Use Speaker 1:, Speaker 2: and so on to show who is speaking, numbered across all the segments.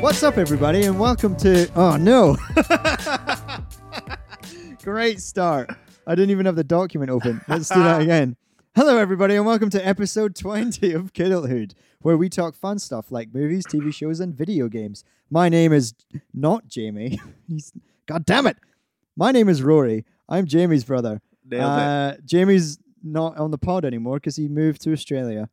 Speaker 1: What's up, everybody, and welcome to. Oh, no. Great start. I didn't even have the document open. Let's do that again. Hello, everybody, and welcome to episode 20 of Kiddlehood, where we talk fun stuff like movies, TV shows, and video games. My name is not Jamie. He's, God damn it. My name is Rory. I'm Jamie's brother.
Speaker 2: Nailed it.
Speaker 1: Uh, Jamie's not on the pod anymore because he moved to Australia.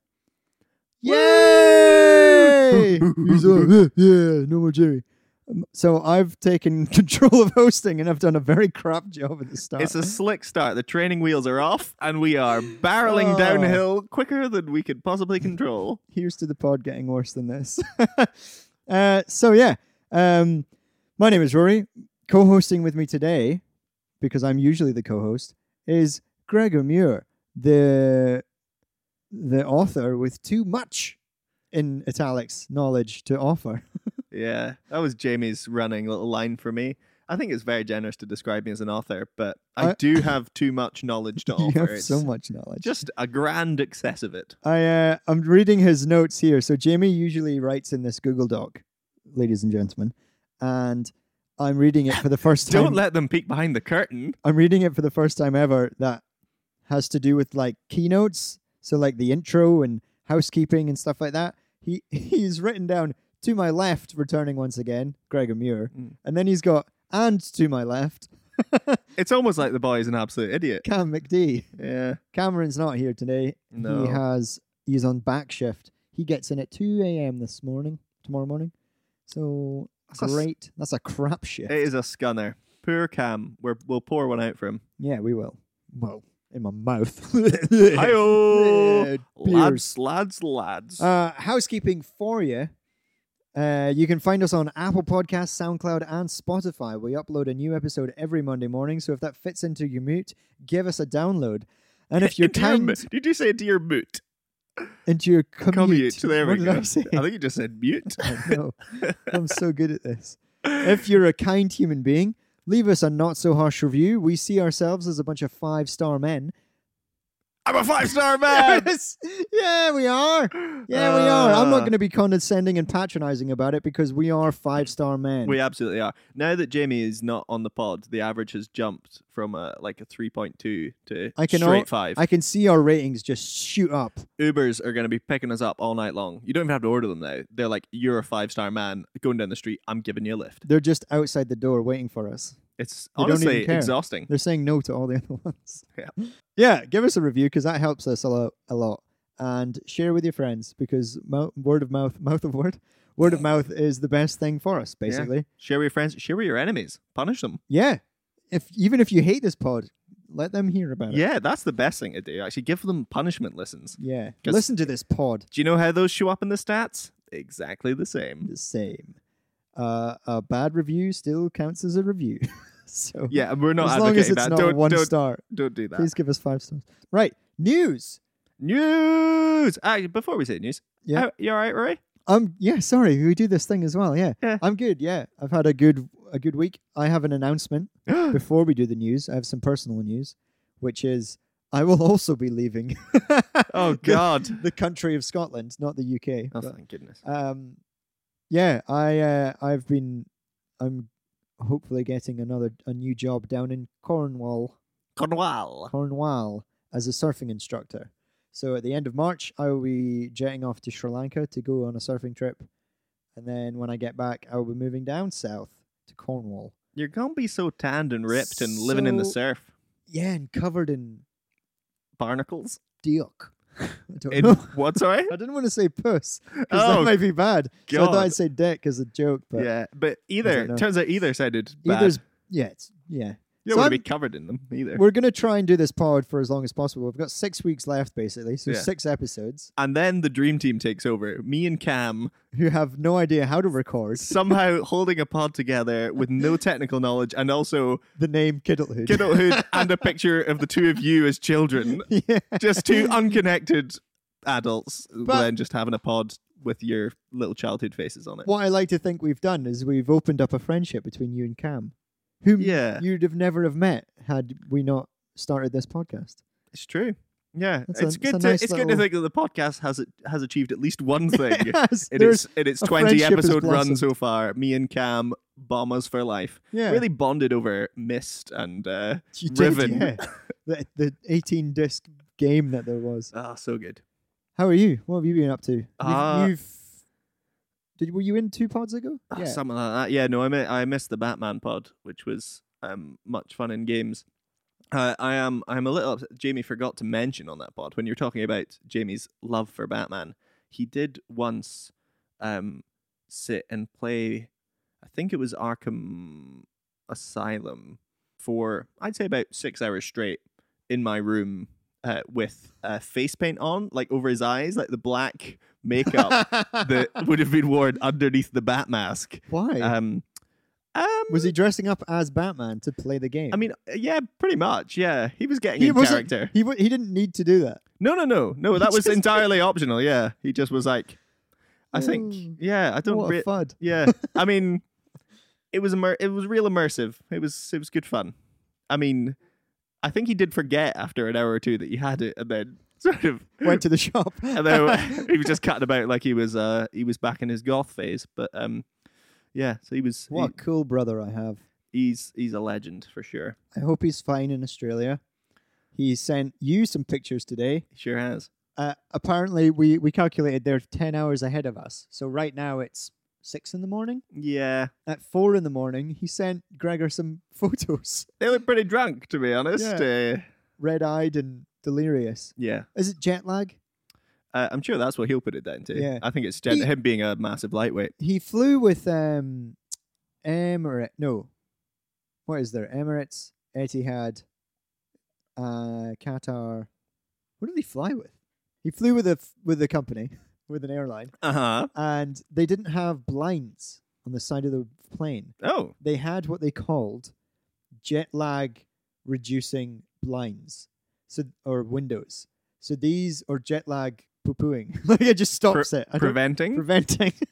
Speaker 2: Woo!
Speaker 1: Yay! He's all, "Yeah, yeah, no more Jamie. Um, So I've taken control of hosting and I've done a very crap job at the start.
Speaker 2: It's a slick start. The training wheels are off, and we are barreling
Speaker 1: Oh.
Speaker 2: downhill quicker than we could possibly control.
Speaker 1: Here's to the pod getting worse than this. uh, so yeah, um, my name is Rory. Co-hosting with me today, because I'm usually the co-host, is Gregor Muir, the the author with too much in italics knowledge to offer.
Speaker 2: Yeah, that was Jamie's running little line for me. I think it's very generous to describe me as an author, but I,
Speaker 1: I-
Speaker 2: do have too much knowledge to
Speaker 1: you
Speaker 2: offer.
Speaker 1: have
Speaker 2: It's
Speaker 1: so much knowledge.
Speaker 2: just a grand excess of it.
Speaker 1: I uh, I'm reading his notes here. So Jamie usually writes in this Google Doc, ladies and gentlemen, and I'm reading it for the first time.
Speaker 2: Don't let them peek behind the curtain.
Speaker 1: I'm reading it for the first time ever that has to do with like keynotes, so like the intro and housekeeping and stuff like that. He he's written down to my left, returning once again, Gregor Muir,
Speaker 2: Mm.
Speaker 1: and then he's got and to my left,
Speaker 2: It's almost like the boy is an absolute idiot.
Speaker 1: Cam McD.
Speaker 2: Yeah,
Speaker 1: Cameron's not here today.
Speaker 2: no.
Speaker 1: He has he's on back shift. He gets in at two a.m. this morning, tomorrow morning. So
Speaker 2: That's a s-
Speaker 1: great. That's a crap shift.
Speaker 2: it is a scunner. Poor Cam. We're, we'll pour one out for him.
Speaker 1: Yeah, we will. Well, in my mouth.
Speaker 2: Hi-oh!
Speaker 1: Yeah,
Speaker 2: Lads, lads, lads.
Speaker 1: Uh, housekeeping for you. Uh, you can find us on Apple Podcasts, SoundCloud, and Spotify. We upload a new episode every Monday morning, so if that fits into your mute, give us a download. And if you're
Speaker 2: Into your
Speaker 1: kind
Speaker 2: mo- Did you say into your boot?
Speaker 1: into your commute,
Speaker 2: Commute. There
Speaker 1: what
Speaker 2: we
Speaker 1: did
Speaker 2: go.
Speaker 1: I say?
Speaker 2: I think you just said mute.
Speaker 1: I know. I'm so good at this. If you're a kind human being, leave us a not so harsh review. We see ourselves as a bunch of five star men.
Speaker 2: I'm a five star man.
Speaker 1: Yes! Yeah, we are. Yeah, we are. I'm not
Speaker 2: Uh,
Speaker 1: going to be condescending and patronizing about it because we are five star men.
Speaker 2: We absolutely are. Now that Jamie is not on the pod, the average has jumped from a, like a 3.2 to
Speaker 1: I can
Speaker 2: straight
Speaker 1: al-
Speaker 2: five.
Speaker 1: I can see our ratings just shoot up.
Speaker 2: Ubers are going to be picking us up all night long. You don't even have to order them now. They're like, you're a five star man going down the street. I'm giving you a lift.
Speaker 1: They're just outside the door waiting for us.
Speaker 2: It's
Speaker 1: They don't even
Speaker 2: honestly
Speaker 1: care.
Speaker 2: exhausting.
Speaker 1: They're saying no to all the other ones.
Speaker 2: Yeah.
Speaker 1: Yeah, give us a review because that helps us a lot, a lot. And share with your friends because mou- word of mouth, mouth of word, word of mouth is the best thing for us, basically.
Speaker 2: Share with your friends. Share with your enemies. Punish them.
Speaker 1: Yeah. If even if you hate this pod, let them hear about it.
Speaker 2: Yeah, that's the best thing to do. Actually, give them punishment listens.
Speaker 1: Yeah.
Speaker 2: 'Cause-
Speaker 1: Listen to this pod.
Speaker 2: Do you know how those show up in the stats? Exactly the same.
Speaker 1: The same. Uh, a bad review still counts as a review. so
Speaker 2: Yeah, and we're not
Speaker 1: as long
Speaker 2: advocating
Speaker 1: as it's
Speaker 2: that.
Speaker 1: not
Speaker 2: don't,
Speaker 1: one
Speaker 2: don't,
Speaker 1: star,
Speaker 2: don't do that.
Speaker 1: please give us five stars. Right. News.
Speaker 2: News. Ah, before we say news,
Speaker 1: Yeah.
Speaker 2: how- you all right, Rory?
Speaker 1: Um. Yeah. Sorry, we do this thing as well. Yeah.
Speaker 2: Yeah.
Speaker 1: I'm good. Yeah. I've had a good a good week. I have an announcement
Speaker 2: Hmm.
Speaker 1: before we do the news. I have some personal news, which is I will also be leaving.
Speaker 2: oh
Speaker 1: the-
Speaker 2: God.
Speaker 1: The country of Scotland, not the UK.
Speaker 2: oh
Speaker 1: but,
Speaker 2: thank goodness.
Speaker 1: um. Yeah. I. Uh, I've been. I'm hopefully getting another a new job down in Cornwall.
Speaker 2: Cornwall.
Speaker 1: Cornwall as a surfing instructor. So at the end of March, I will be jetting off to Sri Lanka to go on a surfing trip. And then when I get back, I will be moving down south to Cornwall.
Speaker 2: You're gonna be so tanned and ripped and living in the
Speaker 1: So-
Speaker 2: surf.
Speaker 1: Yeah, and covered in
Speaker 2: Barnacles.
Speaker 1: diok. I don't
Speaker 2: In
Speaker 1: know.
Speaker 2: what? Sorry.
Speaker 1: I didn't want to say puss because
Speaker 2: Oh,
Speaker 1: that might be bad. So I thought
Speaker 2: God.
Speaker 1: I'd say dick as a joke, but yeah,
Speaker 2: yeah, but
Speaker 1: don't
Speaker 2: either
Speaker 1: know.
Speaker 2: turns out either sounded bad.
Speaker 1: either's yeah, it's, yeah.
Speaker 2: you
Speaker 1: so
Speaker 2: don't want to
Speaker 1: I'm-
Speaker 2: be covered in them either.
Speaker 1: We're gonna try and do this pod for as long as possible. We've got six weeks left, basically, so
Speaker 2: Yeah.
Speaker 1: six episodes.
Speaker 2: And then the dream team takes over. Me and Cam
Speaker 1: Who have no idea how to record
Speaker 2: somehow holding a pod together with no technical knowledge and also
Speaker 1: the name Kiddlehood.
Speaker 2: kidulthood and a picture of the two of you as children.
Speaker 1: yeah.
Speaker 2: just two unconnected adults
Speaker 1: But-
Speaker 2: then just having a pod with your little childhood faces on it.
Speaker 1: what I like to think we've done is we've opened up a friendship between you and Cam, whom
Speaker 2: Yeah.
Speaker 1: you'd have never have met had we not started this podcast.
Speaker 2: It's true. Yeah,
Speaker 1: That's a-
Speaker 2: it's good.
Speaker 1: that's a
Speaker 2: to,
Speaker 1: nice
Speaker 2: it's good to
Speaker 1: little-
Speaker 2: think that the podcast has has achieved at least one thing.
Speaker 1: Yes,
Speaker 2: in
Speaker 1: there's-
Speaker 2: its in its
Speaker 1: a
Speaker 2: twenty
Speaker 1: friendship has
Speaker 2: episode run
Speaker 1: blossomed.
Speaker 2: so far. Me and Cam bomb us for life.
Speaker 1: yeah.
Speaker 2: Really bonded over Mist and uh,
Speaker 1: You did,
Speaker 2: Riven.
Speaker 1: yeah. the, the 18 disc game that there was.
Speaker 2: ah, so good.
Speaker 1: How are you? What have you been up to? You've,
Speaker 2: Uh,
Speaker 1: you've did were you in two pods ago?
Speaker 2: Ah, Something like that. Yeah, no, I mi- I missed the Batman pod, which was um much fun in games. Uh, I am I'm a little upset. Jamie forgot to mention on that pod when you were talking about Jamie's love for Batman. He did once um sit and play. I think it was Arkham Asylum for I'd say about six hours straight in my room uh, with uh, face paint on, like over his eyes, like the black makeup that would have been worn underneath the bat mask.
Speaker 1: Why?
Speaker 2: Um, um,
Speaker 1: was he dressing up as Batman to play the game?
Speaker 2: I mean, uh, yeah, pretty much. Yeah, he was getting
Speaker 1: He
Speaker 2: in
Speaker 1: wasn't-
Speaker 2: character.
Speaker 1: he w- he didn't need to do that.
Speaker 2: No, no, no, no.
Speaker 1: He
Speaker 2: That was
Speaker 1: just-
Speaker 2: entirely optional. Yeah, he just was like, I think,
Speaker 1: Mm.
Speaker 2: yeah, I don't.
Speaker 1: what
Speaker 2: Re-
Speaker 1: a fud.
Speaker 2: yeah, I mean, it was immer- it was real immersive. It was it was good fun. I mean, I think he did forget after an hour or two that he had it, and then sort of
Speaker 1: Went to the shop.
Speaker 2: and then he was just cutting about like he was uh he was back in his goth phase but um yeah so he was he-
Speaker 1: what a cool brother I have.
Speaker 2: he's he's a legend for sure
Speaker 1: I hope he's fine in Australia. He sent you some pictures today.
Speaker 2: he sure has
Speaker 1: Uh, apparently, we, we calculated they're 10 hours ahead of us. So right now it's 6 in the morning.
Speaker 2: yeah
Speaker 1: At 4 in the morning, he sent Gregor some photos,
Speaker 2: they were pretty drunk to be honest yeah, uh,
Speaker 1: red eyed and delirious.
Speaker 2: yeah.
Speaker 1: Is it jet lag?
Speaker 2: Uh, i'm sure that's what he'll put it down to
Speaker 1: Yeah.
Speaker 2: i think it's gen-
Speaker 1: He-
Speaker 2: him being a massive lightweight
Speaker 1: He flew with um, Emirates. No. What is there? Emirates, Etihad, uh, Qatar. What did he fly with? He flew with a f- with a company, with an airline.
Speaker 2: uh-huh
Speaker 1: and they didn't have blinds on the side of the plane.
Speaker 2: oh
Speaker 1: They had what they called jet lag reducing blinds, so or windows. So these or jet lag poo pooing, like it just stops it, I don't-
Speaker 2: preventing
Speaker 1: preventing.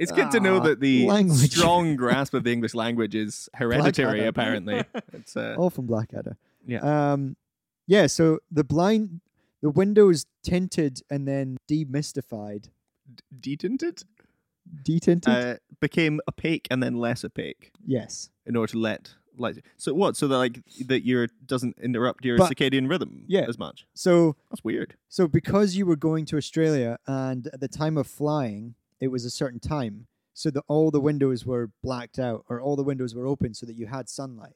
Speaker 2: it's good to know
Speaker 1: Ah,
Speaker 2: that the
Speaker 1: language.
Speaker 2: strong grasp of the english language is hereditary
Speaker 1: Blackadder.
Speaker 2: apparently it's uh,
Speaker 1: All from Blackadder.
Speaker 2: Yeah.
Speaker 1: Um, yeah. So the blind, the windows tinted and then demystified,
Speaker 2: detinted
Speaker 1: detinted.
Speaker 2: uh, became opaque and then less opaque
Speaker 1: yes.
Speaker 2: in order to let light. So what? So that like that your doesn't interrupt your
Speaker 1: But-
Speaker 2: circadian rhythm
Speaker 1: Yeah.
Speaker 2: as much.
Speaker 1: So
Speaker 2: That's weird.
Speaker 1: So because you were going to Australia and at the time of flying, it was a certain time, so that all the windows were blacked out or all the windows were open so that you had sunlight.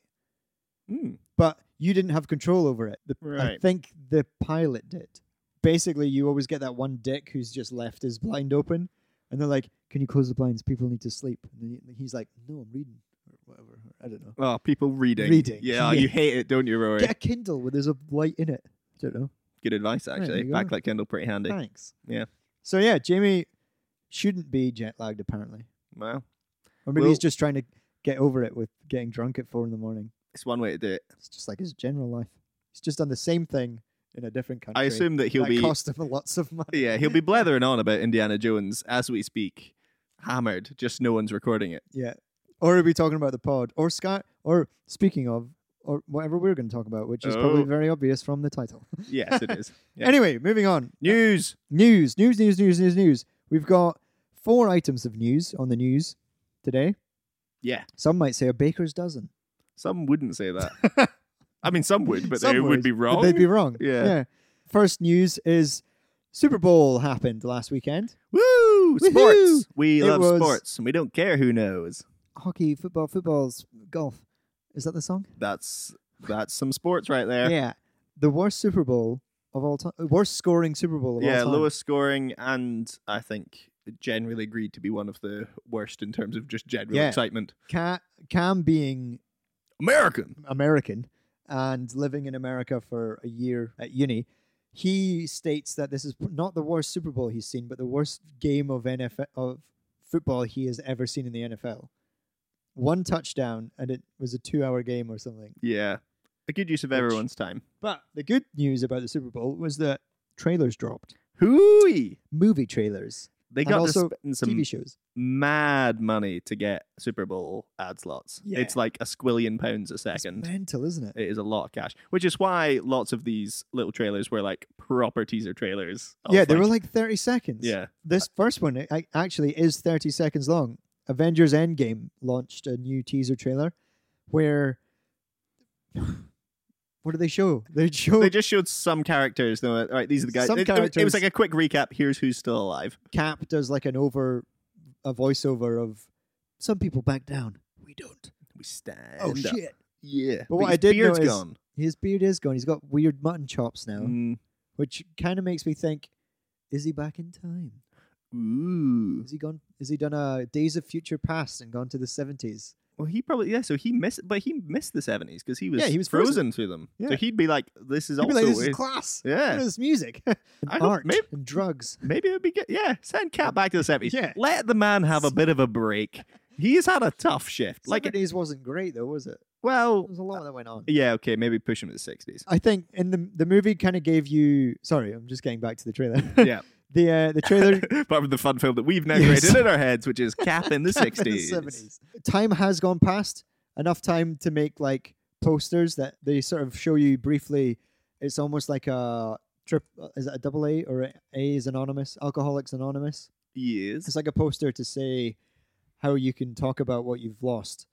Speaker 2: Mm.
Speaker 1: But you didn't have control over it. The, I
Speaker 2: Right.
Speaker 1: think the pilot did. Basically, you always get that one dick who's just left his blind open, and they're like, "Can you close the blinds? People need to sleep." And then he- he's like, "No, I'm reading or whatever. I don't know.
Speaker 2: Oh, people reading.
Speaker 1: Reading,
Speaker 2: Yeah,
Speaker 1: yeah.
Speaker 2: you hate it, don't you, Rory?
Speaker 1: Get a Kindle where there's a light in it. I don't know."
Speaker 2: Good advice,
Speaker 1: Right,
Speaker 2: actually.
Speaker 1: there you go.
Speaker 2: Backlight Kindle, pretty handy.
Speaker 1: Thanks.
Speaker 2: Yeah.
Speaker 1: So yeah, Jamie shouldn't be jet lagged apparently,
Speaker 2: Well,
Speaker 1: or maybe
Speaker 2: Well-
Speaker 1: he's just trying to get over it with getting drunk at four in the morning.
Speaker 2: it's one way to do it.
Speaker 1: It's just like his general life. He's just done the same thing in a different country.
Speaker 2: I assume that he'll
Speaker 1: that
Speaker 2: be.
Speaker 1: cost him lots of money.
Speaker 2: Yeah, he'll be blathering on about Indiana Jones as we speak, hammered. Just no one's recording it.
Speaker 1: Yeah. Or he'll be talking about the pod, or Sky, or speaking of, or whatever we're going to talk about, which is probably
Speaker 2: Oh.
Speaker 1: very obvious from the title.
Speaker 2: Yes, it is. Yeah.
Speaker 1: Anyway, moving on. Uh,
Speaker 2: News.
Speaker 1: News, news, news, news, news, news. We've got four items of news on the news today.
Speaker 2: Yeah,
Speaker 1: Some might say a baker's dozen.
Speaker 2: some wouldn't say that. I mean, some would, but
Speaker 1: Some
Speaker 2: they would be
Speaker 1: but
Speaker 2: wrong.
Speaker 1: They'd be wrong.
Speaker 2: Yeah.
Speaker 1: First news is Super Bowl happened last weekend.
Speaker 2: Woo!
Speaker 1: Woohoo!
Speaker 2: Sports. We
Speaker 1: It
Speaker 2: love
Speaker 1: was-
Speaker 2: sports, and we don't care who knows.
Speaker 1: Hockey, football, footballs, golf. Is that the song?
Speaker 2: That's that's some sports right there.
Speaker 1: Yeah. The worst Super Bowl of all time. Worst scoring Super Bowl of
Speaker 2: Yeah,
Speaker 1: all time.
Speaker 2: lowest scoring, and I think generally agreed to be one of the worst in terms of just general
Speaker 1: Yeah.
Speaker 2: excitement.
Speaker 1: Ca- Cam being
Speaker 2: American.
Speaker 1: American and living in America for a year at uni, he states that this is p- not the worst Super Bowl he's seen, but the worst game of NFL of football he has ever seen in the NFL. One touchdown, and it was a two-hour game or something.
Speaker 2: Yeah, a good use of
Speaker 1: Which-
Speaker 2: everyone's time.
Speaker 1: But the good news about the Super Bowl was that trailers dropped.
Speaker 2: Hooey!
Speaker 1: Movie trailers.
Speaker 2: They
Speaker 1: And
Speaker 2: got to
Speaker 1: also
Speaker 2: spend some
Speaker 1: TV shows.
Speaker 2: mad money to get Super Bowl ad slots.
Speaker 1: Yeah.
Speaker 2: It's like a squillion pounds a
Speaker 1: It's
Speaker 2: second.
Speaker 1: mental, isn't it?
Speaker 2: It is a lot of cash, which is why lots of these little trailers were like proper teaser trailers. of,
Speaker 1: yeah, they were like 30 seconds.
Speaker 2: yeah,
Speaker 1: This first one a- actually is 30 seconds long. Avengers Endgame launched a new teaser trailer where. What do they show? They show
Speaker 2: they just showed some characters. They were like, all right, these are the guys.
Speaker 1: Some
Speaker 2: It- it- it
Speaker 1: characters-
Speaker 2: was like a quick recap. Here's who's still alive.
Speaker 1: Cap does like an over, a voiceover of some people back down. We don't.
Speaker 2: We stand.
Speaker 1: Oh,
Speaker 2: up.
Speaker 1: shit.
Speaker 2: Yeah,
Speaker 1: But what
Speaker 2: his
Speaker 1: I did
Speaker 2: beard's
Speaker 1: notice-
Speaker 2: gone.
Speaker 1: His beard is gone. He's got weird mutton chops now,
Speaker 2: Mm.
Speaker 1: which kind of makes me think is he back in time?
Speaker 2: Ooh.
Speaker 1: Is he gone? Is he done a Days of Future Past and gone to the 70s?
Speaker 2: Well, he probably yeah. So he missed, but he missed the seventies because he was
Speaker 1: Yeah, he was frozen.
Speaker 2: frozen, to them. So
Speaker 1: Yeah.
Speaker 2: he'd be like, "This is
Speaker 1: He'd be
Speaker 2: also
Speaker 1: like, this is
Speaker 2: weird."
Speaker 1: class.
Speaker 2: yeah."
Speaker 1: Look at this music, and
Speaker 2: I don't-
Speaker 1: art,
Speaker 2: maybe-
Speaker 1: and drugs.
Speaker 2: Maybe it'd be good. Yeah, send Cat back to the seventies.
Speaker 1: Yeah.
Speaker 2: let the man have a bit of a break. He's had a tough shift. Like,
Speaker 1: Like days wasn't great though, was it? There
Speaker 2: well,
Speaker 1: was a lot that went on.
Speaker 2: yeah, okay, maybe push him to the sixties.
Speaker 1: I think in the the movie kind of gave you. Sorry, I'm just getting back to the trailer.
Speaker 2: Yeah.
Speaker 1: the uh, the trailer
Speaker 2: Apart from the fun film that we've now
Speaker 1: Yes.
Speaker 2: created in our heads, which is Cap in the
Speaker 1: Cap in the
Speaker 2: sixties.
Speaker 1: 70s. Time has gone past enough time to make like posters that they sort of show you briefly. It's almost like a trip. uh, Is it a double A or a A is anonymous? Alcoholics Anonymous.
Speaker 2: Yes.
Speaker 1: It's like a poster to say how you can talk about what you've lost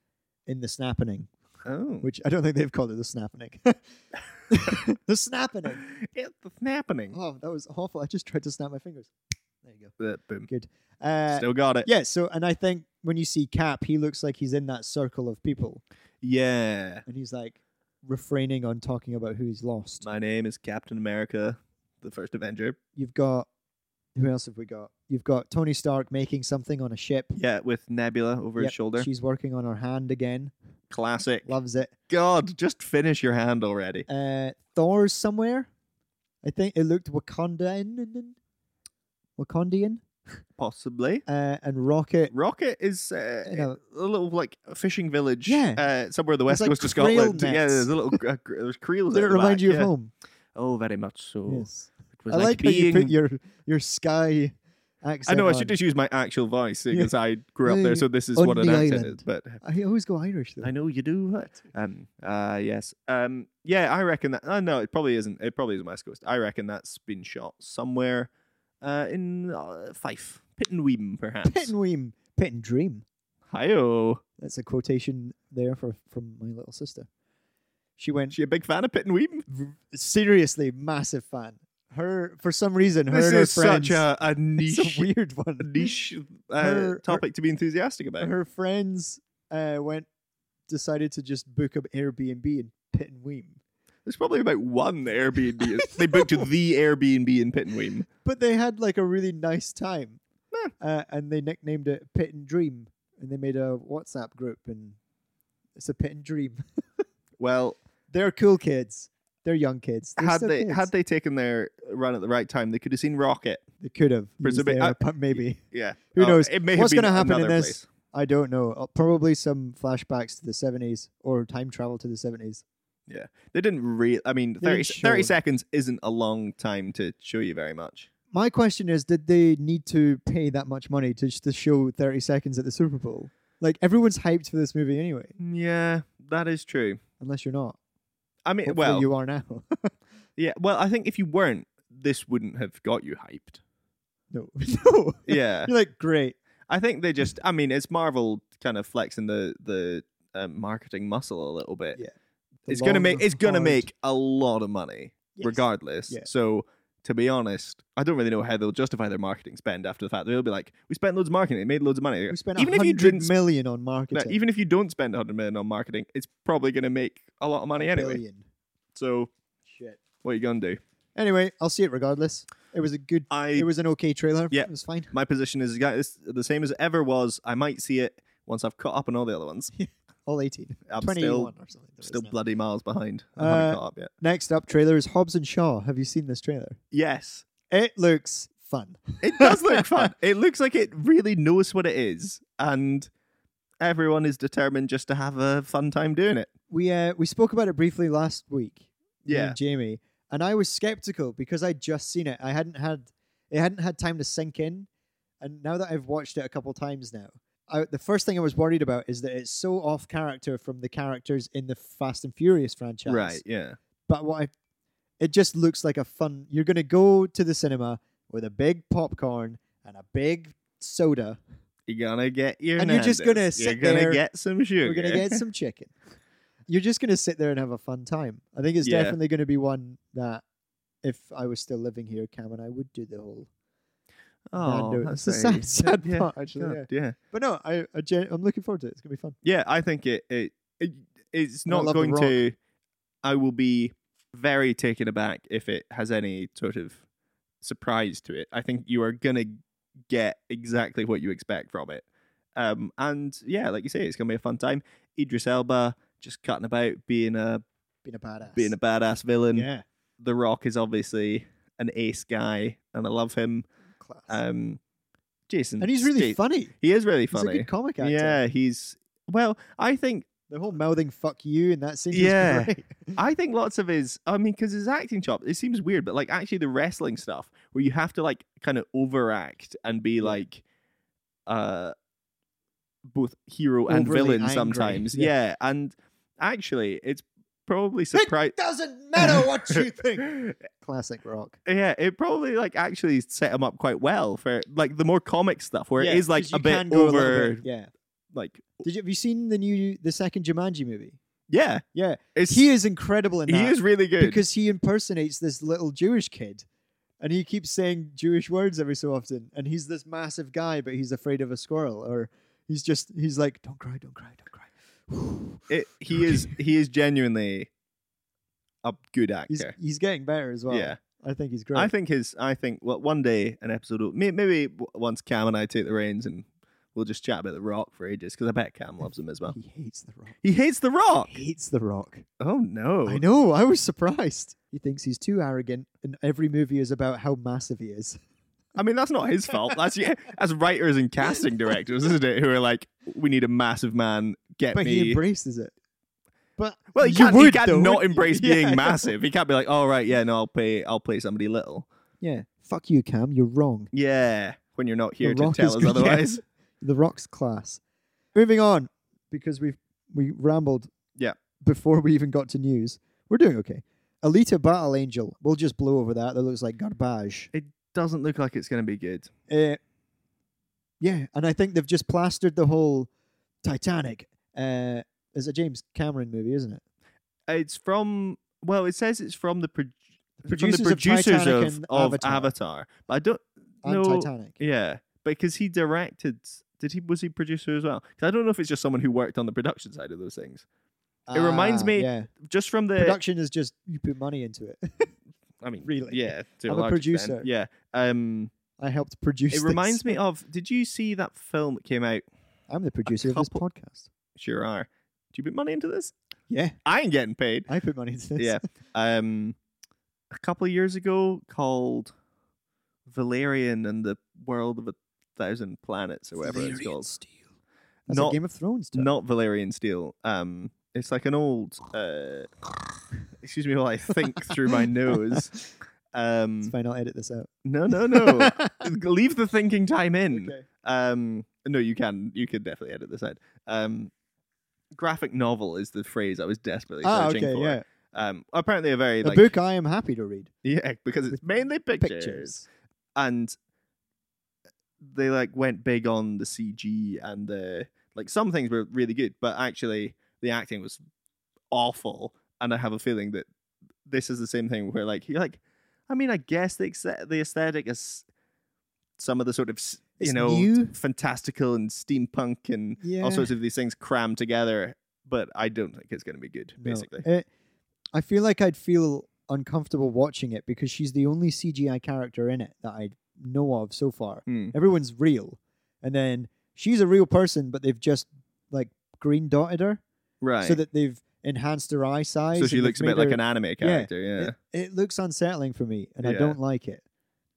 Speaker 1: in the snapping,
Speaker 2: Oh,
Speaker 1: which I don't think they've called it the snapping. the snapping.
Speaker 2: it's happening.
Speaker 1: Oh, that was awful. I just tried to snap my fingers. There you
Speaker 2: Uh, boom.
Speaker 1: go. Uh,
Speaker 2: Still got it.
Speaker 1: yeah. So, and I think when you see Cap, he looks like he's in that circle of people.
Speaker 2: Yeah.
Speaker 1: and he's like refraining on talking about who he's lost.
Speaker 2: My name is Captain America, the first Avenger.
Speaker 1: You've got who else have we got? You've got Tony Stark making something on a ship.
Speaker 2: Yeah, with Nebula over
Speaker 1: Yep,
Speaker 2: his shoulder.
Speaker 1: She's working on her hand again.
Speaker 2: Classic.
Speaker 1: Loves it.
Speaker 2: God, just finish your hand already.
Speaker 1: Uh, Thor's somewhere. I think it looked Wakandan. Wakandian.
Speaker 2: Possibly.
Speaker 1: Uh, and Rocket.
Speaker 2: Rocket is uh,
Speaker 1: You know-
Speaker 2: a little like a fishing village,
Speaker 1: Yeah.
Speaker 2: uh, somewhere in the west
Speaker 1: like
Speaker 2: coast of
Speaker 1: creel
Speaker 2: Scotland. Yeah,
Speaker 1: nets.
Speaker 2: there's a little uh, cr- there's creels.
Speaker 1: Did
Speaker 2: out
Speaker 1: it
Speaker 2: the
Speaker 1: remind
Speaker 2: back,
Speaker 1: you
Speaker 2: yeah.
Speaker 1: of home?
Speaker 2: Oh, very much so.
Speaker 1: Yes.
Speaker 2: It was
Speaker 1: I like, how you
Speaker 2: being.
Speaker 1: put your your sky
Speaker 2: I
Speaker 1: accent.
Speaker 2: know I
Speaker 1: on.
Speaker 2: should just use my actual voice because I grew up there, so this is
Speaker 1: On
Speaker 2: what an
Speaker 1: the
Speaker 2: accent
Speaker 1: island.
Speaker 2: is. But
Speaker 1: I always go Irish though.
Speaker 2: I know you do. Um. Uh. Yes. Um. Yeah. I reckon that. Uh, no, it probably isn't. It probably is west coast. I reckon that's been shot somewhere, uh, in uh, Fife, Pittenweem, perhaps.
Speaker 1: Pit and Weem. Pit and Dream.
Speaker 2: Hi-oh.
Speaker 1: That's a quotation there for from my little sister. She went
Speaker 2: She a big fan of Pittenweem?
Speaker 1: seriously massive fan. Her for some reason her
Speaker 2: this
Speaker 1: and her
Speaker 2: is
Speaker 1: friends.
Speaker 2: such a, a
Speaker 1: it's
Speaker 2: niche
Speaker 1: a weird
Speaker 2: a
Speaker 1: one.
Speaker 2: niche uh,
Speaker 1: Her- her-
Speaker 2: topic to be enthusiastic about.
Speaker 1: Her friends uh, went decided to just book an Airbnb in Pit and Weem,
Speaker 2: There's probably about one Airbnb. they booked the Airbnb in Pittenweem.
Speaker 1: but they had like a really nice time,
Speaker 2: Huh.
Speaker 1: uh, and they nicknamed it Pit and Dream, and they made a WhatsApp group, and it's a Pit and Dream.
Speaker 2: Well,
Speaker 1: They're cool kids. They're young kids. They're
Speaker 2: had
Speaker 1: still
Speaker 2: they
Speaker 1: kids.
Speaker 2: had they taken their run at the right time, they could have seen Rocket.
Speaker 1: they could have.
Speaker 2: Pres-
Speaker 1: used their-
Speaker 2: I-
Speaker 1: but maybe.
Speaker 2: Yeah. Oh,
Speaker 1: Who knows?
Speaker 2: It may
Speaker 1: What's
Speaker 2: have been
Speaker 1: gonna happen in
Speaker 2: another
Speaker 1: this?
Speaker 2: place.
Speaker 1: I don't know. Uh, Probably some flashbacks to the 70s or time travel to the 70s.
Speaker 2: They didn't really. I mean,
Speaker 1: They
Speaker 2: 30,
Speaker 1: didn't show
Speaker 2: 30
Speaker 1: it.
Speaker 2: seconds isn't a long time to show you very much.
Speaker 1: My question is did they need to pay that much money to, just to show 30 seconds at the Super Bowl? Like, everyone's hyped for this movie anyway,
Speaker 2: Yeah, that is true.
Speaker 1: unless you're not.
Speaker 2: I mean,
Speaker 1: Hopefully
Speaker 2: Eh, well,
Speaker 1: you are now.
Speaker 2: yeah. Well, I think if you weren't, this wouldn't have got you hyped.
Speaker 1: no. no.
Speaker 2: Yeah.
Speaker 1: You're like, great.
Speaker 2: I think they just. I mean, it's Marvel kind of flexing the the uh, marketing muscle a little bit.
Speaker 1: Yeah. The
Speaker 2: It's gonna
Speaker 1: long,
Speaker 2: make it's gonna
Speaker 1: hard-
Speaker 2: make a lot of money
Speaker 1: Yes.
Speaker 2: regardless.
Speaker 1: Yeah.
Speaker 2: So to be honest, I don't really know how they'll justify their marketing spend after the fact. They'll be like, "We spent loads of marketing, it made loads of money."
Speaker 1: We spent
Speaker 2: even if you
Speaker 1: 100
Speaker 2: didn't, sp-
Speaker 1: million on
Speaker 2: no,
Speaker 1: marketing.
Speaker 2: even if you don't spend 100 million on marketing, it's probably gonna make a lot of money anyway.
Speaker 1: Billion.
Speaker 2: So
Speaker 1: Shit.
Speaker 2: what are you gonna do?
Speaker 1: Anyway, I'll see it regardless. It was a good,
Speaker 2: I
Speaker 1: it was an okay trailer.
Speaker 2: Yeah.
Speaker 1: It was fine.
Speaker 2: my position is yeah, it's the same as it ever was. I might see it once I've caught up on all the other ones.
Speaker 1: All 18.
Speaker 2: I'm
Speaker 1: 21
Speaker 2: still
Speaker 1: or something. there is
Speaker 2: still
Speaker 1: now.
Speaker 2: bloody miles behind. I
Speaker 1: Uh,
Speaker 2: haven't caught up yet.
Speaker 1: Next up, trailer is Hobbs and Shaw. Have you seen this trailer?
Speaker 2: Yes.
Speaker 1: It looks fun.
Speaker 2: It does look fun. It looks like it really knows what it is, and everyone is determined just to have a fun time doing it.
Speaker 1: We uh, we spoke about it briefly last week. me
Speaker 2: Yeah.
Speaker 1: and Jamie and I was skeptical because I'd just seen it. I hadn't had it hadn't had time to sink in, And now that I've watched it a couple times now, I, the first thing I was worried about is that it's so off character from the characters in the Fast and Furious franchise.
Speaker 2: Right. Yeah.
Speaker 1: But what I, it just looks like a fun. You're going to go to the cinema with a big popcorn and a big soda.
Speaker 2: You're gonna get your.
Speaker 1: And you're just gonna
Speaker 2: Nando's.
Speaker 1: sit
Speaker 2: You're
Speaker 1: there.
Speaker 2: gonna get some sugar.
Speaker 1: We're going to get some chicken. You're just going to sit there and have a fun time. I think it's
Speaker 2: Yeah.
Speaker 1: definitely going to be one that, if I was still living here, Cam and I would do the whole.
Speaker 2: Oh,
Speaker 1: Nando's.
Speaker 2: that's
Speaker 1: It's a sad-
Speaker 2: very-
Speaker 1: sad
Speaker 2: yeah,
Speaker 1: part, actually,
Speaker 2: God, yeah.
Speaker 1: But no, I, I gen- I'm looking forward to it. It's going to be fun.
Speaker 2: Yeah, I think it it, it it's
Speaker 1: And I
Speaker 2: not
Speaker 1: love The
Speaker 2: going
Speaker 1: Rock.
Speaker 2: to. I will be very taken aback if it has any sort of surprise to it. I think you are gonna get exactly what you expect from it. Um, and yeah, like you say, it's gonna be a fun time. Idris Elba just cutting about being a
Speaker 1: Being a badass.
Speaker 2: being a badass villain.
Speaker 1: Yeah.
Speaker 2: The Rock is obviously an ace guy, and I love him.
Speaker 1: Class.
Speaker 2: Um, Jason,
Speaker 1: and he's really
Speaker 2: Statham-
Speaker 1: funny.
Speaker 2: He is really
Speaker 1: He's a
Speaker 2: funny.
Speaker 1: good comic actor.
Speaker 2: Yeah, he's well. I think
Speaker 1: The whole mouthing "fuck you" in that scene. is
Speaker 2: Yeah.
Speaker 1: great.
Speaker 2: I think lots of his, I mean, because his acting chop, it seems weird, but like actually the wrestling stuff where you have to like kind of overact and be like, uh, both hero and
Speaker 1: Overly
Speaker 2: villain
Speaker 1: angry,
Speaker 2: sometimes.
Speaker 1: yeah.
Speaker 2: Yeah. And actually, it's probably surprising.
Speaker 1: Doesn't Classic rock.
Speaker 2: yeah, it probably like actually set him up quite well for like the more comic stuff where it is like a bit over,
Speaker 1: yeah.
Speaker 2: like,
Speaker 1: Did you have you seen the new the second Jumanji movie?
Speaker 2: yeah,
Speaker 1: Yeah,
Speaker 2: it's
Speaker 1: he is incredible in
Speaker 2: he
Speaker 1: that.
Speaker 2: is really good.
Speaker 1: because he impersonates this little Jewish kid, and he keeps saying Jewish words every so often. And he's this massive guy, but he's afraid of a squirrel, or he's just he's like, "Don't cry, don't cry, don't cry."
Speaker 2: it, he is he is genuinely a good actor.
Speaker 1: he's he's getting better as well.
Speaker 2: Yeah.
Speaker 1: I think he's great.
Speaker 2: I think his. I think well, one day an episode. Will, may- maybe w- once Cam and I take the reins and we'll just chat about the Rock for ages because I bet Cam loves him as well.
Speaker 1: he hates the rock.
Speaker 2: He hates the Rock.
Speaker 1: Hates the rock.
Speaker 2: Oh no!
Speaker 1: I know. I was surprised. He thinks he's too arrogant, and every movie is about how massive he is.
Speaker 2: I mean, that's not his fault. That's yeah, that's writers and casting directors, isn't it? Who are like, we need a massive man. Get
Speaker 1: But
Speaker 2: me.
Speaker 1: he embraces it. But
Speaker 2: well, he
Speaker 1: you
Speaker 2: can't,
Speaker 1: would,
Speaker 2: he can't
Speaker 1: though,
Speaker 2: not
Speaker 1: wouldn't you?
Speaker 2: embrace
Speaker 1: Yeah, I
Speaker 2: being
Speaker 1: know.
Speaker 2: massive. He can't be like, all right, yeah, no, I'll play, I'll play somebody little.
Speaker 1: Yeah. Fuck you, Cam. You're wrong.
Speaker 2: Yeah, when you're not here to
Speaker 1: Rock is
Speaker 2: tell us
Speaker 1: good, yeah.
Speaker 2: otherwise.
Speaker 1: The Rock's class. Moving on, because we've we rambled.
Speaker 2: Yeah.
Speaker 1: Before we even got to news, we're doing okay. Alita Battle Angel. We'll just blow over that. That looks like garbage.
Speaker 2: Doesn't look like it's going to be good.
Speaker 1: Uh, yeah, and I think they've just plastered the whole Titanic. Uh, is a James Cameron movie, isn't it?
Speaker 2: It's from well, it says it's from the, pro-
Speaker 1: producers
Speaker 2: from
Speaker 1: of
Speaker 2: the producers
Speaker 1: Titanic
Speaker 2: of,
Speaker 1: and
Speaker 2: of Avatar.
Speaker 1: Avatar.
Speaker 2: But I don't
Speaker 1: And
Speaker 2: know.
Speaker 1: Titanic.
Speaker 2: Yeah, because he directed. Did he was he producer as well? 'Cause I don't know if it's just someone who worked on the production side of those things. It reminds
Speaker 1: Ah,
Speaker 2: me
Speaker 1: Yeah.
Speaker 2: Just from the
Speaker 1: Production is just you put money into it.
Speaker 2: I mean,
Speaker 1: really.
Speaker 2: yeah, to
Speaker 1: I'm a
Speaker 2: large extent,
Speaker 1: producer.
Speaker 2: Yeah, um,
Speaker 1: I helped produce.
Speaker 2: it reminds me of. Did you see that film that came out?
Speaker 1: I'm the producer of this
Speaker 2: couple-
Speaker 1: podcast.
Speaker 2: Sure are. Do you put money into this?
Speaker 1: Yeah,
Speaker 2: I ain't getting paid.
Speaker 1: I put money into this.
Speaker 2: yeah. Um, a couple of years ago, called Valerian and the World of a Thousand Planets, or whatever it's called.
Speaker 1: That's
Speaker 2: Not-
Speaker 1: a Game of Thrones. term.
Speaker 2: Not Valerian Steel. Um, it's like an old. Uh, excuse me while I think through my nose.
Speaker 1: It's
Speaker 2: Um,
Speaker 1: fine. I'll edit this out.
Speaker 2: no, no, no. Leave the thinking time in.
Speaker 1: Okay.
Speaker 2: Um, no, you can. You can definitely edit this out. Um, graphic novel is the phrase I was desperately
Speaker 1: Ah,
Speaker 2: searching
Speaker 1: okay,
Speaker 2: for.
Speaker 1: yeah.
Speaker 2: Um, apparently a very
Speaker 1: A
Speaker 2: like
Speaker 1: book I am happy to read.
Speaker 2: Yeah, because it's
Speaker 1: with
Speaker 2: mainly pictures.
Speaker 1: Pictures.
Speaker 2: And they like went big on the CG and the like some things were really good, but actually the acting was awful. And I have a feeling that this is the same thing where like you're like, I mean, I guess the exe- the aesthetic is some of the sort of s- you
Speaker 1: It's
Speaker 2: know
Speaker 1: new.
Speaker 2: fantastical and steampunk and
Speaker 1: Yeah.
Speaker 2: all sorts of these things crammed together, but I don't think it's going to be good.
Speaker 1: No,
Speaker 2: Basically,
Speaker 1: it- eh, I feel like I'd feel uncomfortable watching it because she's the only CGI character in it that I know of so far.
Speaker 2: Hmm.
Speaker 1: Everyone's real, and then she's a real person, but they've just like green dotted her
Speaker 2: right?
Speaker 1: so that they've enhanced her eye size.
Speaker 2: so she
Speaker 1: and they've
Speaker 2: looks a
Speaker 1: made
Speaker 2: bit like
Speaker 1: her-
Speaker 2: an anime character. Yeah.
Speaker 1: It, it looks unsettling for me, and I
Speaker 2: Yeah.
Speaker 1: don't like it.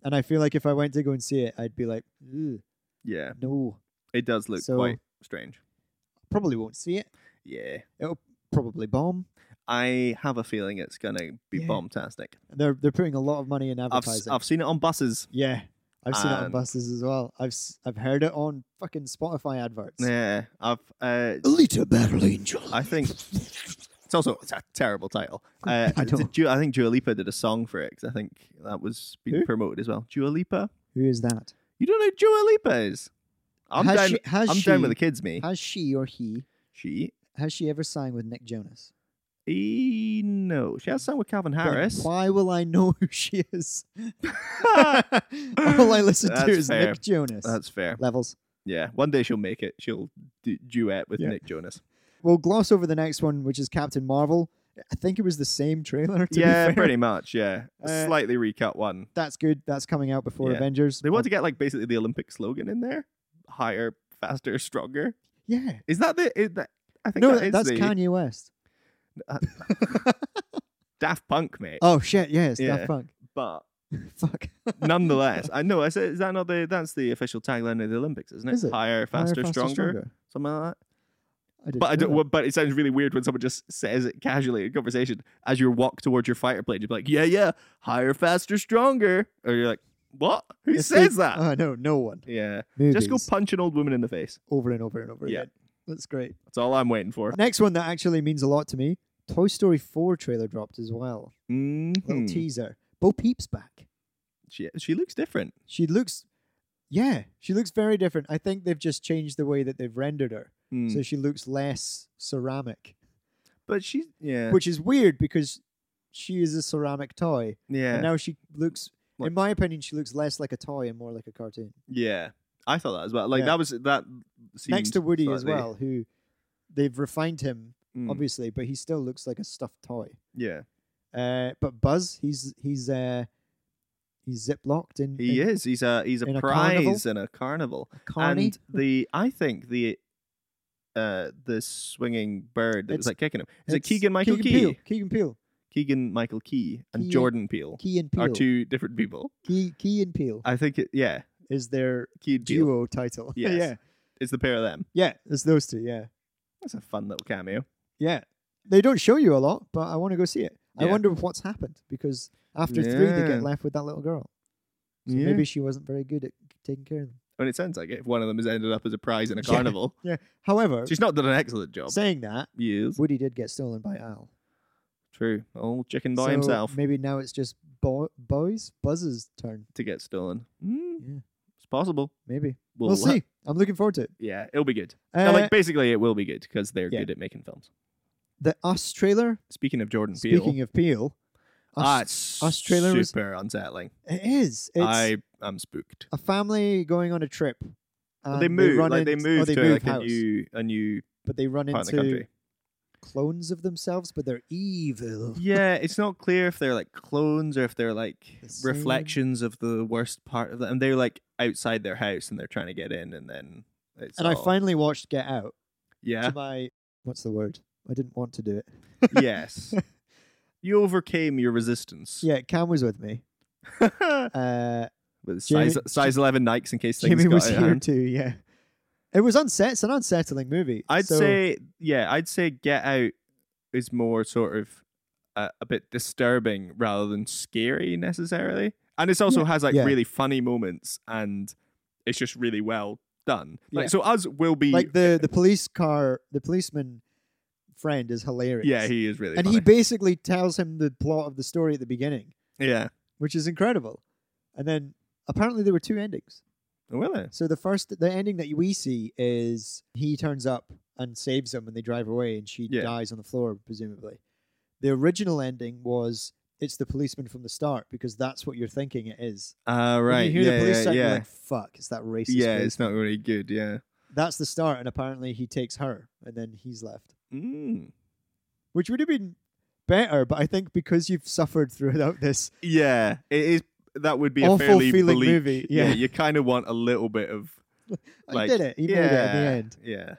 Speaker 1: And I feel like if I went to go and see it, I'd be like, "Ugh,
Speaker 2: Yeah,
Speaker 1: no,
Speaker 2: it does look
Speaker 1: So-
Speaker 2: quite strange.
Speaker 1: probably won't see it.
Speaker 2: Yeah,
Speaker 1: Probably bomb.
Speaker 2: I have a feeling it's gonna be
Speaker 1: Yeah.
Speaker 2: bombastic. bombtastic.
Speaker 1: They're they're putting a lot of money in
Speaker 2: I've
Speaker 1: advertising.
Speaker 2: s- I've seen it on buses.
Speaker 1: yeah, I've seen it on
Speaker 2: And-
Speaker 1: buses as well. I've s- I've heard it on fucking Spotify adverts.
Speaker 2: Yeah, I've. Uh,
Speaker 1: Alita Battle Angel.
Speaker 2: I think it's also it's a terrible title. Uh,
Speaker 1: I
Speaker 2: I,
Speaker 1: know.
Speaker 2: I think Dua Lipa did a song for it 'cause I think that was being
Speaker 1: Who?
Speaker 2: promoted as well. Dua Lipa?
Speaker 1: Who is that?
Speaker 2: You don't know who Dua Lipa is? I'm
Speaker 1: has
Speaker 2: down.
Speaker 1: She, has
Speaker 2: I'm
Speaker 1: she,
Speaker 2: down with the kids. Me.
Speaker 1: Has she or he?
Speaker 2: she.
Speaker 1: Has she ever sang with Nick Jonas?
Speaker 2: E, no, she has sung with Calvin
Speaker 1: Then
Speaker 2: Harris.
Speaker 1: Why will I know who she is? All I listen to
Speaker 2: That's
Speaker 1: is
Speaker 2: fair.
Speaker 1: Nick Jonas.
Speaker 2: That's fair.
Speaker 1: Levels.
Speaker 2: Yeah, one day she'll make it. She'll du- duet with
Speaker 1: Yeah.
Speaker 2: Nick Jonas.
Speaker 1: We'll gloss over the next one, which is Captain Marvel. I think it was the same trailer. To be
Speaker 2: yeah,
Speaker 1: fair.
Speaker 2: pretty much. Yeah, A
Speaker 1: Uh,
Speaker 2: slightly recut one.
Speaker 1: That's good. That's coming out before
Speaker 2: Yeah.
Speaker 1: Avengers. Oh,
Speaker 2: They want to get like basically the Olympic slogan in there: higher, faster, stronger.
Speaker 1: yeah.
Speaker 2: Is that the? Is that, I think
Speaker 1: No,
Speaker 2: that is
Speaker 1: that's
Speaker 2: the
Speaker 1: Kanye West.
Speaker 2: Daft Punk, mate.
Speaker 1: Oh shit! Yeah, it's
Speaker 2: Yeah.
Speaker 1: Daft Punk.
Speaker 2: But
Speaker 1: Fuck.
Speaker 2: nonetheless, I know. I said, is that not the? That's the official tagline of the Olympics, isn't it?
Speaker 1: Is it?
Speaker 2: Higher, faster, stronger, something like that.
Speaker 1: didn't
Speaker 2: But I
Speaker 1: know
Speaker 2: don't,
Speaker 1: that.
Speaker 2: well, but it sounds really weird when someone just says it casually in conversation as you walk towards your fighter plane. You're like, yeah, yeah, higher, faster, stronger, or you're like, what? Who
Speaker 1: If they-
Speaker 2: says that?
Speaker 1: Oh no, no one.
Speaker 2: yeah,
Speaker 1: Movies
Speaker 2: just go punch an old woman in the face.
Speaker 1: over and over and over
Speaker 2: Yeah.
Speaker 1: again. That's great.
Speaker 2: That's all I'm waiting for.
Speaker 1: Next one that actually means a lot to me. Toy Story 4 trailer dropped as well. Little
Speaker 2: Mhm.
Speaker 1: teaser. Bo Peep's back.
Speaker 2: She she looks different.
Speaker 1: She looks, yeah, she looks very different. I think they've just changed the way that they've rendered her,
Speaker 2: Mm.
Speaker 1: so she looks less ceramic,
Speaker 2: but she yeah
Speaker 1: which is weird because she is a ceramic toy,
Speaker 2: yeah
Speaker 1: and now she looks.
Speaker 2: Like-
Speaker 1: in my opinion, she looks less like a toy and more like a cartoon.
Speaker 2: yeah. I thought that as well. Like
Speaker 1: Yeah.
Speaker 2: that was that seemed
Speaker 1: Next to Woody as
Speaker 2: slightly-
Speaker 1: well, who they've refined him
Speaker 2: Mm,
Speaker 1: obviously, but he still looks like a stuffed toy.
Speaker 2: yeah,
Speaker 1: Uh, but Buzz, he's he's uh, he's zip locked in.
Speaker 2: he
Speaker 1: in
Speaker 2: is. He's a he's
Speaker 1: in
Speaker 2: a
Speaker 1: a carnival?
Speaker 2: prize in a carnival.
Speaker 1: a carny.
Speaker 2: And the I think the uh the swinging bird that
Speaker 1: It's-
Speaker 2: was like kicking him is it
Speaker 1: It's
Speaker 2: Keegan Michael
Speaker 1: Keegan
Speaker 2: Key,
Speaker 1: Peele. Keegan Peele.
Speaker 2: Keegan Michael Key, and
Speaker 1: Key-
Speaker 2: Jordan Peele,
Speaker 1: Key and Peele.
Speaker 2: are two different people.
Speaker 1: Key, Key and Peele
Speaker 2: I think it, yeah,
Speaker 1: is their
Speaker 2: Key and Peele
Speaker 1: duo title.
Speaker 2: Yes.
Speaker 1: yeah.
Speaker 2: is the pair of them.
Speaker 1: Yeah, it's those two. Yeah.
Speaker 2: That's a fun little cameo.
Speaker 1: Yeah. They don't show you a lot, but I want to go see it. I
Speaker 2: Yeah.
Speaker 1: wonder what's happened because after three, they
Speaker 2: Yeah.
Speaker 1: get left with that little girl. So
Speaker 2: Yeah.
Speaker 1: maybe she wasn't very good at taking care of them.
Speaker 2: I mean, it sounds like it. If one of them has ended up as a prize in a
Speaker 1: Yeah.
Speaker 2: carnival,
Speaker 1: However,
Speaker 2: she's not done an excellent job.
Speaker 1: saying that,
Speaker 2: Yes,
Speaker 1: Woody did get stolen by Al.
Speaker 2: true. Old chicken by
Speaker 1: So
Speaker 2: himself
Speaker 1: Maybe now it's just bo- boys, Buzz's turn.
Speaker 2: to get stolen. Mm,
Speaker 1: Yeah.
Speaker 2: It's possible.
Speaker 1: Maybe.
Speaker 2: We'll,
Speaker 1: we'll see. I'm looking forward to it.
Speaker 2: Yeah, it'll be good.
Speaker 1: Uh,
Speaker 2: like basically, it will be good because they're
Speaker 1: yeah.
Speaker 2: good at making films.
Speaker 1: the Us trailer.
Speaker 2: Speaking of Jordan Peele,
Speaker 1: Speaking of Peel, Us,
Speaker 2: ah, it's
Speaker 1: Us trailer was-
Speaker 2: super unsettling.
Speaker 1: it is. It's
Speaker 2: I am spooked.
Speaker 1: a family going on a trip.
Speaker 2: But
Speaker 1: and
Speaker 2: they move,
Speaker 1: Uh, run
Speaker 2: like they
Speaker 1: int-
Speaker 2: move
Speaker 1: or they
Speaker 2: to
Speaker 1: move
Speaker 2: like
Speaker 1: house,
Speaker 2: a new, a new
Speaker 1: but they run
Speaker 2: part of the
Speaker 1: into
Speaker 2: country.
Speaker 1: clones of themselves, but they're evil.
Speaker 2: yeah, it's not clear if they're like clones or if they're like
Speaker 1: The same-
Speaker 2: reflections of the worst part of them. And they're like outside their house and they're trying to get in, and then it's
Speaker 1: And I
Speaker 2: all-
Speaker 1: finally watched Get Out.
Speaker 2: yeah,
Speaker 1: To my what's the word? I didn't want to do it.
Speaker 2: yes, you overcame your resistance.
Speaker 1: Yeah, Cam was with me.
Speaker 2: Yeah.
Speaker 1: Uh,
Speaker 2: With
Speaker 1: Jamie-
Speaker 2: size, size eleven Nikes in case things
Speaker 1: Jimmy
Speaker 2: got
Speaker 1: was
Speaker 2: out of
Speaker 1: here
Speaker 2: hand.
Speaker 1: too. Yeah, it was unset. It's an unsettling movie.
Speaker 2: I'd
Speaker 1: so-
Speaker 2: say, yeah, I'd say Get Out is more sort of uh, a bit disturbing rather than scary necessarily, and it also has like
Speaker 1: yeah.
Speaker 2: really funny moments, and it's just really well done. Like,
Speaker 1: Yeah.
Speaker 2: so us will be,
Speaker 1: like the the police car, the policeman friend is hilarious.
Speaker 2: yeah, he is really,
Speaker 1: and
Speaker 2: funny.
Speaker 1: he basically tells him the plot of the story at the beginning,
Speaker 2: yeah,
Speaker 1: which is incredible. And then apparently there were two endings.
Speaker 2: Oh, will it?
Speaker 1: So the first, the ending that we see is he turns up and saves them, and they drive away, and she
Speaker 2: Yeah.
Speaker 1: dies on the floor, presumably. The original ending was it's the policeman from the start because that's what you're thinking it is.
Speaker 2: Uh,
Speaker 1: When
Speaker 2: right,
Speaker 1: you hear
Speaker 2: yeah,
Speaker 1: the police
Speaker 2: yeah,
Speaker 1: siren, you're
Speaker 2: yeah.
Speaker 1: like, "Fuck!" It's that racist.
Speaker 2: yeah,
Speaker 1: police."
Speaker 2: it's not really good, yeah.
Speaker 1: That's the start, and apparently he takes her, and then he's left,
Speaker 2: Mm.
Speaker 1: which would have been better. But I think because you've suffered throughout this,
Speaker 2: Yeah, it is. That would be
Speaker 1: Awful
Speaker 2: a fairly
Speaker 1: feeling
Speaker 2: bleak-
Speaker 1: movie, yeah.
Speaker 2: you kind of want a little bit of
Speaker 1: I
Speaker 2: like,
Speaker 1: did it. He made it at the
Speaker 2: yeah,
Speaker 1: end.
Speaker 2: Yeah,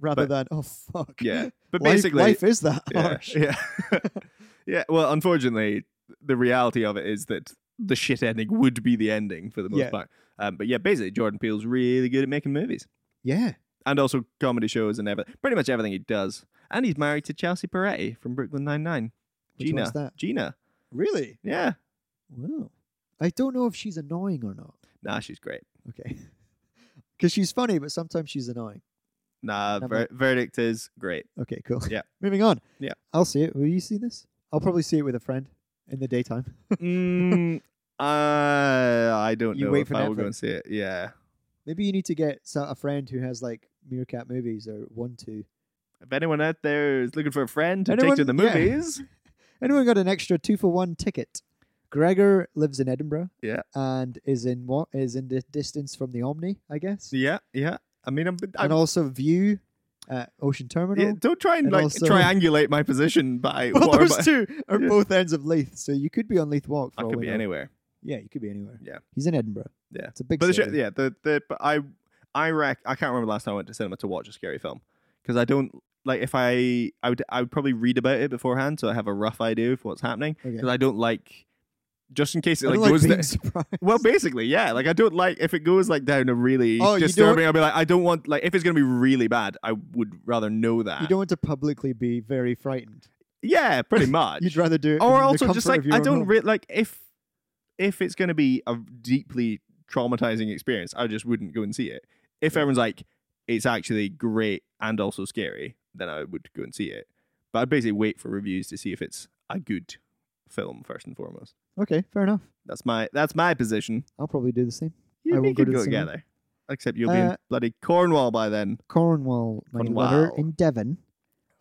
Speaker 1: rather than
Speaker 2: But-
Speaker 1: oh fuck.
Speaker 2: yeah. But
Speaker 1: Life-
Speaker 2: basically,
Speaker 1: life, is that
Speaker 2: Yeah,
Speaker 1: harsh.
Speaker 2: Yeah. yeah. Well, unfortunately, the reality of it is that the shit ending would be the ending for the most
Speaker 1: Yeah.
Speaker 2: part. Um, but yeah, basically, Jordan Peele's really good at making movies
Speaker 1: Yeah,
Speaker 2: and also comedy shows and everything. Pretty much everything he does. And he's married to Chelsea Peretti from Brooklyn Nine Nine.
Speaker 1: Which
Speaker 2: Gina.
Speaker 1: one's that?
Speaker 2: Gina.
Speaker 1: really.
Speaker 2: Yeah.
Speaker 1: Wow. I don't know if she's annoying or not.
Speaker 2: Nah, she's great.
Speaker 1: Okay. Because she's funny, but sometimes she's annoying.
Speaker 2: Nah,
Speaker 1: Never.
Speaker 2: ver- verdict is great.
Speaker 1: Okay, cool.
Speaker 2: Yeah.
Speaker 1: Moving on.
Speaker 2: Yeah.
Speaker 1: I'll see it. Will you see this? I'll probably see it with a friend in the daytime.
Speaker 2: mm, uh, I don't
Speaker 1: You
Speaker 2: know
Speaker 1: wait
Speaker 2: if
Speaker 1: for
Speaker 2: I will go
Speaker 1: Netflix.
Speaker 2: and see it. Yeah,
Speaker 1: Maybe you need to get so- a friend who has like Meerkat movies or one, two.
Speaker 2: if anyone out there is looking for a friend to
Speaker 1: Anyone-
Speaker 2: take to the
Speaker 1: yeah.
Speaker 2: movies,
Speaker 1: Anyone got an extra two for one ticket? Gregor lives in Edinburgh.
Speaker 2: Yeah.
Speaker 1: And is in what is in the distance from the Omni, I guess.
Speaker 2: yeah, yeah. I mean, I'm,
Speaker 1: And
Speaker 2: I'm
Speaker 1: also View, uh, Ocean Terminal.
Speaker 2: yeah, don't try and,
Speaker 1: and
Speaker 2: like
Speaker 1: also-
Speaker 2: triangulate my position by
Speaker 1: Well,
Speaker 2: what am
Speaker 1: those
Speaker 2: I-
Speaker 1: two are
Speaker 2: Yeah.
Speaker 1: both ends of Leith, so you could be on Leith Walk. For
Speaker 2: I
Speaker 1: all
Speaker 2: could
Speaker 1: we
Speaker 2: be
Speaker 1: know.
Speaker 2: anywhere.
Speaker 1: Yeah, you could be anywhere.
Speaker 2: Yeah.
Speaker 1: He's in Edinburgh.
Speaker 2: Yeah.
Speaker 1: It's a big
Speaker 2: But the sh-
Speaker 1: city.
Speaker 2: yeah, the the but I I rec I can't remember the last time I went to cinema to watch a scary film because I don't like if I I would I would probably read about it beforehand so I have a rough idea of what's happening
Speaker 1: Okay.
Speaker 2: because I don't like just in case it
Speaker 1: I
Speaker 2: like
Speaker 1: don't like
Speaker 2: goes
Speaker 1: being
Speaker 2: there.
Speaker 1: surprised.
Speaker 2: Well, basically, yeah. Like I don't like if it goes like down a really
Speaker 1: Oh, you don't-
Speaker 2: disturbing. I'll be like, I don't want like if it's gonna be really bad. I would rather know that.
Speaker 1: you don't want to publicly be very frightened.
Speaker 2: yeah, pretty much.
Speaker 1: You'd rather do it. in
Speaker 2: or
Speaker 1: the
Speaker 2: also
Speaker 1: comfort
Speaker 2: just like
Speaker 1: of your
Speaker 2: I
Speaker 1: own
Speaker 2: don't
Speaker 1: home.
Speaker 2: re- like if if it's gonna be a deeply traumatizing experience, I just wouldn't go and see it. If everyone's like, it's actually great and also scary, then I would go and see it. But I'd basically wait for reviews to see if it's a good film first and foremost.
Speaker 1: okay, fair enough.
Speaker 2: That's my that's my position.
Speaker 1: I'll probably do the same.
Speaker 2: You
Speaker 1: I
Speaker 2: and
Speaker 1: will
Speaker 2: me
Speaker 1: go to
Speaker 2: could
Speaker 1: the
Speaker 2: go
Speaker 1: cinema.
Speaker 2: together. Except you'll be in
Speaker 1: Uh,
Speaker 2: bloody Cornwall by then.
Speaker 1: Cornwall, my lover,
Speaker 2: Cornwall.
Speaker 1: in Devon.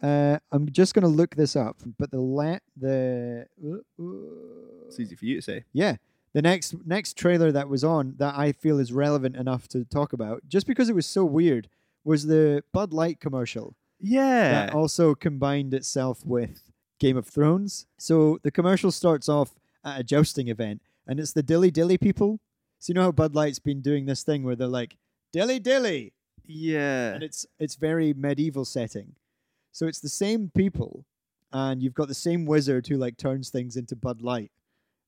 Speaker 1: Uh, I'm just going to look this up, but the la- the uh,
Speaker 2: It's easy for you to say.
Speaker 1: yeah the next next trailer that was on that I feel is relevant enough to talk about, just because it was so weird, was the Bud Light commercial
Speaker 2: Yeah.
Speaker 1: that also combined itself with Game of Thrones. So the commercial starts off at a jousting event, and it's the dilly dilly people. So you know how Bud Light's been doing this thing where they're like dilly dilly,
Speaker 2: yeah.
Speaker 1: and it's it's very medieval setting. So it's the same people, and you've got the same wizard who like turns things into Bud Light,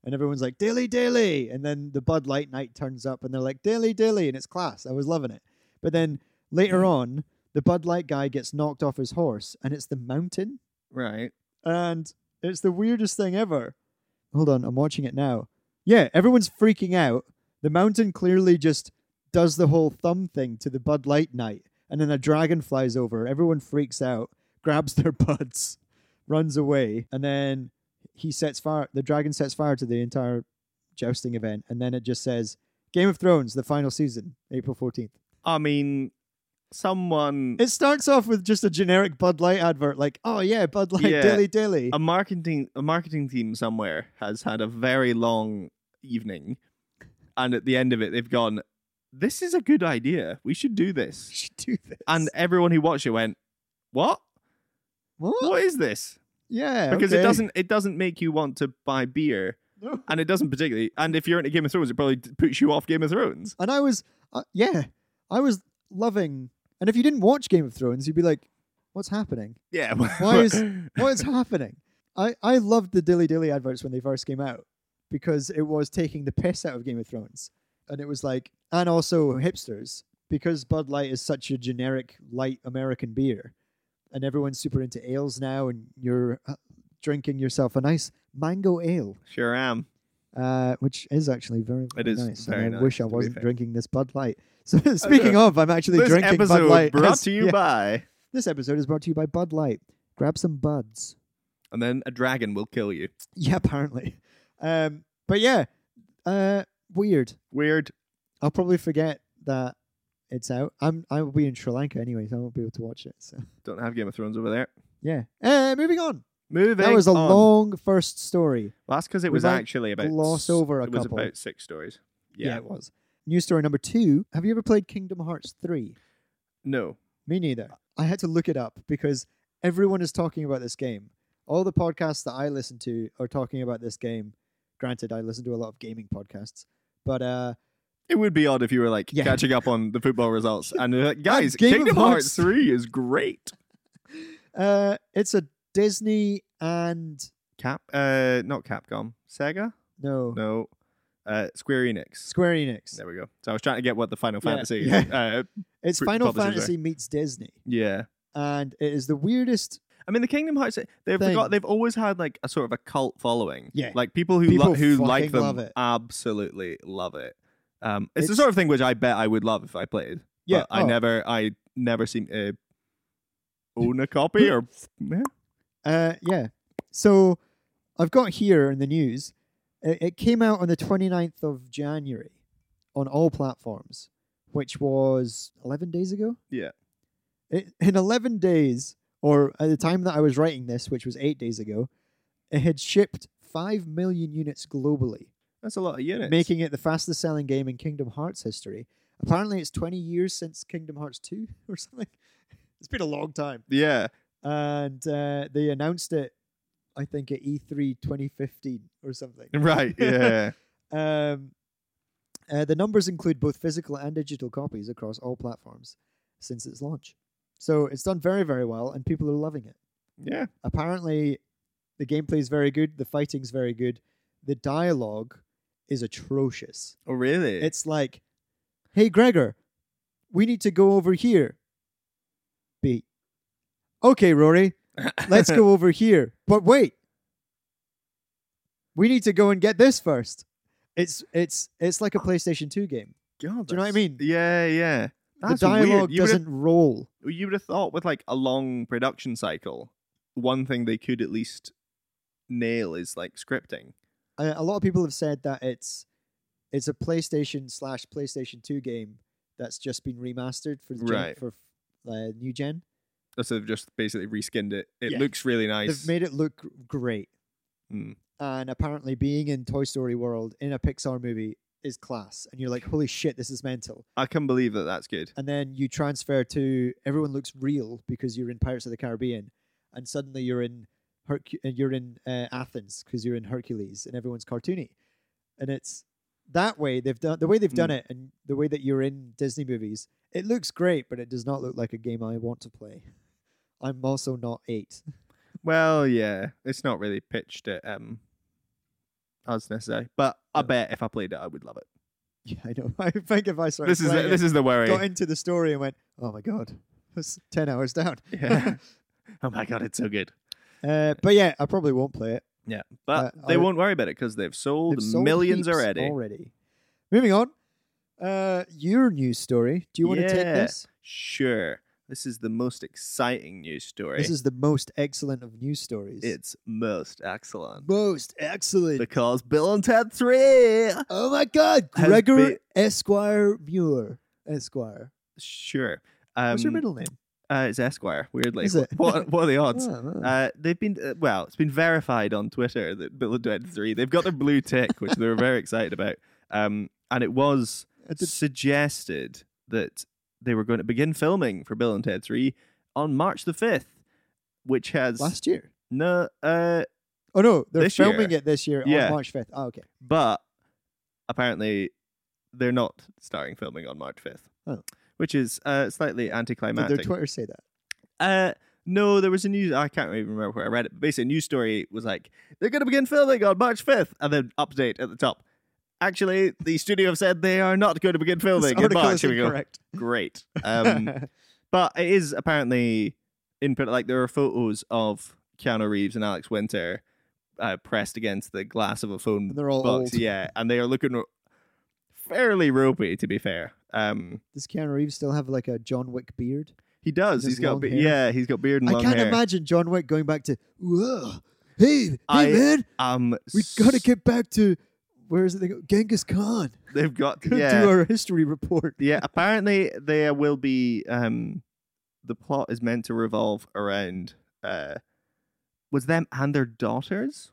Speaker 1: and everyone's like dilly dilly, and then the Bud Light night turns up, and they're like dilly dilly, and it's class. I was loving it, but then later on, the Bud Light guy gets knocked off his horse, and it's the mountain,
Speaker 2: right.
Speaker 1: and it's the weirdest thing ever. Hold on, I'm watching it now. Yeah, everyone's freaking out. The mountain clearly just does the whole thumb thing to the Bud Light night, and then a dragon flies over. Everyone freaks out, grabs their buds, runs away, and then he sets fire. The dragon sets fire to the entire jousting event, and then it just says Game of Thrones, the final season, April 14th.
Speaker 2: I mean someone
Speaker 1: It starts off with just a generic Bud Light advert, like, oh yeah, Bud Light,
Speaker 2: Yeah. Um,
Speaker 1: dilly dilly.
Speaker 2: a marketing a marketing team somewhere has had a very long evening and at the end of it they've gone this is a good idea we should do
Speaker 1: We
Speaker 2: this
Speaker 1: should do this.
Speaker 2: and everyone who watched it went what
Speaker 1: what?
Speaker 2: what is this
Speaker 1: Yeah,
Speaker 2: because it
Speaker 1: okay.
Speaker 2: doesn't it doesn't make you want to buy beer
Speaker 1: No.
Speaker 2: and it doesn't particularly and if you're into game of thrones it probably d- puts you off game of thrones
Speaker 1: And I was, uh, yeah, I was loving. And if you didn't watch Game of Thrones, you'd be like, "What's happening?
Speaker 2: yeah
Speaker 1: Why is- What is happening?" I I loved the dilly dilly adverts when they first came out because it was taking the piss out of Game of Thrones, and it was like, and also hipsters because Bud Light is such a generic light American beer, and everyone's super into ales now, and you're uh, drinking yourself a nice mango ale
Speaker 2: sure am
Speaker 1: uh, which is actually very, very
Speaker 2: It is
Speaker 1: nice.
Speaker 2: very
Speaker 1: and I
Speaker 2: nice,
Speaker 1: wish I
Speaker 2: to be
Speaker 1: wasn't
Speaker 2: fair. Oh,
Speaker 1: drinking this Bud Light. So speaking of, I'm actually
Speaker 2: this
Speaker 1: drinking
Speaker 2: episode
Speaker 1: Bud Light.
Speaker 2: brought
Speaker 1: as-
Speaker 2: to you
Speaker 1: yeah,
Speaker 2: by
Speaker 1: this episode is brought to you by Bud Light. Grab some buds.
Speaker 2: and then a dragon will kill you
Speaker 1: Yeah, apparently. Um, but yeah, uh, weird.
Speaker 2: weird
Speaker 1: I'll probably forget that it's out. I'm I will be in Sri Lanka anyway, so I won't be able to watch it. So
Speaker 2: don't have game of thrones over there
Speaker 1: yeah. Uh, moving on.
Speaker 2: moving
Speaker 1: That was a
Speaker 2: on.
Speaker 1: long first story.
Speaker 2: Well, that's because it
Speaker 1: We
Speaker 2: was
Speaker 1: might
Speaker 2: actually about
Speaker 1: gloss
Speaker 2: s-
Speaker 1: over a
Speaker 2: it was
Speaker 1: couple.
Speaker 2: about six stories. Yeah.
Speaker 1: it was. News story number two. Have you ever played Kingdom Hearts three?
Speaker 2: No.
Speaker 1: Me neither. I had to look it up because everyone is talking about this game. All the podcasts that I listen to are talking about this game. Granted, I listen to a lot of gaming podcasts, but uh,
Speaker 2: It would be odd if you were like
Speaker 1: Yeah.
Speaker 2: catching up on the football results and you're like, guys,
Speaker 1: Game of
Speaker 2: Kingdom Hearts
Speaker 1: Hearts."
Speaker 2: three is great.
Speaker 1: uh, it's a Disney and
Speaker 2: Cap, uh, not Capcom, Sega,
Speaker 1: no,
Speaker 2: no, uh, Square Enix.
Speaker 1: Square Enix.
Speaker 2: There we go. So I was trying to get what the Final
Speaker 1: Yeah.
Speaker 2: Fantasy.
Speaker 1: Yeah.
Speaker 2: Uh,
Speaker 1: It's
Speaker 2: Pr-
Speaker 1: Final
Speaker 2: publishers are.
Speaker 1: Fantasy meets Disney,
Speaker 2: yeah.
Speaker 1: and it is the weirdest.
Speaker 2: I mean, the Kingdom Hearts. They've
Speaker 1: Thing.
Speaker 2: got. They've always had like a sort of a cult following.
Speaker 1: Yeah.
Speaker 2: Like people who lo-
Speaker 1: People
Speaker 2: who like
Speaker 1: fucking
Speaker 2: them
Speaker 1: love it.
Speaker 2: absolutely love it. Um, it's, the
Speaker 1: It's-
Speaker 2: sort of thing which I bet I would love if I played.
Speaker 1: Yeah,
Speaker 2: but I
Speaker 1: oh.
Speaker 2: never, I never seem to own a copy or yeah.
Speaker 1: Uh, yeah. So I've got here in the news. It, it came out on the 29th of January on all platforms, which was 11 days ago.
Speaker 2: Yeah.
Speaker 1: It, in 11 days, or at the time that I was writing this, which was eight days ago, it had shipped 5 million units globally,
Speaker 2: that's a lot of units.
Speaker 1: making it the fastest selling game in Kingdom Hearts history. Apparently, it's 20 years since Kingdom Hearts 2 or something. It's been a long time
Speaker 2: yeah,
Speaker 1: and uh, they announced it, I think at E E3 2015 or something.
Speaker 2: right. Yeah,
Speaker 1: Um, uh, the numbers include both physical and digital copies across all platforms since its launch. So it's done very, very well, and people are loving it.
Speaker 2: yeah.
Speaker 1: Apparently, the gameplay is very good, the fighting's very good, the dialogue is atrocious.
Speaker 2: Oh, really?
Speaker 1: It's like, hey, Gregor, we need to go over here. B. Okay, Rory, let's go over here. But wait, we need to go and get this first. It's it's it's like a PlayStation Two game.
Speaker 2: God,
Speaker 1: Do you know what I
Speaker 2: that's-
Speaker 1: mean?
Speaker 2: Yeah, yeah. That's
Speaker 1: the dialogue
Speaker 2: weird. You would've-
Speaker 1: doesn't roll.
Speaker 2: you would have thought with like a long production cycle, one thing they could at least nail is like scripting.
Speaker 1: Uh, a lot of people have said that it's it's a PlayStation slash PlayStation Two game that's just been remastered for the gen,
Speaker 2: Right.
Speaker 1: for uh, new gen.
Speaker 2: So they've just basically reskinned it. It
Speaker 1: Yeah.
Speaker 2: looks really nice.
Speaker 1: They've made it look great.
Speaker 2: Mm.
Speaker 1: And apparently, being in Toy Story World in a Pixar movie is class. And you're like, holy shit, this is mental.
Speaker 2: I can believe that that's good.
Speaker 1: And then you transfer to everyone looks real because you're in Pirates of the Caribbean, and suddenly you're in Hercu- uh, you're in uh, Athens because you're in Hercules, and everyone's cartoony. And it's that way they've done the way they've
Speaker 2: Hmm.
Speaker 1: done it, and the way that you're in Disney movies. It looks great, but it does not look like a game I want to play. I'm also not eight.
Speaker 2: Well, yeah, it's not really pitched at um us necessarily, but I
Speaker 1: No.
Speaker 2: bet if I played it, I would love it.
Speaker 1: Yeah, I know. I think if I started
Speaker 2: this is the,
Speaker 1: playing
Speaker 2: this
Speaker 1: it,
Speaker 2: is the worry.
Speaker 1: got into the story and went, oh my god, that's ten hours down.
Speaker 2: Yeah. oh my god, it's so good.
Speaker 1: Uh, but yeah, I probably won't play it.
Speaker 2: Yeah, but
Speaker 1: I-
Speaker 2: they
Speaker 1: I-
Speaker 2: won't worry about it because they've sold
Speaker 1: They've sold
Speaker 2: millions
Speaker 1: heaps
Speaker 2: already.
Speaker 1: Already. Moving on. Uh, your news story. Do you want to take
Speaker 2: Yeah.
Speaker 1: this?
Speaker 2: Sure, this is the most exciting news story.
Speaker 1: This is the most excellent of news stories.
Speaker 2: It's most excellent.
Speaker 1: most excellent.
Speaker 2: Because Bill and Ted 3!
Speaker 1: oh my god,
Speaker 2: has
Speaker 1: Gregor
Speaker 2: been- Esquire
Speaker 1: Esquire Muir Esquire.
Speaker 2: Sure. Um,
Speaker 1: What's your middle name?
Speaker 2: Uh, it's Esquire, weirdly.
Speaker 1: Is it?
Speaker 2: What, what are the odds?
Speaker 1: Oh, no.
Speaker 2: Uh, they've been, uh, well, it's been verified on Twitter that Bill and Ted 3, they've got their blue tick, which they were very excited about. Um, and it was
Speaker 1: I did-
Speaker 2: suggested that they were going to begin filming for Bill and Ted 3 on March the 5th, which has.
Speaker 1: last year.
Speaker 2: no, uh,
Speaker 1: Oh no, they're
Speaker 2: this
Speaker 1: filming
Speaker 2: year.
Speaker 1: it this year
Speaker 2: Yeah.
Speaker 1: on March fifth. Oh, okay.
Speaker 2: but apparently they're not starting filming on March 5th,
Speaker 1: Oh.
Speaker 2: which is uh, slightly
Speaker 1: Did their
Speaker 2: anticlimactic.
Speaker 1: Twitter say that?
Speaker 2: uh, no, there was a news, I can't even remember where I read it, but basically a news story was like, they're going to begin filming on March 5th, and then update at the top. Actually, the studio have said they are not going to begin filming
Speaker 1: This
Speaker 2: in
Speaker 1: article
Speaker 2: March.
Speaker 1: is
Speaker 2: And we go,
Speaker 1: incorrect.
Speaker 2: Great. Um, but it is apparently input. Like there are photos of Keanu Reeves and Alex Winter uh, pressed against the glass of a phone
Speaker 1: And they're all
Speaker 2: box.
Speaker 1: old.
Speaker 2: Yeah, and they are looking ro- fairly ropey, to be fair. Um,
Speaker 1: Does Keanu Reeves still have like a John Wick beard?
Speaker 2: he does.
Speaker 1: With his
Speaker 2: He's got
Speaker 1: long
Speaker 2: be-
Speaker 1: hair.
Speaker 2: yeah. He's got beard and
Speaker 1: I
Speaker 2: long
Speaker 1: can't
Speaker 2: hair.
Speaker 1: imagine John Wick going back to, whoa, hey, hey
Speaker 2: I-
Speaker 1: man,
Speaker 2: um,
Speaker 1: we
Speaker 2: s-
Speaker 1: gotta get back to, where is it? They go? Genghis Khan.
Speaker 2: They've got
Speaker 1: Gonna
Speaker 2: yeah.
Speaker 1: do our history report.
Speaker 2: yeah. Apparently, there will be. Um, the plot is meant to revolve around. Uh, was them and their daughters.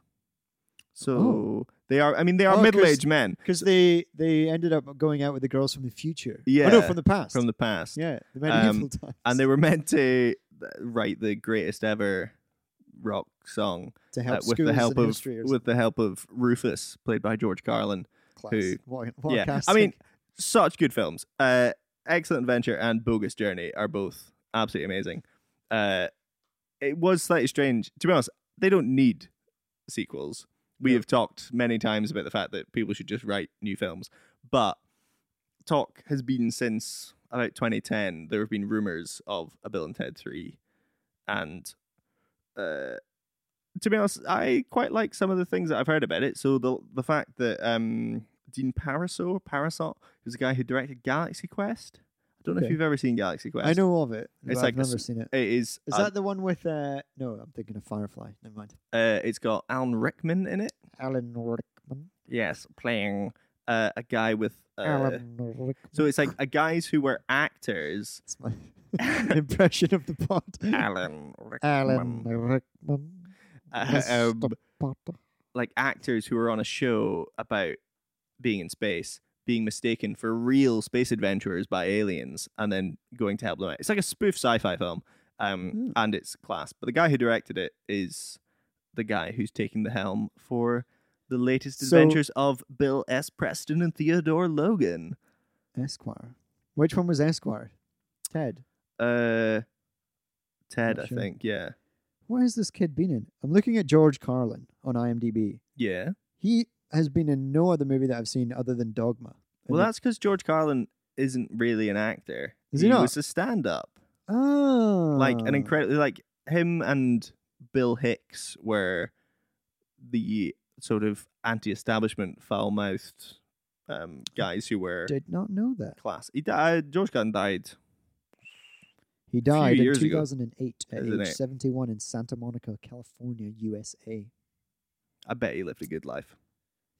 Speaker 2: So they are. I mean, they are
Speaker 1: Oh, 'cause-
Speaker 2: middle-aged men.
Speaker 1: Because they they ended up going out with the girls from the future. Oh, no,
Speaker 2: Yeah,
Speaker 1: from the past.
Speaker 2: from the past.
Speaker 1: yeah, the medieval
Speaker 2: Um,
Speaker 1: times.
Speaker 2: And they were meant to uh, write the greatest ever rock song
Speaker 1: to
Speaker 2: uh,
Speaker 1: help
Speaker 2: with the
Speaker 1: schools
Speaker 2: help
Speaker 1: in
Speaker 2: of
Speaker 1: history or
Speaker 2: with the help of Rufus, played by George Carlin.
Speaker 1: class.
Speaker 2: who-
Speaker 1: What, what a
Speaker 2: yeah, I
Speaker 1: casting.
Speaker 2: mean, such good films. Uh, Excellent Adventure and Bogus Journey are both absolutely amazing. Uh, it was slightly strange, to be honest. They don't need sequels. We
Speaker 1: No.
Speaker 2: have talked many times about the fact that people should just write new films, but talk has been since about 2010. There have been rumors of a Bill and Ted three, and uh, to be honest, I quite like some of the things that I've heard about it. So the the fact that um, Dean Parasot, Parasot, who's the guy who directed Galaxy Quest. I don't know if
Speaker 1: Okay.
Speaker 2: you've ever seen Galaxy Quest.
Speaker 1: I know of it.
Speaker 2: It's
Speaker 1: It's like
Speaker 2: like a
Speaker 1: I've never
Speaker 2: s-
Speaker 1: seen it.
Speaker 2: It is.
Speaker 1: Is
Speaker 2: uh,
Speaker 1: that the one with? Uh, no, I'm thinking of Firefly. Never mind.
Speaker 2: uh, it's got Alan Rickman in it.
Speaker 1: Alan Rickman.
Speaker 2: Yes, playing uh, a guy with. Uh,
Speaker 1: Alan Rickman.
Speaker 2: so it's like a guys who were actors.
Speaker 1: That's my impression of the pod.
Speaker 2: Alan Rickman.
Speaker 1: Alan Rickman.
Speaker 2: Uh, um,
Speaker 1: Mr. Potter.
Speaker 2: like actors who were on a show about being in space being mistaken for real space adventurers by aliens and then going to help them out. It's like a spoof sci-fi film, um,
Speaker 1: Hmm.
Speaker 2: and it's class. But the guy who directed it is the guy who's taking the helm for the latest
Speaker 1: So-
Speaker 2: adventures of Bill S. Preston and Theodore Logan.
Speaker 1: Esquire. Which one was Esquire? Ted.
Speaker 2: Uh, Ted,
Speaker 1: Not
Speaker 2: I
Speaker 1: sure.
Speaker 2: think. Yeah,
Speaker 1: What has this kid been in? I'm looking at George Carlin on IMDb.
Speaker 2: yeah.
Speaker 1: He has been in no other movie that I've seen other than Dogma. And
Speaker 2: Well,
Speaker 1: the-
Speaker 2: that's because George Carlin isn't really an actor.
Speaker 1: Is he not?
Speaker 2: was a stand-up.
Speaker 1: ah,
Speaker 2: like an incredibly like him and Bill Hicks were the sort of anti-establishment foul-mouthed um, guys who were
Speaker 1: Did not know that
Speaker 2: class. He died. George Gunn died.
Speaker 1: he died in
Speaker 2: years ago,
Speaker 1: 2008 at
Speaker 2: isn't
Speaker 1: age
Speaker 2: it?
Speaker 1: 71 in Santa Monica, California, USA.
Speaker 2: I bet he lived a good life.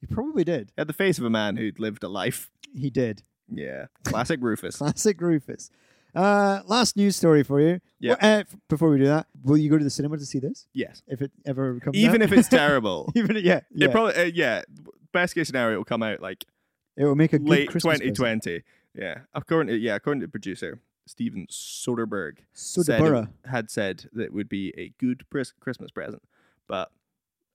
Speaker 1: He probably did.
Speaker 2: He had the face of a man who'd lived a life.
Speaker 1: He did.
Speaker 2: Yeah, classic Rufus.
Speaker 1: Classic Rufus. Uh, last news story for you.
Speaker 2: Yeah.
Speaker 1: Wh- uh, f- before we do that, will you go to the cinema to see this
Speaker 2: yes,
Speaker 1: if it ever comes?
Speaker 2: even
Speaker 1: out?
Speaker 2: if it's terrible,
Speaker 1: even yeah, yeah.
Speaker 2: it probably uh, yeah. Best case scenario, it will come out like
Speaker 1: It will make a good
Speaker 2: late
Speaker 1: Christmas present.
Speaker 2: 2020. Yeah, according to yeah, according to producer Steven Soderbergh. said it-
Speaker 1: Sudabura.
Speaker 2: had said that it would be a good pres- Christmas present, but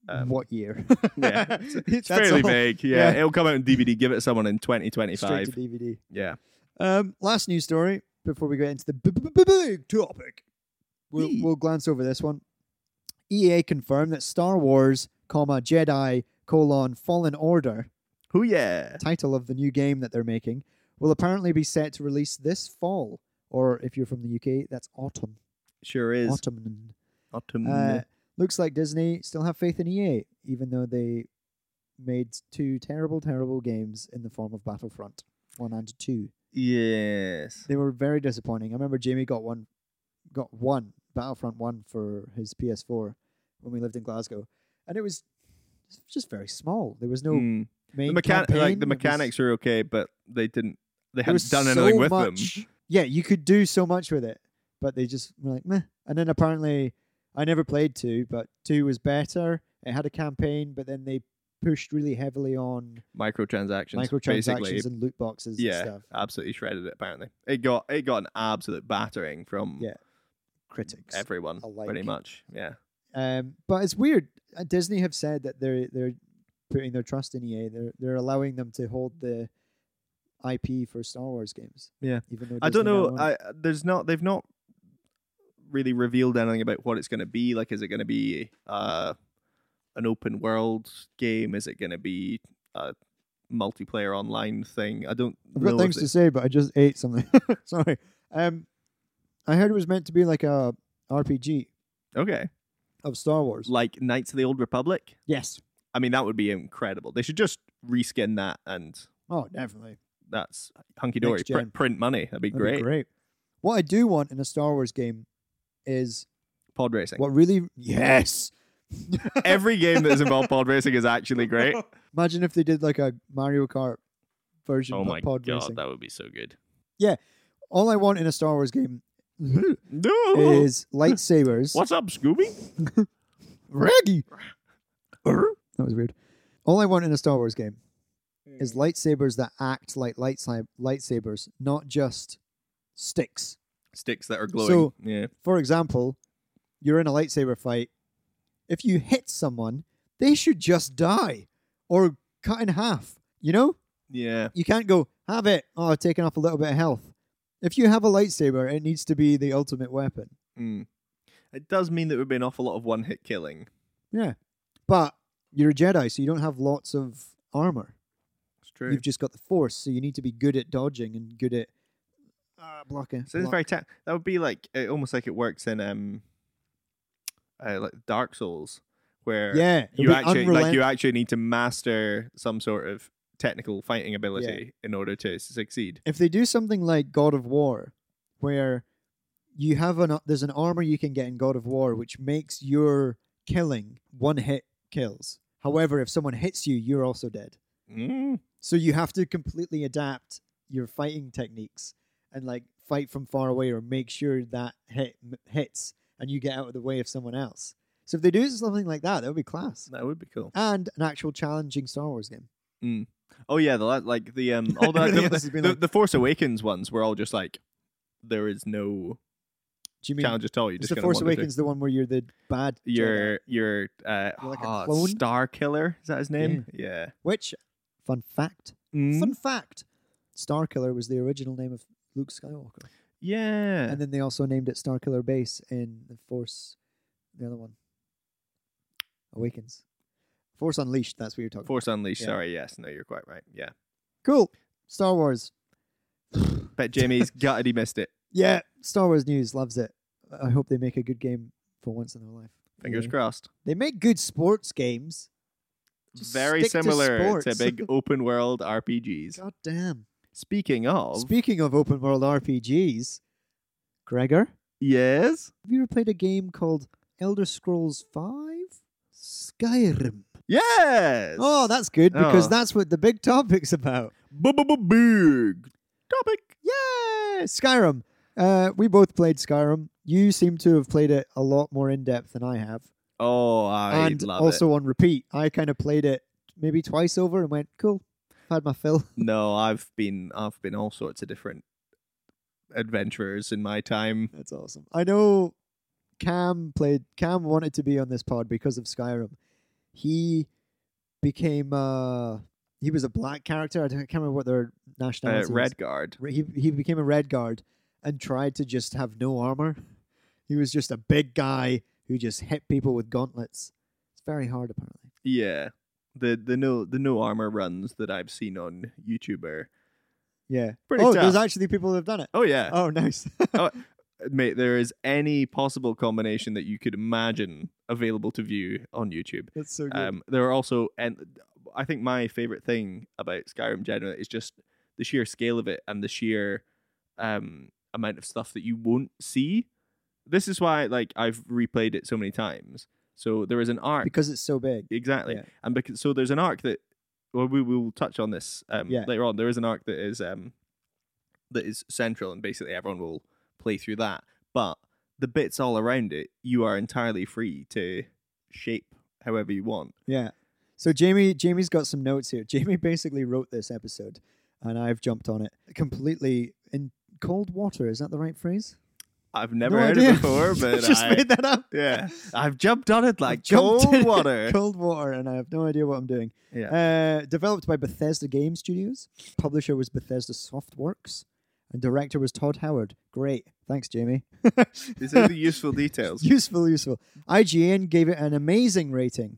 Speaker 2: um,
Speaker 1: what year?
Speaker 2: yeah, it's, it's
Speaker 1: That's
Speaker 2: fairly
Speaker 1: all.
Speaker 2: vague. Yeah,
Speaker 1: Yeah.
Speaker 2: it'll come out on DVD. Give it to someone in
Speaker 1: Straight to
Speaker 2: 2025.
Speaker 1: DVD.
Speaker 2: Yeah,
Speaker 1: Um, last news story before we go into the b- b- b- big topic. We'll,
Speaker 2: Yee.
Speaker 1: we'll glance over this one. EA confirmed that Star Wars, comma Jedi colon Fallen Order
Speaker 2: who? Yeah,
Speaker 1: title of the new game that they're making will apparently be set to release this fall, or if you're from the UK, that's autumn.
Speaker 2: sure is.
Speaker 1: Autumn.
Speaker 2: Autumn.
Speaker 1: Uh, looks like Disney still have faith in EA, even though they made two terrible, terrible games in the form of Battlefront one and two.
Speaker 2: yes.
Speaker 1: They were very disappointing. I remember Jamie got one, got one Battlefront one for his PS4 when we lived in Glasgow, and it was just very small. There was no
Speaker 2: Hmm.
Speaker 1: main
Speaker 2: The mechanic,
Speaker 1: campaign.
Speaker 2: like the
Speaker 1: It was-
Speaker 2: mechanics, are okay, but they didn't. They
Speaker 1: there was
Speaker 2: hadn't done
Speaker 1: so
Speaker 2: anything with
Speaker 1: much- Yeah, you could do so much with it, but they just were like meh. And then apparently, I never played two, but two was better. It had a campaign, but then they pushed really heavily on
Speaker 2: them. Microtransactions. Basically,
Speaker 1: microtransactions and loot boxes
Speaker 2: yeah,
Speaker 1: and stuff.
Speaker 2: absolutely shredded it. Apparently, it got it got an absolute battering from
Speaker 1: Yeah, Critics.
Speaker 2: everyone,
Speaker 1: alike.
Speaker 2: pretty much. Yeah.
Speaker 1: Um, but it's weird. Uh, Disney have said that they're they're putting their trust in EA. They're they're allowing them to hold the IP for Star Wars games.
Speaker 2: Yeah.
Speaker 1: even though
Speaker 2: I don't
Speaker 1: Disney now
Speaker 2: know.
Speaker 1: own it.
Speaker 2: I there's not they've not really revealed anything about what it's going to be. Like, is it going to be uh, an open world game? Is it going to be a multiplayer online thing? I don't.
Speaker 1: I've
Speaker 2: know
Speaker 1: got
Speaker 2: if
Speaker 1: things
Speaker 2: they-
Speaker 1: to say, but I just ate something. Sorry. Um, I heard it was meant to be like a RPG
Speaker 2: Okay,
Speaker 1: of Star Wars.
Speaker 2: like Knights of the Old Republic.
Speaker 1: yes.
Speaker 2: I mean, that would be incredible. They should just reskin that, and
Speaker 1: Oh, definitely.
Speaker 2: that's hunky dory.
Speaker 1: Next gen.
Speaker 2: Print, print money. That'd be
Speaker 1: That'd be
Speaker 2: great.
Speaker 1: great. What I do want in a Star Wars game is
Speaker 2: Pod racing.
Speaker 1: what really. Yes.
Speaker 2: Every game that is involved pod racing is actually great.
Speaker 1: Imagine if they did like a Mario Kart version
Speaker 2: Oh
Speaker 1: of
Speaker 2: my
Speaker 1: pod
Speaker 2: god,
Speaker 1: racing.
Speaker 2: that would be so good.
Speaker 1: All I want in a Star Wars game
Speaker 2: No.
Speaker 1: is lightsabers.
Speaker 2: What's up, Scooby?
Speaker 1: Reggie? That was weird. All I want in a Star Wars game
Speaker 2: Mm.
Speaker 1: is lightsabers that act like lightsi- lightsabers, not just sticks.
Speaker 2: sticks that are glowing.
Speaker 1: So-
Speaker 2: yeah.
Speaker 1: For example, you're in a lightsaber fight. If you hit someone, they should just die or cut in half. You know?
Speaker 2: Yeah.
Speaker 1: You can't go, have it. Oh, I've taken off a little bit of health. If you have a lightsaber, it needs to be the ultimate weapon.
Speaker 2: Mm. It does mean that we've been off a lot of one hit killing.
Speaker 1: Yeah. But you're a Jedi, so you don't have lots of armor.
Speaker 2: It's true.
Speaker 1: You've just got the force, so you need to be good at dodging and good at uh, blocking.
Speaker 2: so it's
Speaker 1: block.
Speaker 2: very ta- that would be like uh, almost like it works in um uh, like Dark Souls where
Speaker 1: yeah, it'll
Speaker 2: you
Speaker 1: be
Speaker 2: actually like
Speaker 1: unrelent-
Speaker 2: you actually need to master some sort of technical fighting ability in order to succeed.
Speaker 1: if they do something like God of War, where you have an there's an armor you can get in God of War which makes your killing one hit kills. However, if someone hits you, you're also dead.
Speaker 2: Mm.
Speaker 1: So you have to completely adapt your fighting techniques and like fight from far away or make sure that hit m- hits and you get out of the way of someone else. So if they do something like that, that would be class.
Speaker 2: That would be cool.
Speaker 1: And an actual challenging Star Wars game.
Speaker 2: Oh yeah, the la- like the um all the
Speaker 1: Everything
Speaker 2: the,
Speaker 1: else has been
Speaker 2: the-
Speaker 1: like-
Speaker 2: the Force Awakens ones were all just like there is no
Speaker 1: Do you mean
Speaker 2: challenge at all. You
Speaker 1: is
Speaker 2: just
Speaker 1: the
Speaker 2: kinda
Speaker 1: Force
Speaker 2: wander through.
Speaker 1: Awakens the one where you're the bad? Jedi?
Speaker 2: Your your uh
Speaker 1: You're like a
Speaker 2: oh,
Speaker 1: clone?
Speaker 2: Star Killer is that his name? Yeah.
Speaker 1: Which, fun fact,
Speaker 2: Mm.
Speaker 1: fun fact, Star Killer was the original name of Luke Skywalker,
Speaker 2: Yeah.
Speaker 1: and then they also named it Star Killer Base in the Force, the other one, Awakens, Force Unleashed. That's what you're talking.
Speaker 2: Force Unleashed.
Speaker 1: Yeah.
Speaker 2: Sorry, yes, no, you're quite right. Yeah.
Speaker 1: about. Cool. Star Wars.
Speaker 2: Bet Jamie's gutted he missed it.
Speaker 1: Yeah, Star Wars news loves it. I hope they make a good game for once in their life.
Speaker 2: Fingers
Speaker 1: Yeah.
Speaker 2: crossed.
Speaker 1: They make good sports games. Just
Speaker 2: Very
Speaker 1: stick to
Speaker 2: similar to,
Speaker 1: sports.
Speaker 2: big open world RPGs.
Speaker 1: God damn.
Speaker 2: Speaking of,
Speaker 1: Speaking of open world RPGs, Gregor.
Speaker 2: yes,
Speaker 1: Have you ever played a game called Elder Scrolls Five? Skyrim.
Speaker 2: yes.
Speaker 1: Oh, that's good because
Speaker 2: Oh.
Speaker 1: that's what the big topic's about.
Speaker 2: big topic.
Speaker 1: Yeah, Skyrim. Uh, we both played Skyrim. You seem to have played it a lot more in depth than I have,
Speaker 2: Oh, I
Speaker 1: and
Speaker 2: love it.
Speaker 1: also on repeat. I kind of played it maybe twice over and went, "Cool, had my fill."
Speaker 2: No, I've been I've been all sorts of different adventurers in my time.
Speaker 1: That's awesome. I know Cam played Cam wanted to be on this pod because of Skyrim. He became uh he was a black character. I don't- I can't remember what their
Speaker 2: Uh,
Speaker 1: nationality was.
Speaker 2: Redguard.
Speaker 1: Re- He he became a red guard and tried to just have no armor. He was just a big guy who just hit people with gauntlets. It's very hard apparently.
Speaker 2: Yeah. The the no the no armor runs that I've seen on YouTube are
Speaker 1: Yeah.
Speaker 2: pretty
Speaker 1: oh,
Speaker 2: tough.
Speaker 1: there's actually people who have done it.
Speaker 2: oh yeah.
Speaker 1: Oh, nice.
Speaker 2: Mate, there is any possible combination that you could imagine available to view on YouTube.
Speaker 1: That's so good.
Speaker 2: Um, there are also, and I think my favorite thing about Skyrim generally is just the sheer scale of it and the sheer um, amount of stuff that you won't see. This is why, like, I've replayed it so many times. So there is an arc,
Speaker 1: because it's so big.
Speaker 2: exactly,
Speaker 1: yeah.
Speaker 2: and because so there's an arc that, well, we will touch on this um,
Speaker 1: Yeah.
Speaker 2: later on. There is an arc that is um, that is central, and basically everyone will play through that. But the bits all around it, you are entirely free to shape however you want.
Speaker 1: Yeah. So Jamie Jamie's got some notes here. Jamie basically wrote this episode and I've jumped on it completely in cold water. Is that the right phrase?
Speaker 2: I've never
Speaker 1: No
Speaker 2: heard
Speaker 1: idea.
Speaker 2: it before, but
Speaker 1: just
Speaker 2: I,
Speaker 1: made that up.
Speaker 2: yeah, I've jumped on it
Speaker 1: I've
Speaker 2: like
Speaker 1: jumped in
Speaker 2: cold
Speaker 1: it.
Speaker 2: water.
Speaker 1: Cold water and I have no idea what I'm doing.
Speaker 2: Yeah.
Speaker 1: Uh, developed by Bethesda Game Studios. Publisher was Bethesda Softworks and director was Todd Howard. Great. Thanks Jamie.
Speaker 2: These are the useful details.
Speaker 1: Useful, useful. IGN gave it an amazing rating,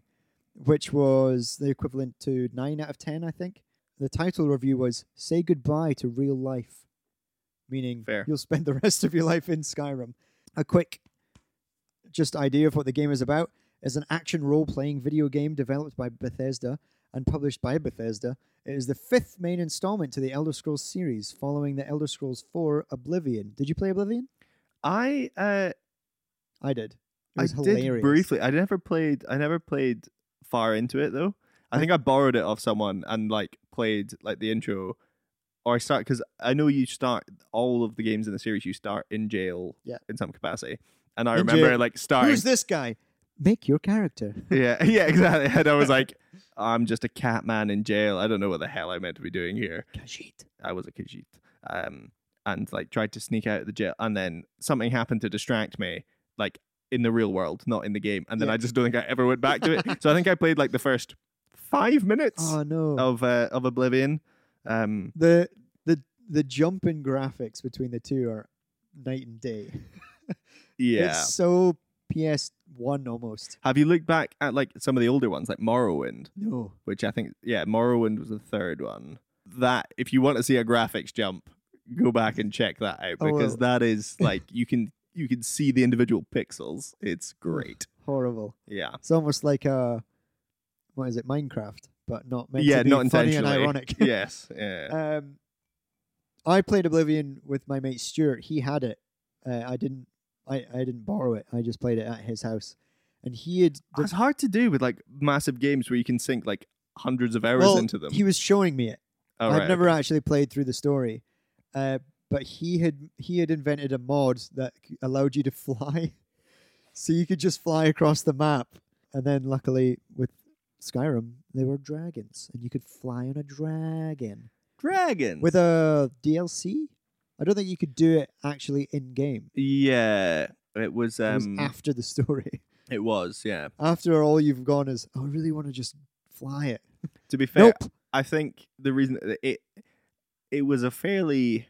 Speaker 1: which was the equivalent to 9 out of 10, I think. The title review was Say Goodbye to Real Life, meaning
Speaker 2: Fair.
Speaker 1: you'll spend the rest of your life in Skyrim. A quick just idea of what the game is about is an action role playing video game developed by Bethesda and published by Bethesda. It is the fifth main installment to the Elder Scrolls series, following the Elder Scrolls 4 Oblivion. Did you play Oblivion?
Speaker 2: I uh,
Speaker 1: I did. It
Speaker 2: I
Speaker 1: was hilarious.
Speaker 2: did briefly. I never played. I never played far into it though. I think I borrowed it off someone and like played like the intro, or I start because I know you start all of the games in the series. You start in jail,
Speaker 1: Yeah.
Speaker 2: in some capacity. And I
Speaker 1: In
Speaker 2: remember
Speaker 1: jail.
Speaker 2: like starting.
Speaker 1: Who's this guy? Make your character.
Speaker 2: Yeah, yeah, exactly. And I was like, I'm just a cat man in jail. I don't know what the hell I meant to be doing here.
Speaker 1: Khajiit.
Speaker 2: I was a Khajiit. Um, and like tried to sneak out of the jail, and then something happened to distract me, like in the real world, not in the game. And then
Speaker 1: Yeah.
Speaker 2: I just don't think I ever went back to it. so I think I played like the first five minutes
Speaker 1: Oh no.
Speaker 2: of uh, of Oblivion. Um,
Speaker 1: The the the jump in graphics between the two are night and day.
Speaker 2: yeah.
Speaker 1: It's so PS one almost.
Speaker 2: Have you looked back at like some of the older ones, like Morrowind?
Speaker 1: No.
Speaker 2: which I think yeah, Morrowind was the third one. That if you want to see a graphics jump, go back and check that out
Speaker 1: Oh, well.
Speaker 2: because that is like you can you can see the individual pixels. It's great.
Speaker 1: Horrible.
Speaker 2: Yeah.
Speaker 1: It's almost like uh what is it, Minecraft? but not meant
Speaker 2: yeah,
Speaker 1: to be
Speaker 2: not
Speaker 1: funny and
Speaker 2: intentionally.
Speaker 1: ironic.
Speaker 2: yes. Yeah.
Speaker 1: Um, I played Oblivion with my mate Stuart. He had it. Uh, I didn't. I, I didn't borrow it. I just played it at his house, and he had.
Speaker 2: it's hard to do with like massive games where you can sink like hundreds of hours
Speaker 1: well,
Speaker 2: into them.
Speaker 1: He was showing me it.
Speaker 2: Oh,
Speaker 1: I've
Speaker 2: right,
Speaker 1: never
Speaker 2: okay.
Speaker 1: actually played through the story, uh, but he had he had invented a mod that c- allowed you to fly, so you could just fly across the map. And then, luckily, with Skyrim, there were dragons, and you could fly on a dragon.
Speaker 2: dragons
Speaker 1: with a DLC. I don't think you could do it actually in game.
Speaker 2: Yeah, it was.
Speaker 1: It was
Speaker 2: Um, it was.
Speaker 1: after the story.
Speaker 2: yeah.
Speaker 1: After all you've gone is, "Oh, I really want to just fly it.
Speaker 2: To be fair,
Speaker 1: Nope.
Speaker 2: I think the reason that it it was a fairly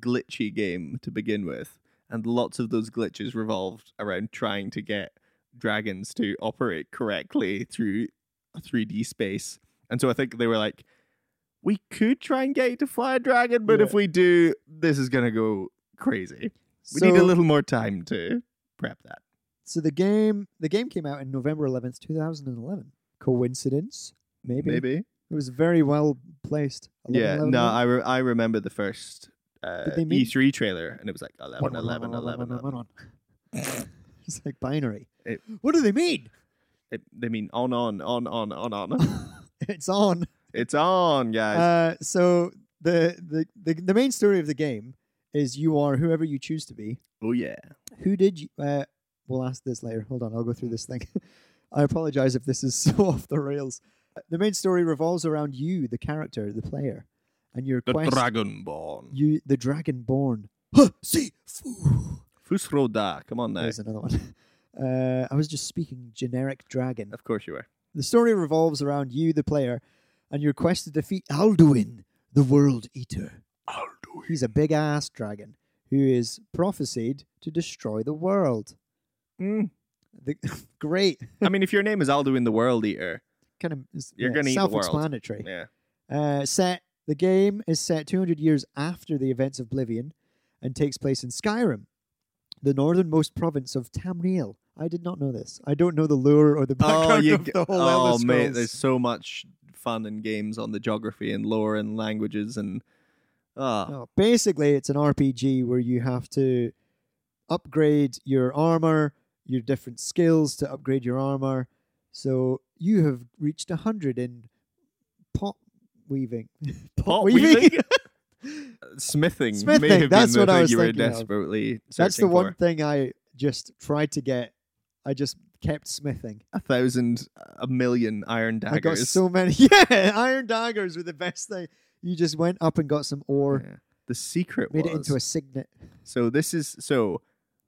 Speaker 2: glitchy game to begin with, and lots of those glitches revolved around trying to get dragons to operate correctly through a 3D space. And so I think they were like, we could try and get you to fly a dragon, but
Speaker 1: Yeah.
Speaker 2: if we do, this is gonna go crazy. We need a
Speaker 1: So-
Speaker 2: little more time to prep that.
Speaker 1: So the game, the game came out in November eleventh, two thousand and eleven. Coincidence? Maybe.
Speaker 2: Maybe.
Speaker 1: It was very well placed. 11,
Speaker 2: Yeah,
Speaker 1: 11,
Speaker 2: no,
Speaker 1: 11.
Speaker 2: I, re- I remember the first uh,
Speaker 1: they meet?
Speaker 2: E3 trailer, and it was like 11, 11, 11.
Speaker 1: it's like binary.
Speaker 2: It-
Speaker 1: what do they mean?
Speaker 2: It, they mean on, on, on, on, on, on.
Speaker 1: it's on.
Speaker 2: it's on, guys.
Speaker 1: Uh, so the, the the the main story of the game is you are whoever you choose to be.
Speaker 2: oh, yeah.
Speaker 1: Who did you? Uh, we'll ask this later. Hold on, I'll go through this thing. I apologize if this is so off the rails. The main story revolves around you, the character, the player, and your
Speaker 2: The
Speaker 1: quest.
Speaker 2: Dragonborn.
Speaker 1: you, the Dragonborn. Huh, see, foo.
Speaker 2: Fusroda. Come on now.
Speaker 1: There's another one. Uh, I was just speaking generic dragon.
Speaker 2: Of course you were.
Speaker 1: The story revolves around you, the player, and your quest to defeat Alduin, the World Eater.
Speaker 2: I'll do
Speaker 1: He's a big ass dragon who is prophesied to destroy the world.
Speaker 2: Mm.
Speaker 1: The, great.
Speaker 2: I mean, if your name is Aldo in the World Eater,
Speaker 1: kind of is-
Speaker 2: You're
Speaker 1: yeah,
Speaker 2: gonna eat the world.
Speaker 1: self-explanatory.
Speaker 2: yeah.
Speaker 1: Uh, set the game is set 200 years after the events of Oblivion, and takes place in Skyrim, the northernmost province of Tamriel. I did not know this. I don't know the lore or the background of
Speaker 2: Oh, g-
Speaker 1: the whole
Speaker 2: oh
Speaker 1: Elder
Speaker 2: mate,
Speaker 1: Scrolls.
Speaker 2: there's so much fun and games on the geography and lore and languages and ah,
Speaker 1: No, basically, it's an RPG where you have to upgrade your armor, your different skills to upgrade your armor. So you have reached 100 in pot weaving.
Speaker 2: pot
Speaker 1: weaving?
Speaker 2: weaving? smithing,
Speaker 1: Smithing,
Speaker 2: may have
Speaker 1: that's
Speaker 2: been
Speaker 1: what
Speaker 2: the
Speaker 1: I
Speaker 2: thing
Speaker 1: was
Speaker 2: you were
Speaker 1: thinking of.
Speaker 2: desperately searching
Speaker 1: That's the
Speaker 2: for.
Speaker 1: one thing I just tried to get. I just kept smithing.
Speaker 2: A thousand, a million iron daggers.
Speaker 1: I got so many. Yeah, iron daggers were the best thing. You just went up and got some ore,
Speaker 2: Yeah. The secret
Speaker 1: made
Speaker 2: was
Speaker 1: it into a signet.
Speaker 2: so this is so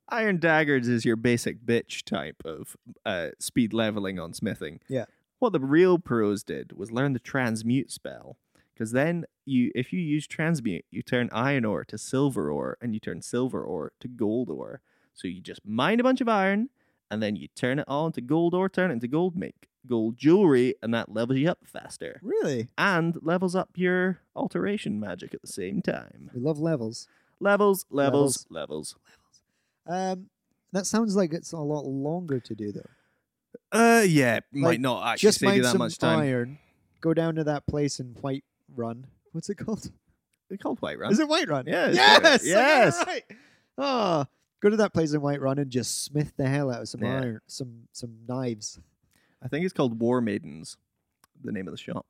Speaker 2: iron daggers is your basic bitch type of uh, speed leveling on smithing.
Speaker 1: Yeah.
Speaker 2: What the real pros did was learn the transmute spell. Because then you, if you use transmute, you turn iron ore to silver ore, and you turn silver ore to gold ore. So you just mine a bunch of iron, and then you turn it all into gold ore, turn it into gold, make gold jewelry, and that levels you up faster
Speaker 1: Really?
Speaker 2: and levels up your alteration magic at the same time.
Speaker 1: We love levels.
Speaker 2: Levels, levels, levels.
Speaker 1: Um, that sounds like it's a lot longer to do though.
Speaker 2: Uh, yeah,
Speaker 1: Like,
Speaker 2: might not actually
Speaker 1: Just
Speaker 2: save
Speaker 1: mine
Speaker 2: you that
Speaker 1: some
Speaker 2: much time.
Speaker 1: iron. Go down to that place in White Run. What's it called?
Speaker 2: They're called White Run.
Speaker 1: Is it White Run?
Speaker 2: Yeah, it's White Run.
Speaker 1: Yes. I got it
Speaker 2: Yes.
Speaker 1: Right. Oh, go to that place in White Run and just smith the hell out of some
Speaker 2: Yeah.
Speaker 1: iron, some some knives.
Speaker 2: I think it's called War Maidens, the name of the shop.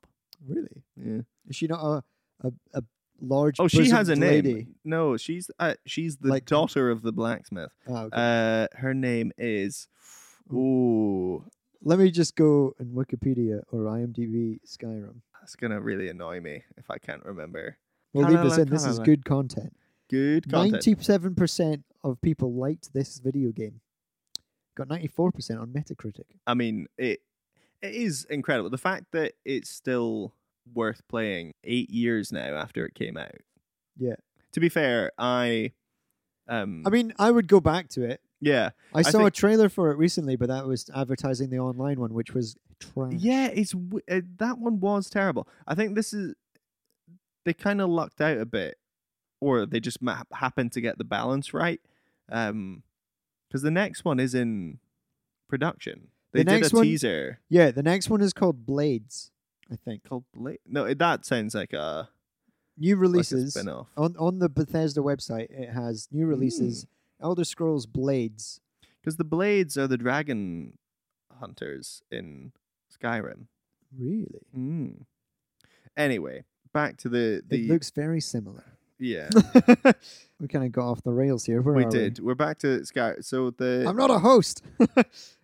Speaker 1: Really?
Speaker 2: Yeah.
Speaker 1: Is she not a a, a large?
Speaker 2: Oh, she has a
Speaker 1: bosomed
Speaker 2: name.
Speaker 1: Lady?
Speaker 2: No, she's uh, she's the
Speaker 1: Like-
Speaker 2: daughter of the blacksmith.
Speaker 1: Oh, okay. Hmm.
Speaker 2: Uh, her name is. Ooh,
Speaker 1: Let me just go on Wikipedia or IMDb Skyrim.
Speaker 2: that's gonna really annoy me if I can't remember.
Speaker 1: We'll leave this
Speaker 2: Kalala,
Speaker 1: in. This is
Speaker 2: Kalala.
Speaker 1: good content.
Speaker 2: Good content.
Speaker 1: Ninety-seven percent of people liked this video game. Got ninety-four percent on Metacritic.
Speaker 2: I mean, it it is incredible. The fact that it's still worth playing eight years now after it came out.
Speaker 1: Yeah.
Speaker 2: To be fair, I um
Speaker 1: I mean, I would go back to it.
Speaker 2: yeah.
Speaker 1: I saw a
Speaker 2: think-
Speaker 1: trailer for it recently, but that was advertising the online one, which was trash.
Speaker 2: Yeah, it's w- uh, that one was terrible. I think this is they kind of lucked out a bit or they just ma- happened to get the balance right. Um cuz the next one is in production. They
Speaker 1: The
Speaker 2: did
Speaker 1: next
Speaker 2: a
Speaker 1: one-
Speaker 2: teaser.
Speaker 1: yeah. The next one is called Blades. I think.
Speaker 2: Called Blade? No, it- that sounds like a
Speaker 1: New
Speaker 2: like a
Speaker 1: releases Oh.
Speaker 2: spin off.
Speaker 1: on on the Bethesda website. It has new releases: Elder Scrolls Blades.
Speaker 2: Because the Blades are the dragon hunters in Skyrim.
Speaker 1: Really,
Speaker 2: Mm. Anyway, back to the the
Speaker 1: it looks very similar.
Speaker 2: yeah.
Speaker 1: we kind of got off the rails here. Where
Speaker 2: we
Speaker 1: are
Speaker 2: did. We're back to Sky. So the
Speaker 1: I'm not a host.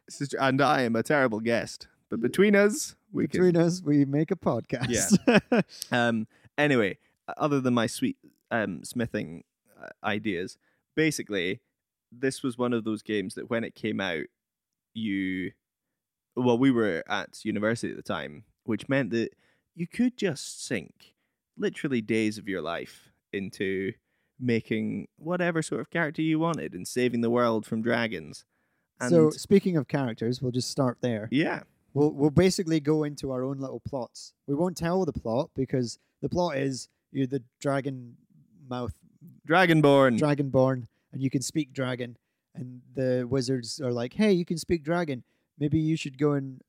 Speaker 2: Sister- and I am a terrible guest, but between us, we
Speaker 1: Hmm. Between us, we make a podcast.
Speaker 2: can. Um, anyway, other than my sweet um, smithing uh, ideas, basically, this was one of those games that when it came out, you, well, we were at university at the time, which meant that you could just sink literally days of your life into making whatever sort of character you wanted and saving the world from dragons. And
Speaker 1: so speaking of characters, we'll just start there.
Speaker 2: yeah,
Speaker 1: We'll we'll basically go into our own little plots. We won't tell the plot because the plot is you're the dragon mouth
Speaker 2: Dragonborn.
Speaker 1: dragonborn and you can speak dragon and the wizards are like hey you can speak dragon maybe you should go and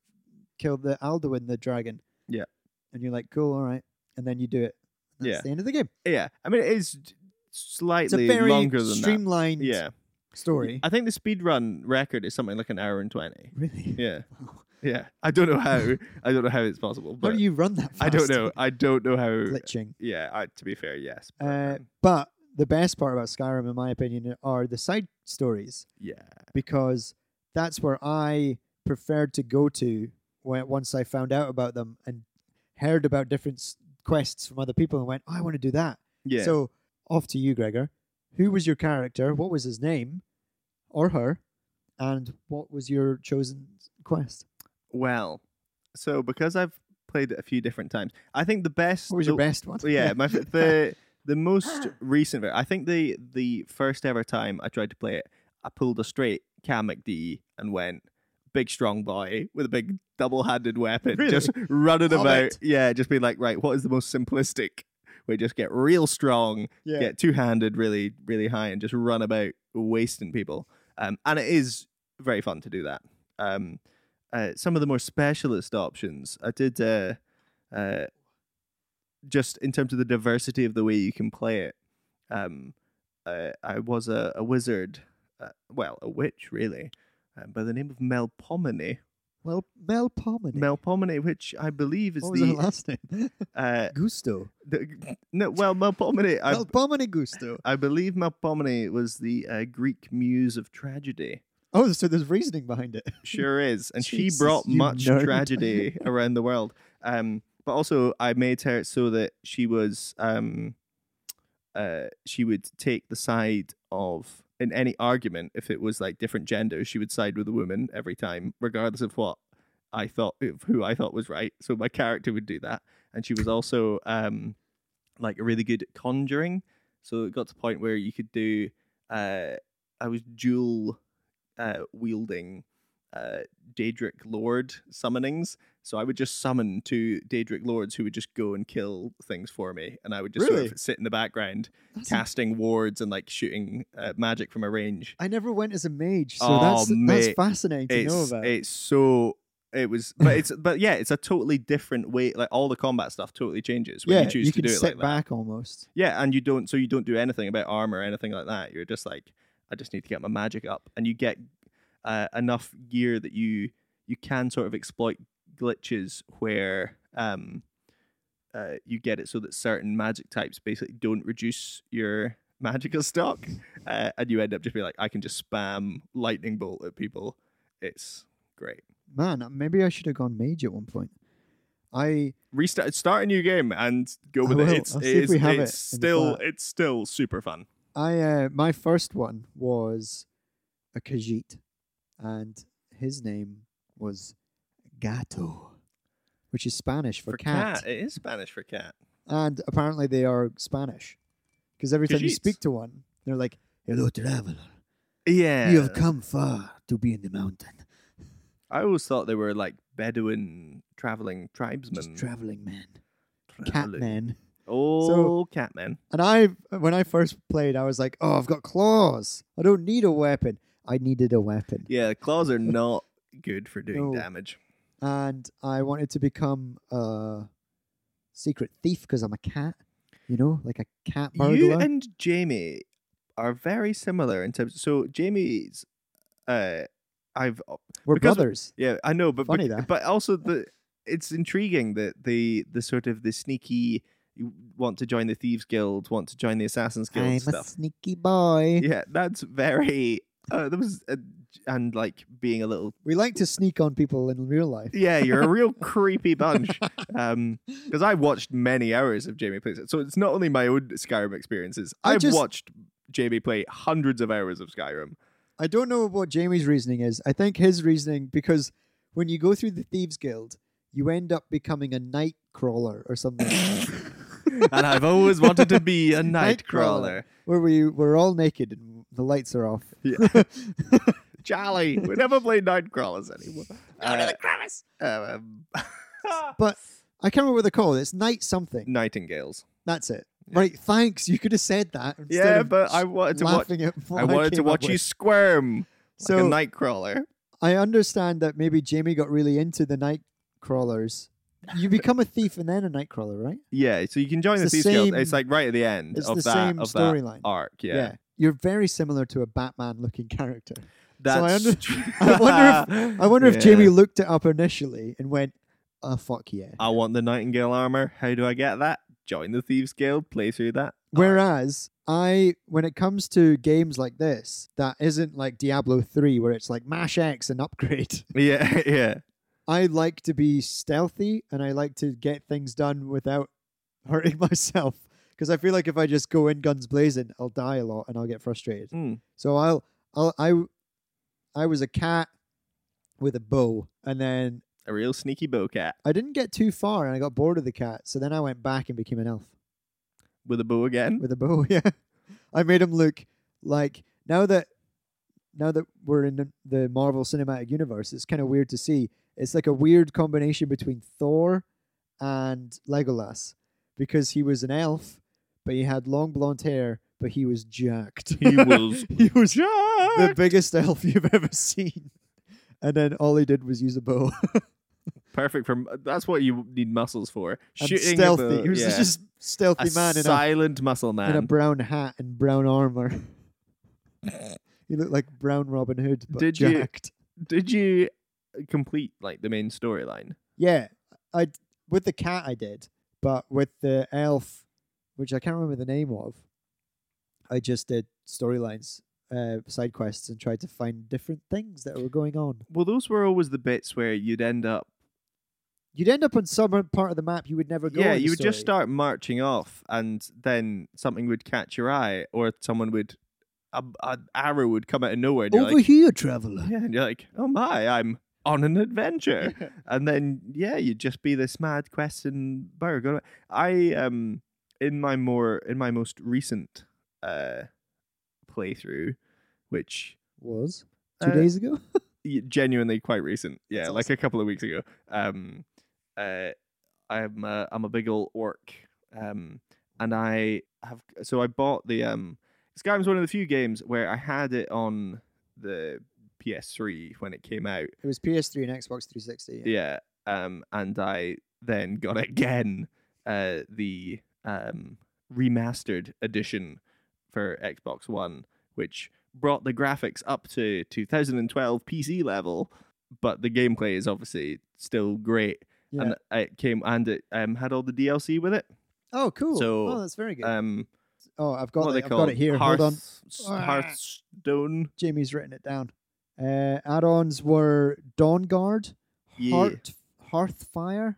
Speaker 1: kill the alduin the dragon
Speaker 2: Yeah.
Speaker 1: and you're like cool all right and then you do it that's
Speaker 2: Yeah.
Speaker 1: the end of the game
Speaker 2: Yeah, I mean it is d-
Speaker 1: it's a
Speaker 2: slightly
Speaker 1: very
Speaker 2: longer than
Speaker 1: streamlined
Speaker 2: that. Yeah,
Speaker 1: story
Speaker 2: I think the speed run record is something like an hour and twenty.
Speaker 1: really
Speaker 2: Yeah,
Speaker 1: Wow.
Speaker 2: yeah. I don't know how. I don't know how it's possible.
Speaker 1: how
Speaker 2: But
Speaker 1: do you run that fast?
Speaker 2: I don't know. I don't know how.
Speaker 1: glitching
Speaker 2: Yeah. I, to be fair, yes. but,
Speaker 1: uh,
Speaker 2: um,
Speaker 1: but the best part about skyrim in my opinion are the side stories
Speaker 2: yeah.
Speaker 1: because that's where I preferred to go to when, once I found out about them and heard about different s- quests from other people and went, oh, I want to do that.
Speaker 2: Yeah.
Speaker 1: So off to you, Gregor. Who was your character? What was his name or her? And what was your chosen quest?
Speaker 2: well, so because I've played it a few different times, I think the best.
Speaker 1: What was
Speaker 2: the,
Speaker 1: your best one?
Speaker 2: Yeah, my f- the the most recent. ver- I think the the first ever time I tried to play it, I pulled a straight Cam McD and went big strong boy with a big double handed weapon,
Speaker 1: Really?
Speaker 2: just running
Speaker 1: Love
Speaker 2: about.
Speaker 1: it.
Speaker 2: Yeah, just being like, right, what is the most simplistic? We just get real strong,
Speaker 1: yeah.
Speaker 2: get two handed, really really high, and just run about wasting people. Um, and it is very fun to do that. Um, uh, some of the more specialist options, I did. Uh, uh, just in terms of the diversity of the way you can play it. Um, uh, I was a, a wizard, uh, well, a witch really, um, by the name of Melpomene.
Speaker 1: Well, Mel Pomini.
Speaker 2: Melpomene, which I believe is
Speaker 1: what was her
Speaker 2: the,
Speaker 1: last name?
Speaker 2: uh,
Speaker 1: Gusto.
Speaker 2: the no, well, Melpomene. I,
Speaker 1: Mel Pomini Gusto.
Speaker 2: I believe Melpomene was the uh, Greek muse of tragedy.
Speaker 1: Oh, so there's reasoning behind it.
Speaker 2: Sure is. And
Speaker 1: Hmm. Jesus,
Speaker 2: she brought
Speaker 1: you
Speaker 2: much
Speaker 1: nerd.
Speaker 2: tragedy around the world. Um, but also, I made her so that she was, um, uh, she would take the side of in any argument if it was like different genders, she would side with a woman every time, regardless of what I thought of who I thought was right. So my character would do that, and she was also um, like really good at conjuring. So it got to the point where you could do. Uh, I was dual uh, wielding uh, Daedric Lord summonings. So I would just summon two Daedric Lords who would just go and kill things for me, and I would just
Speaker 1: Really?
Speaker 2: sort of sit in the background,
Speaker 1: That's a
Speaker 2: casting wards and like shooting uh, magic from a range.
Speaker 1: I never went as a mage, so
Speaker 2: Oh,
Speaker 1: that's that's
Speaker 2: mate,
Speaker 1: fascinating to
Speaker 2: it's
Speaker 1: know about.
Speaker 2: it's so it was but it's but yeah it's a totally different way like all the combat stuff totally changes when
Speaker 1: yeah,
Speaker 2: you choose
Speaker 1: can
Speaker 2: to do it
Speaker 1: sit
Speaker 2: like that
Speaker 1: back almost.
Speaker 2: yeah and you don't so you don't do anything about armor or anything like that you're just like i just need to get my magic up and you get uh, enough gear that you you can sort of exploit glitches where um uh, you get it so that certain magic types basically don't reduce your magical stock uh, and you end up just being like i can just spam lightning bolt at people it's great
Speaker 1: Man, maybe I should have gone mage at one point. I
Speaker 2: restart start a new game and go
Speaker 1: I
Speaker 2: with
Speaker 1: will.
Speaker 2: it it's,
Speaker 1: I'll
Speaker 2: it
Speaker 1: see if
Speaker 2: is-
Speaker 1: we have it in the
Speaker 2: it's still
Speaker 1: flat.
Speaker 2: it's still super fun
Speaker 1: I uh, my first one was a Khajiit, and his name was Gato, which is Spanish for, cat.
Speaker 2: It is Spanish for cat.
Speaker 1: And apparently they are Spanish, because every time you
Speaker 2: Khajiits.
Speaker 1: speak to one, they're like, "Hello, traveler.
Speaker 2: Yeah.
Speaker 1: You have come far to be in the mountain."
Speaker 2: I always thought they were like Bedouin traveling tribesmen.
Speaker 1: Just traveling man, cat
Speaker 2: Traveling.
Speaker 1: man.
Speaker 2: Oh,
Speaker 1: So-
Speaker 2: catmen.
Speaker 1: And I, when I first played, I was like, "Oh, I've got claws. I don't need a weapon. I needed a weapon."
Speaker 2: Yeah, claws are not good for doing
Speaker 1: No.
Speaker 2: damage.
Speaker 1: and I wanted to become a secret thief because I'm a cat. You know, like a cat burglar.
Speaker 2: You and Jamie are very similar in terms. So Jamie's, uh, I've
Speaker 1: We're
Speaker 2: because-
Speaker 1: brothers.
Speaker 2: yeah, I know, but but-
Speaker 1: Funny that.
Speaker 2: but also the it's intriguing that the the sort of the sneaky you want to join the thieves guild, want to join the assassins guild
Speaker 1: I'm a
Speaker 2: stuff.
Speaker 1: sneaky boy.
Speaker 2: Yeah, that's very. Uh, that was uh, and like being a little.
Speaker 1: We like to sneak on people in real life.
Speaker 2: Yeah, you're a real creepy bunch. Um, because I watched many hours of Jamie plays it, so it's not only my own Skyrim experiences.
Speaker 1: I
Speaker 2: I've
Speaker 1: just-
Speaker 2: watched Jamie play hundreds of hours of Skyrim.
Speaker 1: I don't know what Jamie's reasoning is. I think his reasoning because when you go through the thieves guild, you end up becoming a night crawler or something.
Speaker 2: and I've always wanted to be a night
Speaker 1: Nightcrawler.
Speaker 2: crawler.
Speaker 1: where we we're all naked and the lights are off.
Speaker 2: Yeah. Jolly. We never play night crawlers anymore. Uh, um,
Speaker 1: But- I can't remember what they're called. It's night something.
Speaker 2: nightingales.
Speaker 1: That's it.
Speaker 2: Mm. Yeah.
Speaker 1: Right. Thanks. You could have said that. Instead
Speaker 2: Yeah,
Speaker 1: of
Speaker 2: but I wanted to watch.
Speaker 1: laughing at what
Speaker 2: I wanted to
Speaker 1: came up
Speaker 2: watch you
Speaker 1: with.
Speaker 2: squirm
Speaker 1: So
Speaker 2: like a night crawler.
Speaker 1: I understand that maybe Jamie got really into the night crawlers. You become a thief and then a night crawler, right?
Speaker 2: Yeah, so you can join
Speaker 1: It's
Speaker 2: the
Speaker 1: the
Speaker 2: Thieves Guild.
Speaker 1: same-
Speaker 2: It's like right at the end
Speaker 1: It's
Speaker 2: of
Speaker 1: the
Speaker 2: that
Speaker 1: same
Speaker 2: of that
Speaker 1: storyline.
Speaker 2: arc. Yeah,
Speaker 1: You're very similar to a Batman looking character. So I
Speaker 2: that's.
Speaker 1: under-
Speaker 2: true.
Speaker 1: I wonder I wonder
Speaker 2: Yeah.
Speaker 1: if Jamie looked it up initially and went, oh, fuck yeah.
Speaker 2: I want the nightingale armor. How do I get that? Join the Thieves Guild. Play through that.
Speaker 1: Whereas I, when it comes to games like this, that isn't like Diablo 3, where it's like mash X and upgrade,
Speaker 2: Yeah, yeah.
Speaker 1: I like to be stealthy and I like to get things done without hurting myself. Because I feel like if I just go in guns blazing, I'll die a lot and I'll get frustrated.
Speaker 2: Mm.
Speaker 1: So I'll, I'll, I, I was a cat with a bow, and then
Speaker 2: A real sneaky bowcat
Speaker 1: I didn't get too far, and I got bored of the cat. So then I went back and became an elf.
Speaker 2: with a bow again.
Speaker 1: with a bow. Yeah, I made him look like now that now that we're in the- the Marvel Cinematic Universe, it's kind of weird to see. It's like a weird combination between Thor and Legolas because he was an elf, but he had long blonde hair, but he was jacked.
Speaker 2: He was
Speaker 1: he was the
Speaker 2: jacked.
Speaker 1: biggest elf you've ever seen. And then all he did was use a bow.
Speaker 2: Perfect for that's what you need muscles for.
Speaker 1: And
Speaker 2: Shooting a
Speaker 1: stealthy.
Speaker 2: bow,
Speaker 1: he was
Speaker 2: yeah.
Speaker 1: just
Speaker 2: a
Speaker 1: stealthy man in a
Speaker 2: silent muscle man.
Speaker 1: in a brown hat and brown armor. you look like brown Robin Hood, but
Speaker 2: Did you-
Speaker 1: jacked.
Speaker 2: Did you complete like the main storyline?
Speaker 1: Yeah, I d- with the cat I did, but with the elf, which I can't remember the name of, I just did storylines, uh, side quests, and tried to find different things that were going on.
Speaker 2: Well, those were always the bits where you'd end up.
Speaker 1: You'd end up on some part of the map you would never go.
Speaker 2: yeah,
Speaker 1: in the
Speaker 2: you would just
Speaker 1: story.
Speaker 2: start marching off, and then something would catch your eye, or someone would, a, an arrow would come out of nowhere, and you're
Speaker 1: over
Speaker 2: like,
Speaker 1: here, traveler.
Speaker 2: yeah, and you're like, oh my, I'm on an adventure. and then yeah, you'd just be this mad question bird. Go to- I um in my more in my most recent uh playthrough, which
Speaker 1: Was two
Speaker 2: Uh,
Speaker 1: days ago.
Speaker 2: y- genuinely quite recent, yeah,
Speaker 1: That's
Speaker 2: like
Speaker 1: awesome.
Speaker 2: a couple of weeks ago. Um, uh, I'm a, I'm a big old orc, um, and I have so I bought the um Skyrim's one of the few games where I had it on the PS3 when it came out.
Speaker 1: It was PS3 and Xbox 360. Yeah.
Speaker 2: Yeah. Um, and I then got again uh, the um, remastered edition for Xbox One, which brought the graphics up to 2012 PC level, but the gameplay is obviously still great.
Speaker 1: Yeah.
Speaker 2: And it came and it um, had all the DLC with it.
Speaker 1: oh, cool.
Speaker 2: so,
Speaker 1: oh, that's very good.
Speaker 2: Um,
Speaker 1: oh, I've
Speaker 2: what
Speaker 1: got
Speaker 2: are they
Speaker 1: it. I've got
Speaker 2: called?
Speaker 1: it here.
Speaker 2: Hearth,
Speaker 1: Hold on.
Speaker 2: s-
Speaker 1: Ah.
Speaker 2: Hearthstone.
Speaker 1: Jamie's written it down. Uh, add-ons were Dawn Guard,
Speaker 2: Yeah.
Speaker 1: Heart, Hearthfire,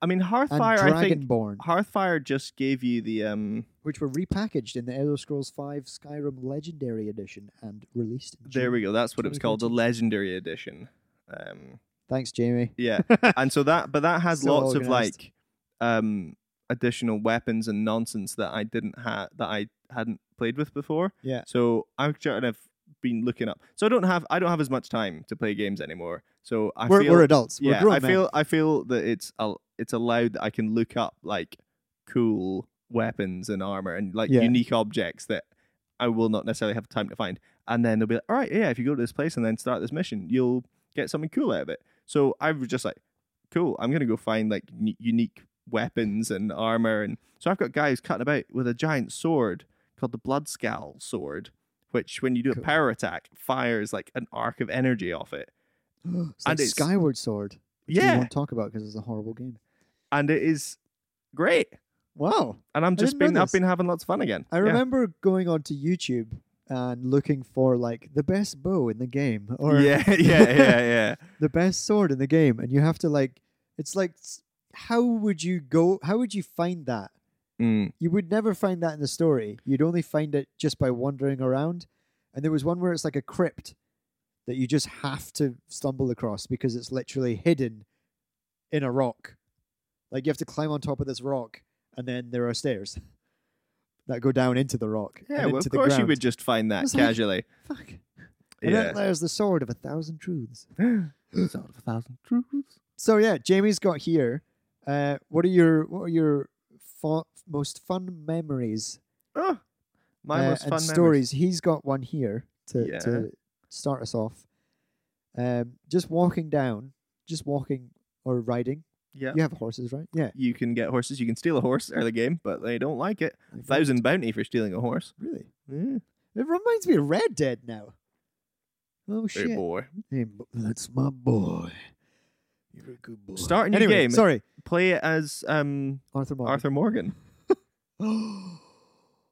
Speaker 2: I mean,
Speaker 1: and
Speaker 2: Hearthfire. I think
Speaker 1: Dragonborn,
Speaker 2: Hearthfire just gave you the um,
Speaker 1: which were repackaged in the Elder Scrolls V Skyrim Legendary Edition and released. In
Speaker 2: There
Speaker 1: June.
Speaker 2: we go. That's what it was called, the
Speaker 1: 2013.
Speaker 2: Legendary Edition. Um,
Speaker 1: Thanks, Jamie.
Speaker 2: yeah, and so that, but that has
Speaker 1: So
Speaker 2: lots of
Speaker 1: organized.
Speaker 2: like um, additional weapons and nonsense that I didn't have that I hadn't played with before.
Speaker 1: Yeah.
Speaker 2: So I've kind of been looking up. So I don't have I don't have as much time to play games anymore. So I
Speaker 1: we're,
Speaker 2: feel
Speaker 1: we're adults.
Speaker 2: yeah,
Speaker 1: we're grown
Speaker 2: I
Speaker 1: men.
Speaker 2: feel I feel that it's al- it's allowed that I can look up like cool weapons and armor and like
Speaker 1: Yeah.
Speaker 2: unique objects that I will not necessarily have time to find. And then they'll be like, all right, yeah, if you go to this place and then start this mission, you'll get something cool out of it. So I was just like, cool. I'm gonna go find like n- unique weapons and armor, and so I've got guys cutting about with a giant sword called the Blood Scowl sword, which when you do
Speaker 1: Cool.
Speaker 2: a power attack fires like an arc of energy off it.
Speaker 1: it's
Speaker 2: And
Speaker 1: like
Speaker 2: it's-
Speaker 1: Skyward Sword. which we
Speaker 2: Yeah,
Speaker 1: won't talk about because it's a horrible game.
Speaker 2: and it is great.
Speaker 1: Wow.
Speaker 2: And I'm just
Speaker 1: didn't know
Speaker 2: been I've
Speaker 1: this.
Speaker 2: been having lots of fun again.
Speaker 1: I
Speaker 2: Yeah.
Speaker 1: remember going onto YouTube and looking for like the best bow in the game or
Speaker 2: yeah, yeah, yeah, yeah.
Speaker 1: the best sword in the game, and you have to like, it's like, s- how would you go? How would you find that?
Speaker 2: Mm.
Speaker 1: You would never find that in the story. You'd only find it just by wandering around. And there was one where it's like a crypt that you just have to stumble across because it's literally hidden in a rock. Like you have to climb on top of this rock, and then there are stairs that go down into the rock.
Speaker 2: Yeah,
Speaker 1: and
Speaker 2: well,
Speaker 1: into
Speaker 2: of
Speaker 1: the
Speaker 2: course you
Speaker 1: ground.
Speaker 2: would just find that
Speaker 1: It's like-
Speaker 2: casually.
Speaker 1: Fuck. And then
Speaker 2: Yeah. Oh,
Speaker 1: there's the sword of a thousand truths.
Speaker 2: Sort of a thousand truths.
Speaker 1: So yeah, Jamie's got here. Uh, what are your what are your fa- most fun memories
Speaker 2: Oh, my
Speaker 1: uh,
Speaker 2: most
Speaker 1: and
Speaker 2: fun memories.
Speaker 1: stories? He's got one here to
Speaker 2: Yeah.
Speaker 1: to start us off. Um, just walking down, just walking or riding.
Speaker 2: Yeah.
Speaker 1: You have horses, right? Yeah.
Speaker 2: You can get horses. You can steal a horse early game, but they don't like it.
Speaker 1: Like,
Speaker 2: Thousand bounty for stealing a horse.
Speaker 1: Really?
Speaker 2: Yeah.
Speaker 1: It reminds me of Red Dead now. Oh
Speaker 2: Hey,
Speaker 1: shit!
Speaker 2: boy.
Speaker 1: Hey, bo- that's my boy. You're a good boy.
Speaker 2: Start a new
Speaker 1: anyway,
Speaker 2: game.
Speaker 1: Sorry,
Speaker 2: Play it as um,
Speaker 1: Arthur Morgan.
Speaker 2: Arthur Morgan,
Speaker 1: oh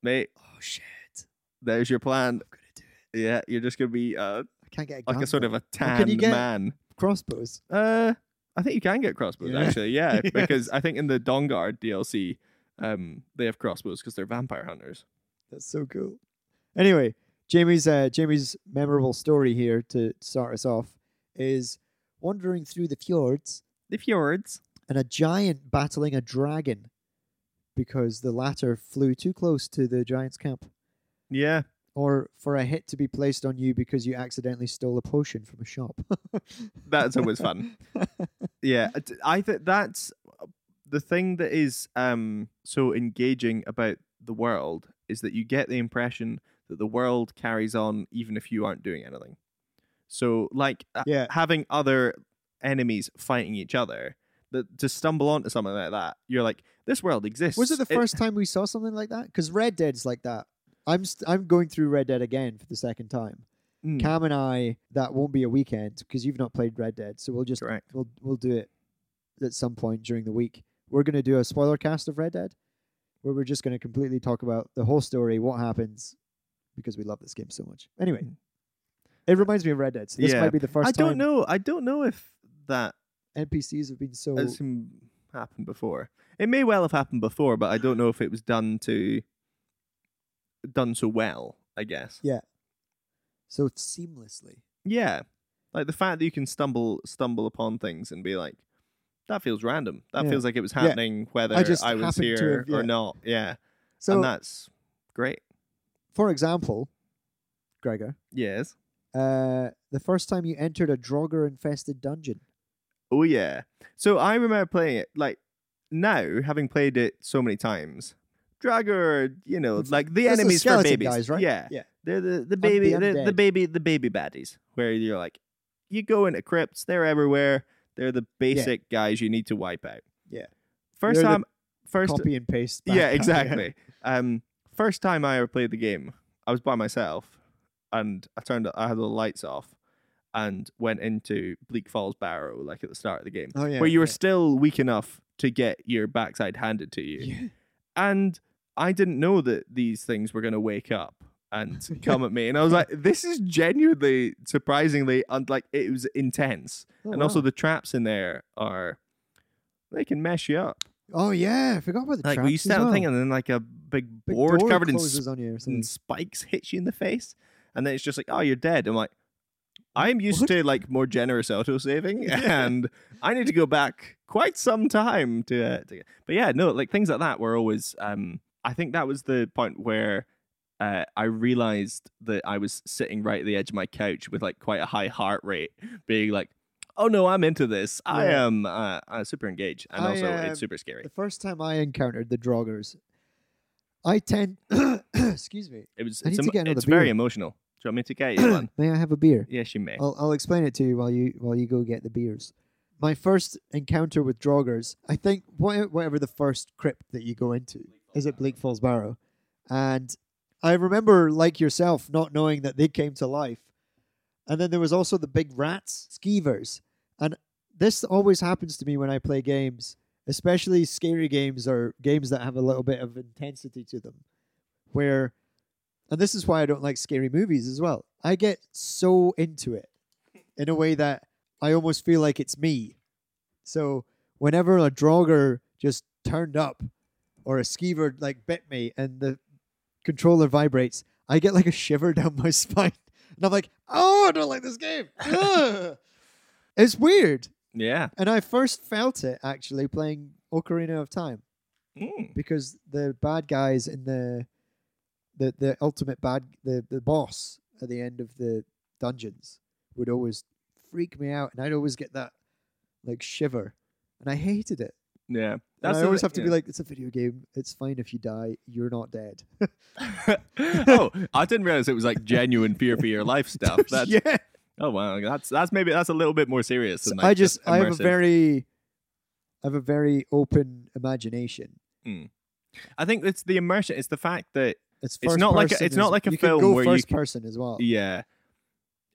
Speaker 2: mate.
Speaker 1: shit!
Speaker 2: There's your plan.
Speaker 1: I'm gonna do it.
Speaker 2: Yeah, you're just gonna be uh,
Speaker 1: I can't get a
Speaker 2: like
Speaker 1: gun,
Speaker 2: a sort
Speaker 1: though.
Speaker 2: of a
Speaker 1: can you
Speaker 2: tanned
Speaker 1: get?
Speaker 2: man.
Speaker 1: crossbows.
Speaker 2: Uh, I think you can get crossbows
Speaker 1: Yeah.
Speaker 2: actually. Yeah,
Speaker 1: Yes.
Speaker 2: because I think in the Dongard DLC, um, they have crossbows because they're vampire hunters.
Speaker 1: That's so cool. Anyway, Jamie's uh, Jamie's memorable story here to start us off is wandering through the fjords
Speaker 2: The fjords.
Speaker 1: and a giant battling a dragon because the latter flew too close to the giant's camp,
Speaker 2: Yeah.
Speaker 1: or for a hit to be placed on you because you accidentally stole a potion from a shop.
Speaker 2: That's always fun. yeah, I d- I think that's uh, the thing that is um so engaging about the world is that you get the impression that the world carries on even if you aren't doing anything. So like uh,
Speaker 1: yeah,
Speaker 2: having other enemies fighting each other, that to stumble onto something like that, you're like this world exists.
Speaker 1: was it the first time we saw something like that? Because Red Dead's like that. I'm st- I'm going through Red Dead again for the second time.
Speaker 2: Mm,
Speaker 1: Cam and I, that won't be a weekend because you've not played Red Dead, so we'll just
Speaker 2: correct.
Speaker 1: we'll we'll do it at some point during the week. We're gonna do a spoiler cast of Red Dead, where we're just gonna completely talk about the whole story, what happens, because we love this game so much. Anyway,
Speaker 2: Mm.
Speaker 1: it reminds me of Red Dead. So this
Speaker 2: Yeah.
Speaker 1: might be the first
Speaker 2: I
Speaker 1: time
Speaker 2: don't know. I don't know if that
Speaker 1: NPCs have been so.
Speaker 2: has m- happened before. It may well have happened before, but I don't know if it was done to done so well. I guess.
Speaker 1: Yeah. so seamlessly.
Speaker 2: Yeah, like the fact that you can stumble stumble upon things and be like, "That feels random. That
Speaker 1: Yeah.
Speaker 2: feels like it was
Speaker 1: Yeah.
Speaker 2: happening whether
Speaker 1: I just
Speaker 2: was
Speaker 1: happened
Speaker 2: here
Speaker 1: to have- yeah.
Speaker 2: or not." Yeah,
Speaker 1: So,
Speaker 2: and that's great.
Speaker 1: for example, Gregor,
Speaker 2: Yes.
Speaker 1: uh, the first time you entered a Draugr infested dungeon.
Speaker 2: Oh yeah. So I remember playing it like now, having played it so many times. Dragger, you know, like the
Speaker 1: That's the
Speaker 2: enemies for
Speaker 1: skeleton
Speaker 2: babies,
Speaker 1: guys, right?
Speaker 2: Yeah,
Speaker 1: Yeah.
Speaker 2: They're the, the baby,
Speaker 1: the
Speaker 2: the, the
Speaker 1: undead.
Speaker 2: baby, the baby baddies. Where you're like, you go into crypts, they're everywhere. They're the basic guys you need to wipe out.
Speaker 1: Yeah.
Speaker 2: 1st
Speaker 1: They're the
Speaker 2: time, first,
Speaker 1: Copy and paste. back
Speaker 2: yeah,
Speaker 1: out.
Speaker 2: exactly. Um, first time I ever played the game, I was by myself, and I turned, I had all the lights off, and went into Bleak Falls Barrow, like at the start of the game
Speaker 1: Oh yeah.
Speaker 2: where you were
Speaker 1: yeah.
Speaker 2: still weak enough to get your backside handed to you.
Speaker 1: Yeah.
Speaker 2: And I didn't know that these things were going to wake up and come at me. And I was like, this is genuinely surprisingly, and like it was intense.
Speaker 1: Oh,
Speaker 2: and also
Speaker 1: wow.
Speaker 2: the traps in there are, they can mess you up.
Speaker 1: oh yeah, I forgot about the
Speaker 2: Like
Speaker 1: traps
Speaker 2: you stand
Speaker 1: as
Speaker 2: on
Speaker 1: well.
Speaker 2: a thing and then like a big,
Speaker 1: Big
Speaker 2: board
Speaker 1: door
Speaker 2: covered in,
Speaker 1: closes on you or
Speaker 2: spikes
Speaker 1: something.
Speaker 2: and spikes hits you in the face. And then it's just like, oh, you're dead. I'm like, I'm used
Speaker 1: What?
Speaker 2: to like more generous auto saving, and I need to go back quite some time to, uh, to. But yeah, no, like things like that were always. Um, I think that was the point where uh, I realized that I was sitting right at the edge of my couch with like quite a high heart rate, being like, "Oh no, I'm into this. I
Speaker 1: Yeah.
Speaker 2: am uh, uh, super engaged, and
Speaker 1: I,
Speaker 2: also
Speaker 1: um,
Speaker 2: it's super scary.
Speaker 1: The first time I encountered the Droggers, I tend, excuse me,
Speaker 2: It was.
Speaker 1: I need
Speaker 2: It's,
Speaker 1: to
Speaker 2: emo-
Speaker 1: get another
Speaker 2: it's very
Speaker 1: beer.
Speaker 2: emotional. Do you want me to get you one?
Speaker 1: may I have a beer?
Speaker 2: yes, you may.
Speaker 1: I'll, I'll explain it to you while you while you go get the beers. my first encounter with Droggers, I think wha- whatever the first crypt that you go into, is it Bleak Falls Barrow? And I remember, like yourself, not knowing that they came to life. And then there was also the big rats, skeevers. And this always happens to me when I play games, especially scary games or games that have a little bit of intensity to them, where, and this is why I don't like scary movies as well. I get so into it in a way that I almost feel like it's me. So whenever a drogger just turned up or a skeever like bit me and the controller vibrates, I get like a shiver down my spine. And I'm like, oh, I don't like this game. Ugh." it's weird.
Speaker 2: Yeah.
Speaker 1: And I first felt it actually playing Ocarina of Time
Speaker 2: Mm.
Speaker 1: because the bad guys in the the the ultimate bad the the boss at the end of the dungeons would always freak me out, and I'd always get that like shiver, and I hated it.
Speaker 2: Yeah.
Speaker 1: And I
Speaker 2: the
Speaker 1: always
Speaker 2: thi-
Speaker 1: have to
Speaker 2: yeah.
Speaker 1: be like, it's a video game. It's fine if you die. You're not dead.
Speaker 2: oh, I didn't realize it was like genuine fear for your life stuff. That's,
Speaker 1: yeah.
Speaker 2: Oh wow, that's that's maybe that's a little bit more serious. Than, like,
Speaker 1: I just I have a
Speaker 2: immersive.
Speaker 1: very I have a very open imagination.
Speaker 2: I think it's the immersion. It's the fact that
Speaker 1: It's,
Speaker 2: It's
Speaker 1: first
Speaker 2: not like a-
Speaker 1: person
Speaker 2: it's
Speaker 1: as-
Speaker 2: not like a
Speaker 1: you
Speaker 2: film
Speaker 1: can go
Speaker 2: where you
Speaker 1: first
Speaker 2: can-
Speaker 1: person as well.
Speaker 2: yeah,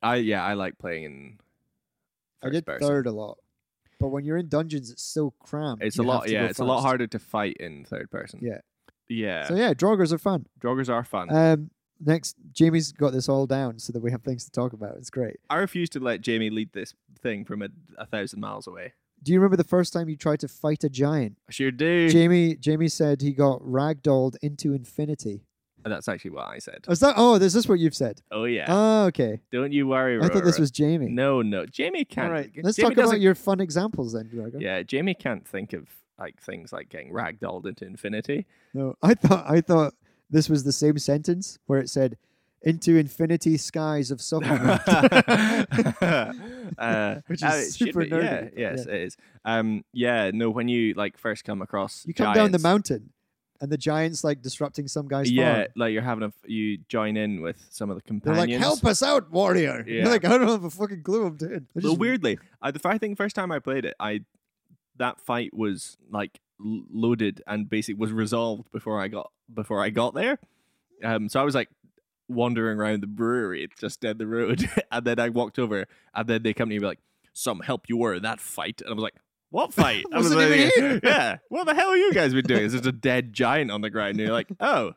Speaker 2: I yeah I like playing in.
Speaker 1: I
Speaker 2: first
Speaker 1: did
Speaker 2: person.
Speaker 1: third a lot, but when you're in dungeons, it's so cramped.
Speaker 2: It's
Speaker 1: You
Speaker 2: a
Speaker 1: have
Speaker 2: lot
Speaker 1: to go
Speaker 2: yeah. It's a lot
Speaker 1: fast.
Speaker 2: harder to fight in third person.
Speaker 1: Yeah.
Speaker 2: Yeah. Mm.
Speaker 1: So yeah, droggers are fun.
Speaker 2: Joggers are fun.
Speaker 1: Um, next, Jamie's got this all down so that we have things to talk about. It's great.
Speaker 2: I refuse to let Jamie lead this thing from a, a thousand miles away.
Speaker 1: Do you remember the first time you tried to fight a giant?
Speaker 2: I sure do.
Speaker 1: Jamie, Jamie said he got ragdolled into infinity.
Speaker 2: That's actually what I said.
Speaker 1: Is that? Oh, is this what you've said?
Speaker 2: Oh yeah.
Speaker 1: Oh, okay.
Speaker 2: Don't you worry.
Speaker 1: I thought this
Speaker 2: Rora.
Speaker 1: was Jamie.
Speaker 2: No, no. Jamie can't.
Speaker 1: All right, let's
Speaker 2: Jamie
Speaker 1: talk about
Speaker 2: doesn't-
Speaker 1: your fun examples then, Drago.
Speaker 2: Yeah, Jamie can't think of like things like getting ragdolled into infinity.
Speaker 1: No, I thought I thought this was the same sentence where it said, "Into infinity skies of Soccer."
Speaker 2: Uh,
Speaker 1: Which
Speaker 2: uh,
Speaker 1: is
Speaker 2: it should
Speaker 1: super
Speaker 2: be, Yeah,
Speaker 1: nerdy, but
Speaker 2: yes, it is. Um, yeah, no. When you like first come across,
Speaker 1: You come down the
Speaker 2: giants,
Speaker 1: mountain, and the giants like disrupting some guy's
Speaker 2: Yeah,
Speaker 1: farm.
Speaker 2: like you're having a. f- You join in with some of the
Speaker 1: They're
Speaker 2: companions.
Speaker 1: like, "Help us out, warrior!"
Speaker 2: Yeah.
Speaker 1: You're like, "I don't have a fucking clue what I'm doing." They're
Speaker 2: Well,
Speaker 1: just-
Speaker 2: weirdly, I, the I think first time I played it, I that fight was like l- loaded and basically was resolved before I got before I got there. Um, so I was like wandering around the brewery just down the road, and then I walked over, and then they come to me and be like, "Some help you were in that fight," and I was like. What fight? I was
Speaker 1: Wasn't
Speaker 2: like,
Speaker 1: even here.
Speaker 2: Yeah. What the hell are you guys been doing? There's a dead giant on the ground. And you're like, oh,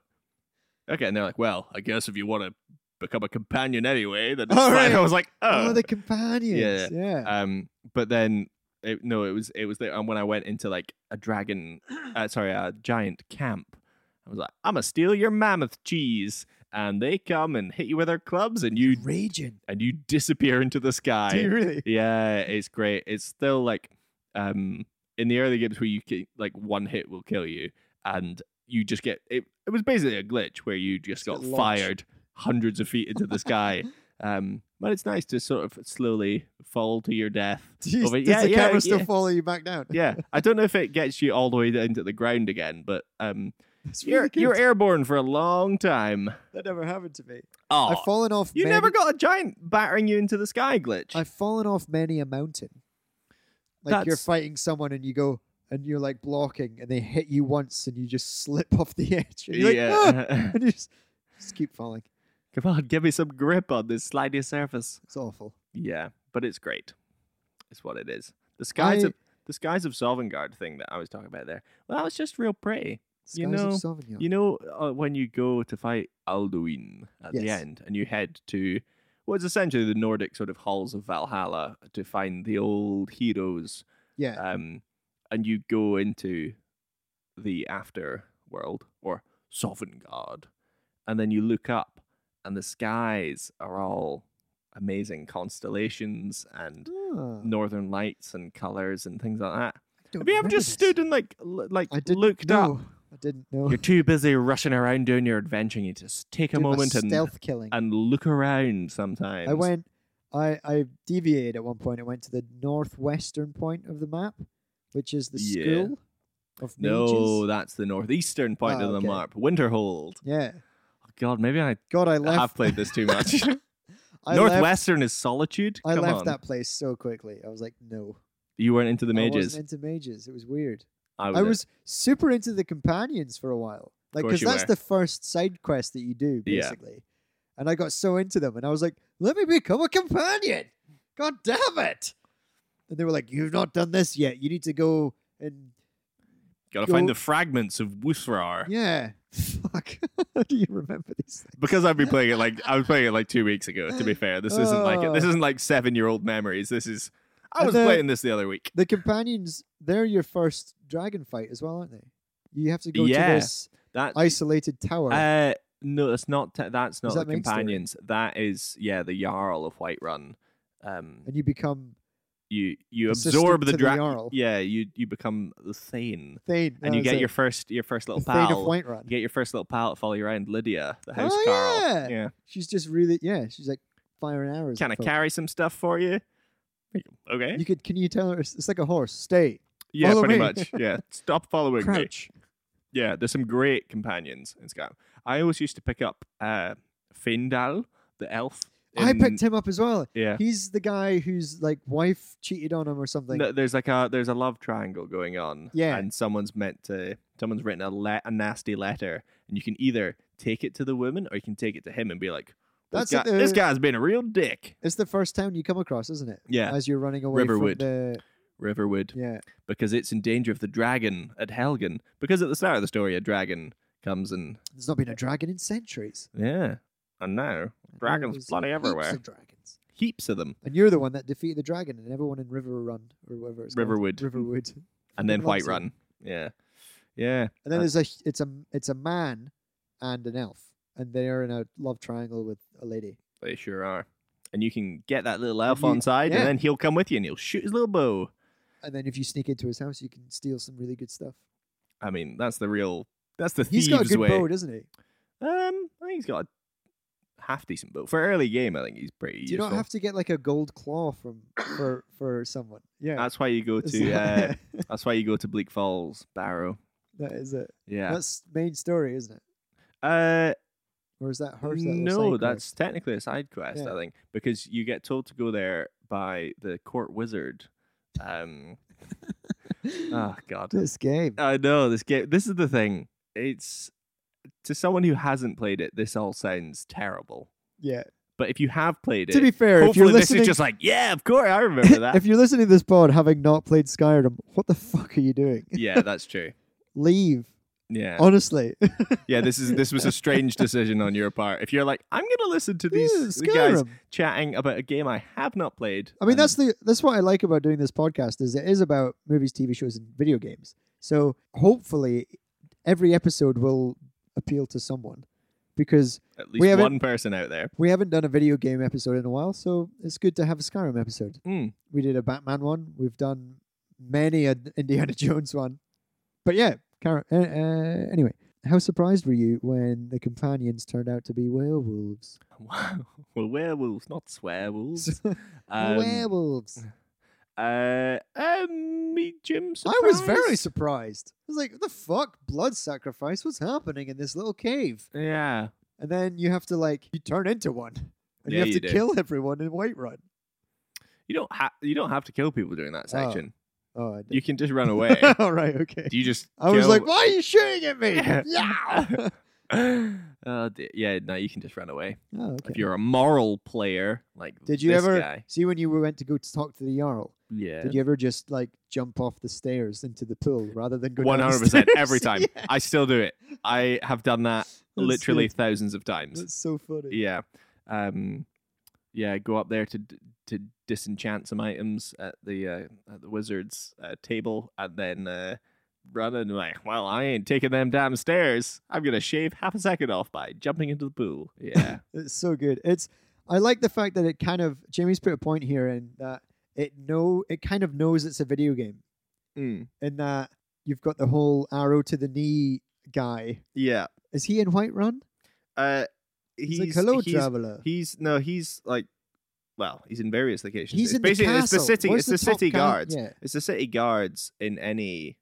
Speaker 2: okay. And they're like, well, I guess if you want to become a companion anyway, then it's
Speaker 1: All
Speaker 2: fine."
Speaker 1: right.
Speaker 2: I was like,
Speaker 1: Oh, the companions.
Speaker 2: Yeah,
Speaker 1: Yeah.
Speaker 2: um but then it, no it was it was there and when i went into like a dragon uh, sorry a giant camp i was like i'm gonna steal your mammoth cheese and they come and hit you with their clubs and you
Speaker 1: Raging.
Speaker 2: and you disappear into the sky
Speaker 1: Do you really?
Speaker 2: yeah it's great it's still like um in the early games where you can, like one hit will kill you and you just get it it was basically a glitch where you just
Speaker 1: Just
Speaker 2: got
Speaker 1: get launched.
Speaker 2: fired hundreds of feet into the sky um but it's nice to sort of slowly fall to your death
Speaker 1: Do you-
Speaker 2: Over-
Speaker 1: does
Speaker 2: yeah,
Speaker 1: the
Speaker 2: yeah,
Speaker 1: camera still
Speaker 2: yeah.
Speaker 1: follow you back down?
Speaker 2: yeah i don't know if it gets you all the way into the ground again but um
Speaker 1: It's
Speaker 2: you're
Speaker 1: really good.
Speaker 2: you're airborne for a long time
Speaker 1: that never happened to me.
Speaker 2: oh
Speaker 1: I've fallen off.
Speaker 2: you
Speaker 1: many,
Speaker 2: never got a giant battering you into the sky glitch
Speaker 1: I've fallen off many a mountain. Like you're
Speaker 2: That's-
Speaker 1: fighting someone and you go and you're like blocking and they hit you once and you just slip off the edge. And you're
Speaker 2: yeah
Speaker 1: like, "Ah!" and you just, just keep falling.
Speaker 2: Come on, give me some grip on this slidey surface.
Speaker 1: It's awful.
Speaker 2: Yeah, but it's great. It's what it is. The skies
Speaker 1: I-
Speaker 2: of the skies of Sovngarde thing that I was talking about there. Well, that was just real pretty.
Speaker 1: Skies
Speaker 2: You
Speaker 1: of
Speaker 2: know-
Speaker 1: Sauvignon.
Speaker 2: You know, uh, when you go to fight Alduin at the
Speaker 1: Yes.
Speaker 2: end, and you head to what's essentially the Nordic sort of halls of Valhalla to find the old heroes,
Speaker 1: yeah.
Speaker 2: um, and you go into the afterworld or Sovngarde, and then you look up, and the skies are all amazing constellations and
Speaker 1: Ah,
Speaker 2: northern lights and colors and things like that.
Speaker 1: I don't
Speaker 2: Have you ever
Speaker 1: remember
Speaker 2: just
Speaker 1: this.
Speaker 2: stood and like l- like
Speaker 1: I didn't
Speaker 2: looked
Speaker 1: know.
Speaker 2: up?
Speaker 1: I didn't know.
Speaker 2: You're too busy rushing around doing your adventure. You just take a
Speaker 1: Doing my
Speaker 2: moment and
Speaker 1: stealth killing.
Speaker 2: and look around sometimes.
Speaker 1: I went. I I deviated at one point. I went to the northwestern point of the map, which is the
Speaker 2: Yeah.
Speaker 1: school of
Speaker 2: No,
Speaker 1: mages.
Speaker 2: that's the northeastern point
Speaker 1: Ah,
Speaker 2: of the
Speaker 1: okay.
Speaker 2: map, Winterhold.
Speaker 1: Yeah.
Speaker 2: Oh, God, maybe I
Speaker 1: God, I left.
Speaker 2: have played this too much.
Speaker 1: I left-
Speaker 2: Northwestern is solitude.
Speaker 1: I
Speaker 2: Come
Speaker 1: left
Speaker 2: on.
Speaker 1: that place so quickly. I was like, no.
Speaker 2: You weren't into the mages.
Speaker 1: I wasn't into mages. It was weird.
Speaker 2: I was.
Speaker 1: I was super into the companions for a while, like
Speaker 2: course
Speaker 1: because
Speaker 2: you
Speaker 1: that's
Speaker 2: were.
Speaker 1: the first side quest that you do
Speaker 2: Yeah.
Speaker 1: basically. And I got so into them, and I was like, "Let me become a companion! God damn it!" And they were like, "You've not done this yet. You need to go and
Speaker 2: Gotta
Speaker 1: Go-
Speaker 2: find the fragments of Wusrar.
Speaker 1: yeah." Fuck, how do you remember these things?
Speaker 2: Because I've been playing it like I was playing it like two weeks ago. To be fair, this isn't like
Speaker 1: Oh.
Speaker 2: this isn't like seven year old memories. This is I
Speaker 1: And
Speaker 2: was
Speaker 1: the-
Speaker 2: playing this the other week.
Speaker 1: The companions—they're your first dragon fight as well, aren't they? You have to go
Speaker 2: Yeah.
Speaker 1: to this
Speaker 2: That
Speaker 1: isolated tower.
Speaker 2: uh, no, that's not te- that's not
Speaker 1: that
Speaker 2: the
Speaker 1: main story?
Speaker 2: companions. That is yeah, the Jarl of Whiterun. Um,
Speaker 1: and you become
Speaker 2: you you
Speaker 1: Assistant
Speaker 2: absorb
Speaker 1: to
Speaker 2: the
Speaker 1: the
Speaker 2: dragon.
Speaker 1: Jarl.
Speaker 2: yeah, you you become the Thane,
Speaker 1: Thane, that
Speaker 2: and you
Speaker 1: was
Speaker 2: get
Speaker 1: it.
Speaker 2: your first your first little
Speaker 1: the Thane of
Speaker 2: pal.
Speaker 1: Whiterun.
Speaker 2: You get your first little pal that follow you around, Lydia, the
Speaker 1: Oh,
Speaker 2: house Carl.
Speaker 1: yeah.
Speaker 2: yeah.
Speaker 1: She's just really yeah. She's like firing arrows.
Speaker 2: Can I
Speaker 1: at folk.
Speaker 2: carry some stuff for you? Okay.
Speaker 1: You could. Can you tell her? It's it's like a horse. Stay.
Speaker 2: Yeah,
Speaker 1: Follow
Speaker 2: pretty
Speaker 1: me.
Speaker 2: much. Yeah, stop following me.
Speaker 1: Crouch.
Speaker 2: Yeah, there's some great companions in Skyrim. I always used to pick up uh, Findal, the elf.
Speaker 1: I
Speaker 2: in-
Speaker 1: picked him up as well.
Speaker 2: Yeah,
Speaker 1: He's the guy whose like wife cheated on him or something.
Speaker 2: No, there's like a there's a love triangle going on.
Speaker 1: Yeah.
Speaker 2: and someone's meant to someone's written a le- a nasty letter, and you can either take it to the woman or you can take it to him and be like, "This,
Speaker 1: That's at
Speaker 2: guy, this
Speaker 1: the-
Speaker 2: guy's been a real dick."
Speaker 1: It's the first town you come across, isn't it?
Speaker 2: Yeah,
Speaker 1: As you're running away
Speaker 2: Riverwood.
Speaker 1: from the
Speaker 2: Riverwood.
Speaker 1: yeah.
Speaker 2: because it's in danger of the dragon at Helgen. Because at the start of the story, a dragon comes and
Speaker 1: There's not been a dragon in centuries.
Speaker 2: yeah, and now
Speaker 1: And there
Speaker 2: dragons
Speaker 1: was
Speaker 2: bloody
Speaker 1: heaps
Speaker 2: everywhere,
Speaker 1: of dragons.
Speaker 2: heaps of them.
Speaker 1: And you're the one that defeated the dragon, and everyone in River Run or whatever it's called.
Speaker 2: Riverwood.
Speaker 1: Riverwood.
Speaker 2: And then
Speaker 1: Fucking loves it.
Speaker 2: Whiterun, yeah, yeah,
Speaker 1: And then
Speaker 2: Uh,
Speaker 1: there's a it's a it's a man and an elf, and they are in a love triangle with a lady.
Speaker 2: they sure are. And you can get that little elf
Speaker 1: you-
Speaker 2: on side,
Speaker 1: yeah.
Speaker 2: and then he'll come with you, and he'll shoot his little bow.
Speaker 1: And then if you sneak into his house, you can steal some really good stuff.
Speaker 2: I mean, that's the real, that's the
Speaker 1: He's
Speaker 2: thieves'
Speaker 1: got a good
Speaker 2: way.
Speaker 1: bow, doesn't he?
Speaker 2: Um, I think he's got a half decent bow for early game. I think he's pretty
Speaker 1: Do you
Speaker 2: useful.
Speaker 1: not have to get like a gold claw from for for someone? Yeah,
Speaker 2: That's why you go
Speaker 1: It's
Speaker 2: to.
Speaker 1: not-
Speaker 2: Uh, that's why you go to Bleak Falls Barrow.
Speaker 1: that is it.
Speaker 2: Yeah.
Speaker 1: That's main story, isn't it?
Speaker 2: Uh,
Speaker 1: Or is that her? that little side
Speaker 2: no,
Speaker 1: quest?
Speaker 2: that's technically a side quest,
Speaker 1: Yeah.
Speaker 2: I think, because you get told to go there by the court wizard. Um, oh God,
Speaker 1: this game.
Speaker 2: I know this game. This is the thing. It's to someone who hasn't played it, this all sounds terrible.
Speaker 1: yeah.
Speaker 2: But if you have played it,
Speaker 1: To be fair, if you're
Speaker 2: hopefully this
Speaker 1: listening,
Speaker 2: is just like, yeah, of course, I remember that.
Speaker 1: if you're listening to this pod having not played Skyrim, what the fuck are you doing?
Speaker 2: yeah, that's true.
Speaker 1: Leave.
Speaker 2: Yeah,
Speaker 1: Honestly,
Speaker 2: yeah. This is this was a strange decision on your part. If you're like, I'm gonna listen to these
Speaker 1: Yeah,
Speaker 2: guys
Speaker 1: Skyrim.
Speaker 2: chatting about a game I have not played.
Speaker 1: I mean,
Speaker 2: and-
Speaker 1: that's the that's what I like about doing this podcast is it is about movies, TV shows, and video games. So hopefully, every episode will appeal to someone because
Speaker 2: at
Speaker 1: we
Speaker 2: least
Speaker 1: haven't-
Speaker 2: one person out there.
Speaker 1: we haven't done a video game episode in a while. So it's good to have a Skyrim episode.
Speaker 2: Mm.
Speaker 1: We did a Batman one. We've done many an Indiana Jones one. But yeah, Car- uh, uh, anyway, how surprised were you when the companions turned out to be werewolves?
Speaker 2: Wow. Well, werewolves, not swearwolves. Um,
Speaker 1: werewolves.
Speaker 2: Uh, um, me, Jim.
Speaker 1: I was very
Speaker 2: surprised.
Speaker 1: surprised. I was like, what the fuck? Blood sacrifice? What's happening in this little cave?
Speaker 2: Yeah.
Speaker 1: And then you have to, like, you turn into one. And you
Speaker 2: Yeah,
Speaker 1: have
Speaker 2: you
Speaker 1: to
Speaker 2: do.
Speaker 1: kill everyone in Whiterun.
Speaker 2: You don't have you don't have to kill people during that section.
Speaker 1: Oh, I
Speaker 2: You
Speaker 1: did.
Speaker 2: can just run away.
Speaker 1: All right, okay.
Speaker 2: Do you just?
Speaker 1: I was
Speaker 2: kill-
Speaker 1: like, why are you shooting at me? yeah.
Speaker 2: oh dear. Yeah. No, you can just run away
Speaker 1: Oh,
Speaker 2: if
Speaker 1: okay.
Speaker 2: you're a moral player. Like,
Speaker 1: Did you
Speaker 2: this
Speaker 1: ever
Speaker 2: Guy.
Speaker 1: see when you went to go to talk to the Jarl?
Speaker 2: Yeah.
Speaker 1: Did you ever just, like, jump off the stairs into the pool rather than go down
Speaker 2: One
Speaker 1: the
Speaker 2: hundred percent every time.
Speaker 1: stairs? Yeah.
Speaker 2: I still do it. I have done that
Speaker 1: That's
Speaker 2: literally
Speaker 1: good.
Speaker 2: thousands of times.
Speaker 1: That's so funny.
Speaker 2: yeah um yeah go up there to d- to disenchant some items at the uh, at the wizard's uh, table and then uh run and like well i ain't taking them damn stairs i'm gonna shave half a second off by jumping into the pool yeah
Speaker 1: It's so good. It's I like the fact that it kind of Jamie's put a point here in that it know it kind of knows it's a video game
Speaker 2: Mm.
Speaker 1: in that you've got the whole arrow to the knee guy.
Speaker 2: yeah
Speaker 1: Is he in Whiterun?
Speaker 2: uh
Speaker 1: He's,
Speaker 2: he's
Speaker 1: like hello
Speaker 2: he's,
Speaker 1: traveler.
Speaker 2: he's no he's like well he's in various locations
Speaker 1: He's
Speaker 2: it's
Speaker 1: in the
Speaker 2: basically
Speaker 1: castle.
Speaker 2: it's the city
Speaker 1: Where's
Speaker 2: it's the, city
Speaker 1: top guy?
Speaker 2: guards
Speaker 1: Yeah.
Speaker 2: It's the city guards in any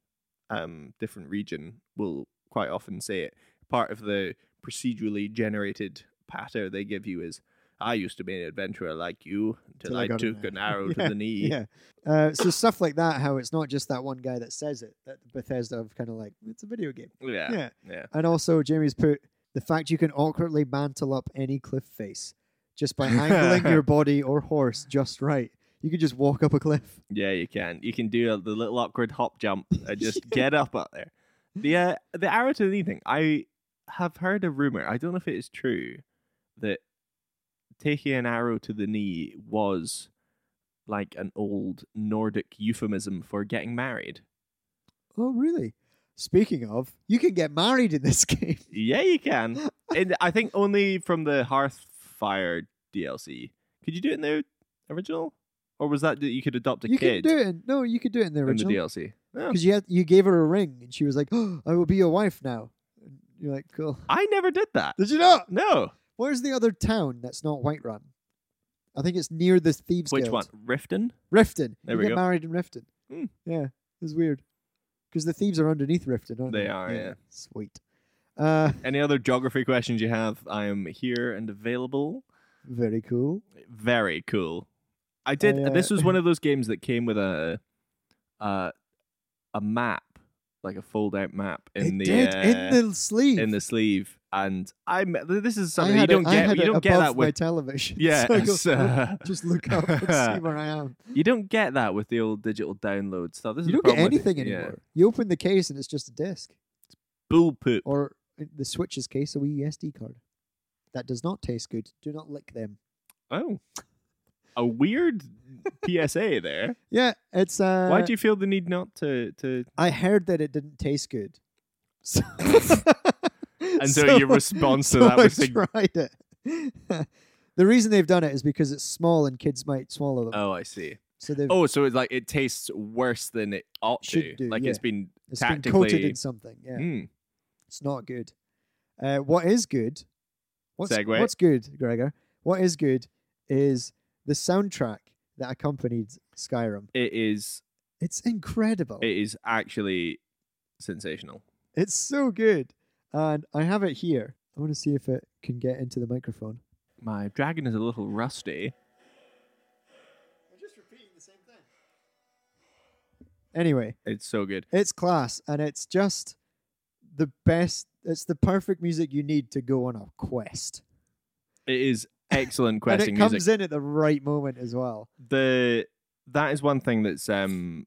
Speaker 2: um, different region will quite often say it. Part of the procedurally generated patter they give you is I used to be an adventurer like you until
Speaker 1: Till I
Speaker 2: I
Speaker 1: got an
Speaker 2: took
Speaker 1: arrow."
Speaker 2: an arrow
Speaker 1: Yeah,
Speaker 2: to the knee.
Speaker 1: Yeah. Uh, so stuff like that, how it's not just that one guy that says it, that Bethesda have kind of like, it's a video game.
Speaker 2: Yeah.
Speaker 1: Yeah.
Speaker 2: yeah.
Speaker 1: And also, Jamie's put the fact you can awkwardly mantle up any cliff face just by angling your body or horse just right. You could just walk up a cliff.
Speaker 2: Yeah, you can. You can do a, the little awkward hop jump and just get up up there. The uh, the arrow to the knee thing. I have heard a rumor. I don't know if it is true that taking an arrow to the knee was like an old Nordic euphemism for getting married.
Speaker 1: Oh, really? Speaking of, you can get married in this game.
Speaker 2: Yeah, you can. and I think only from the Hearthfire DLC. Could you do it in the original, or was that that you could adopt a
Speaker 1: you
Speaker 2: kid
Speaker 1: can do it. In, no, you could do it in the
Speaker 2: in the
Speaker 1: original.
Speaker 2: DLC? Oh.
Speaker 1: Because you had, you gave her a ring and she was like, oh, "I will be your wife now." And you're like, "Cool."
Speaker 2: I never did that.
Speaker 1: Did you not?
Speaker 2: No.
Speaker 1: Where's the other town that's not Whiterun? I think it's near the thieves.
Speaker 2: Which
Speaker 1: Guild.
Speaker 2: one? Riften.
Speaker 1: Riften.
Speaker 2: There
Speaker 1: you
Speaker 2: we
Speaker 1: get
Speaker 2: go.
Speaker 1: married in Riften.
Speaker 2: Hmm.
Speaker 1: Yeah, it's weird. Because the thieves are underneath Riften, aren't they?
Speaker 2: They are, yeah.
Speaker 1: Sweet. Uh,
Speaker 2: Any other geography questions you have? I am here and available.
Speaker 1: very cool.
Speaker 2: Very cool. I did.
Speaker 1: I, uh,
Speaker 2: this was one of those games that came with a uh, a map, like a fold-out map in
Speaker 1: it
Speaker 2: the
Speaker 1: did
Speaker 2: uh,
Speaker 1: in the sleeve.
Speaker 2: in the sleeve, and I'm. This is
Speaker 1: I
Speaker 2: something you
Speaker 1: had it-
Speaker 2: don't
Speaker 1: I
Speaker 2: get.
Speaker 1: had
Speaker 2: You
Speaker 1: it
Speaker 2: don't get
Speaker 1: above
Speaker 2: that
Speaker 1: my
Speaker 2: with.
Speaker 1: television.
Speaker 2: Yeah,
Speaker 1: So I go,
Speaker 2: it's, uh,
Speaker 1: just look up and see where I am.
Speaker 2: you don't get that with the old digital download stuff. This is
Speaker 1: You
Speaker 2: the
Speaker 1: don't get
Speaker 2: problem with-
Speaker 1: anything
Speaker 2: yeah.
Speaker 1: anymore. You open the case and it's just a disc.
Speaker 2: Bull poop.
Speaker 1: or in the Switch's case, a wee SD E card. That does not taste good. Do not lick them.
Speaker 2: Oh, a weird PSA there.
Speaker 1: Yeah, it's. Uh,
Speaker 2: Why do you feel the need not to to?
Speaker 1: I heard that it didn't taste good. So
Speaker 2: And so, your response to that was
Speaker 1: I
Speaker 2: to
Speaker 1: tried it. the reason they've done it is because it's small and kids might swallow them.
Speaker 2: Oh, I see.
Speaker 1: so they've
Speaker 2: Oh, so it's like it tastes worse than it ought
Speaker 1: Should
Speaker 2: to.
Speaker 1: do,
Speaker 2: like it's
Speaker 1: yeah.
Speaker 2: been
Speaker 1: it's been coated
Speaker 2: tactically-
Speaker 1: in something. Yeah,
Speaker 2: mm,
Speaker 1: it's not good. Uh, what is good? What's
Speaker 2: Segue.
Speaker 1: what's good, Gregor? What is good is the soundtrack that accompanied Skyrim.
Speaker 2: it is.
Speaker 1: It's incredible.
Speaker 2: It is actually sensational.
Speaker 1: It's so good. And I have it here. I want to see if it can get into the microphone.
Speaker 2: My dragon is a little rusty.
Speaker 1: I'm just repeating the same thing. Anyway,
Speaker 2: It's so good.
Speaker 1: it's class and it's just the best. It's the perfect music you need to go on a quest.
Speaker 2: It is excellent questing
Speaker 1: and it comes
Speaker 2: music.
Speaker 1: in at the right moment as well.
Speaker 2: the that is one thing that's um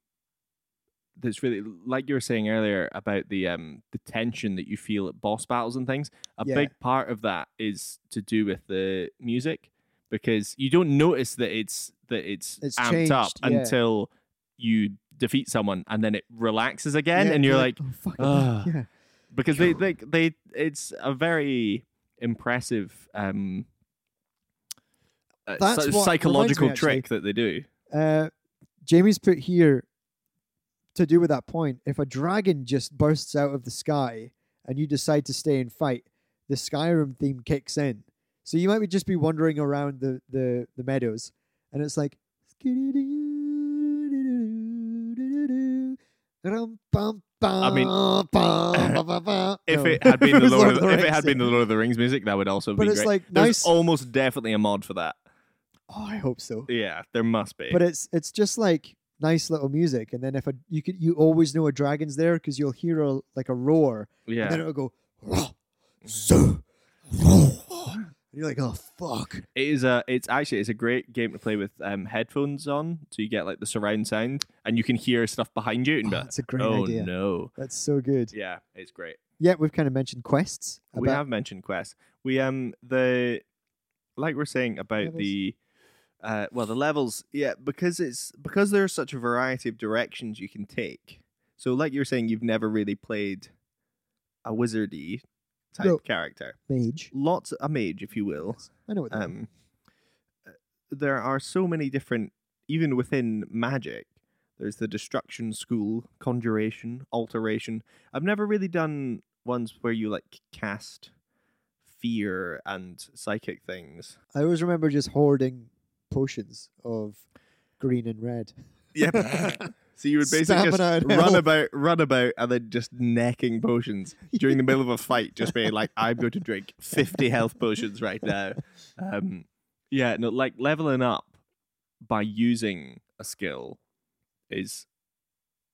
Speaker 2: that's really like you were saying earlier about the um the tension that you feel at boss battles and things a
Speaker 1: Yeah.
Speaker 2: big part of that is to do with the music because you don't notice that it's that it's,
Speaker 1: It's
Speaker 2: amped up
Speaker 1: changed, yeah.
Speaker 2: until you defeat someone and then it relaxes again
Speaker 1: Yeah,
Speaker 2: and you're like
Speaker 1: oh, fuck it,
Speaker 2: "Ah."
Speaker 1: yeah.
Speaker 2: because they they, they it's a very impressive um uh,
Speaker 1: That's
Speaker 2: sort
Speaker 1: what
Speaker 2: of
Speaker 1: reminds me,
Speaker 2: psychological
Speaker 1: actually.
Speaker 2: trick that they do
Speaker 1: Uh, Jamie's put here to do with that point. If a dragon just bursts out of the sky and you decide to stay and fight, the Skyrim theme kicks in. So you might be just be wandering around the the, the meadows, and it's like. I
Speaker 2: mean, If it had been the Lord, of the, if it had been the Lord of the Rings music, that would also
Speaker 1: but
Speaker 2: be
Speaker 1: it's
Speaker 2: great.
Speaker 1: like
Speaker 2: There's
Speaker 1: nice.
Speaker 2: almost definitely a mod for that.
Speaker 1: oh, I hope so.
Speaker 2: Yeah, there must be.
Speaker 1: but it's it's just like nice little music and then if a you could you always know a dragon's there because you'll hear a like a roar and then
Speaker 2: yeah,
Speaker 1: it'll go "Rah, zoo, rah." and you're like oh fuck
Speaker 2: it is a. It's actually it's a great game to play with um, headphones on, so you get like the surround sound, and you can hear stuff behind you.
Speaker 1: Oh,
Speaker 2: And be like,
Speaker 1: that's a great
Speaker 2: oh
Speaker 1: idea
Speaker 2: no!
Speaker 1: that's so good
Speaker 2: Yeah, it's great.
Speaker 1: yeah we've kind of mentioned quests
Speaker 2: we
Speaker 1: about-
Speaker 2: have mentioned quests. We um the like we're saying about
Speaker 1: Levels.
Speaker 2: the uh well the levels yeah because it's because there's such a variety of directions you can take. So like you're saying you've never really played a wizardy type
Speaker 1: No.
Speaker 2: character.
Speaker 1: mage
Speaker 2: Lots a mage if you will.
Speaker 1: i know what that
Speaker 2: Um uh, there are so many different even within magic there's the destruction school, conjuration, alteration. I've never really done ones where you like cast fear and psychic things.
Speaker 1: i always remember just hoarding potions of green and red
Speaker 2: Yep. so you would basically just
Speaker 1: Stamina and
Speaker 2: run
Speaker 1: health.
Speaker 2: about, run about, and then just necking potions during the middle of a fight. Just being like, "I'm going to drink 50 health potions right now." Um, Yeah, no, like leveling up by using a skill is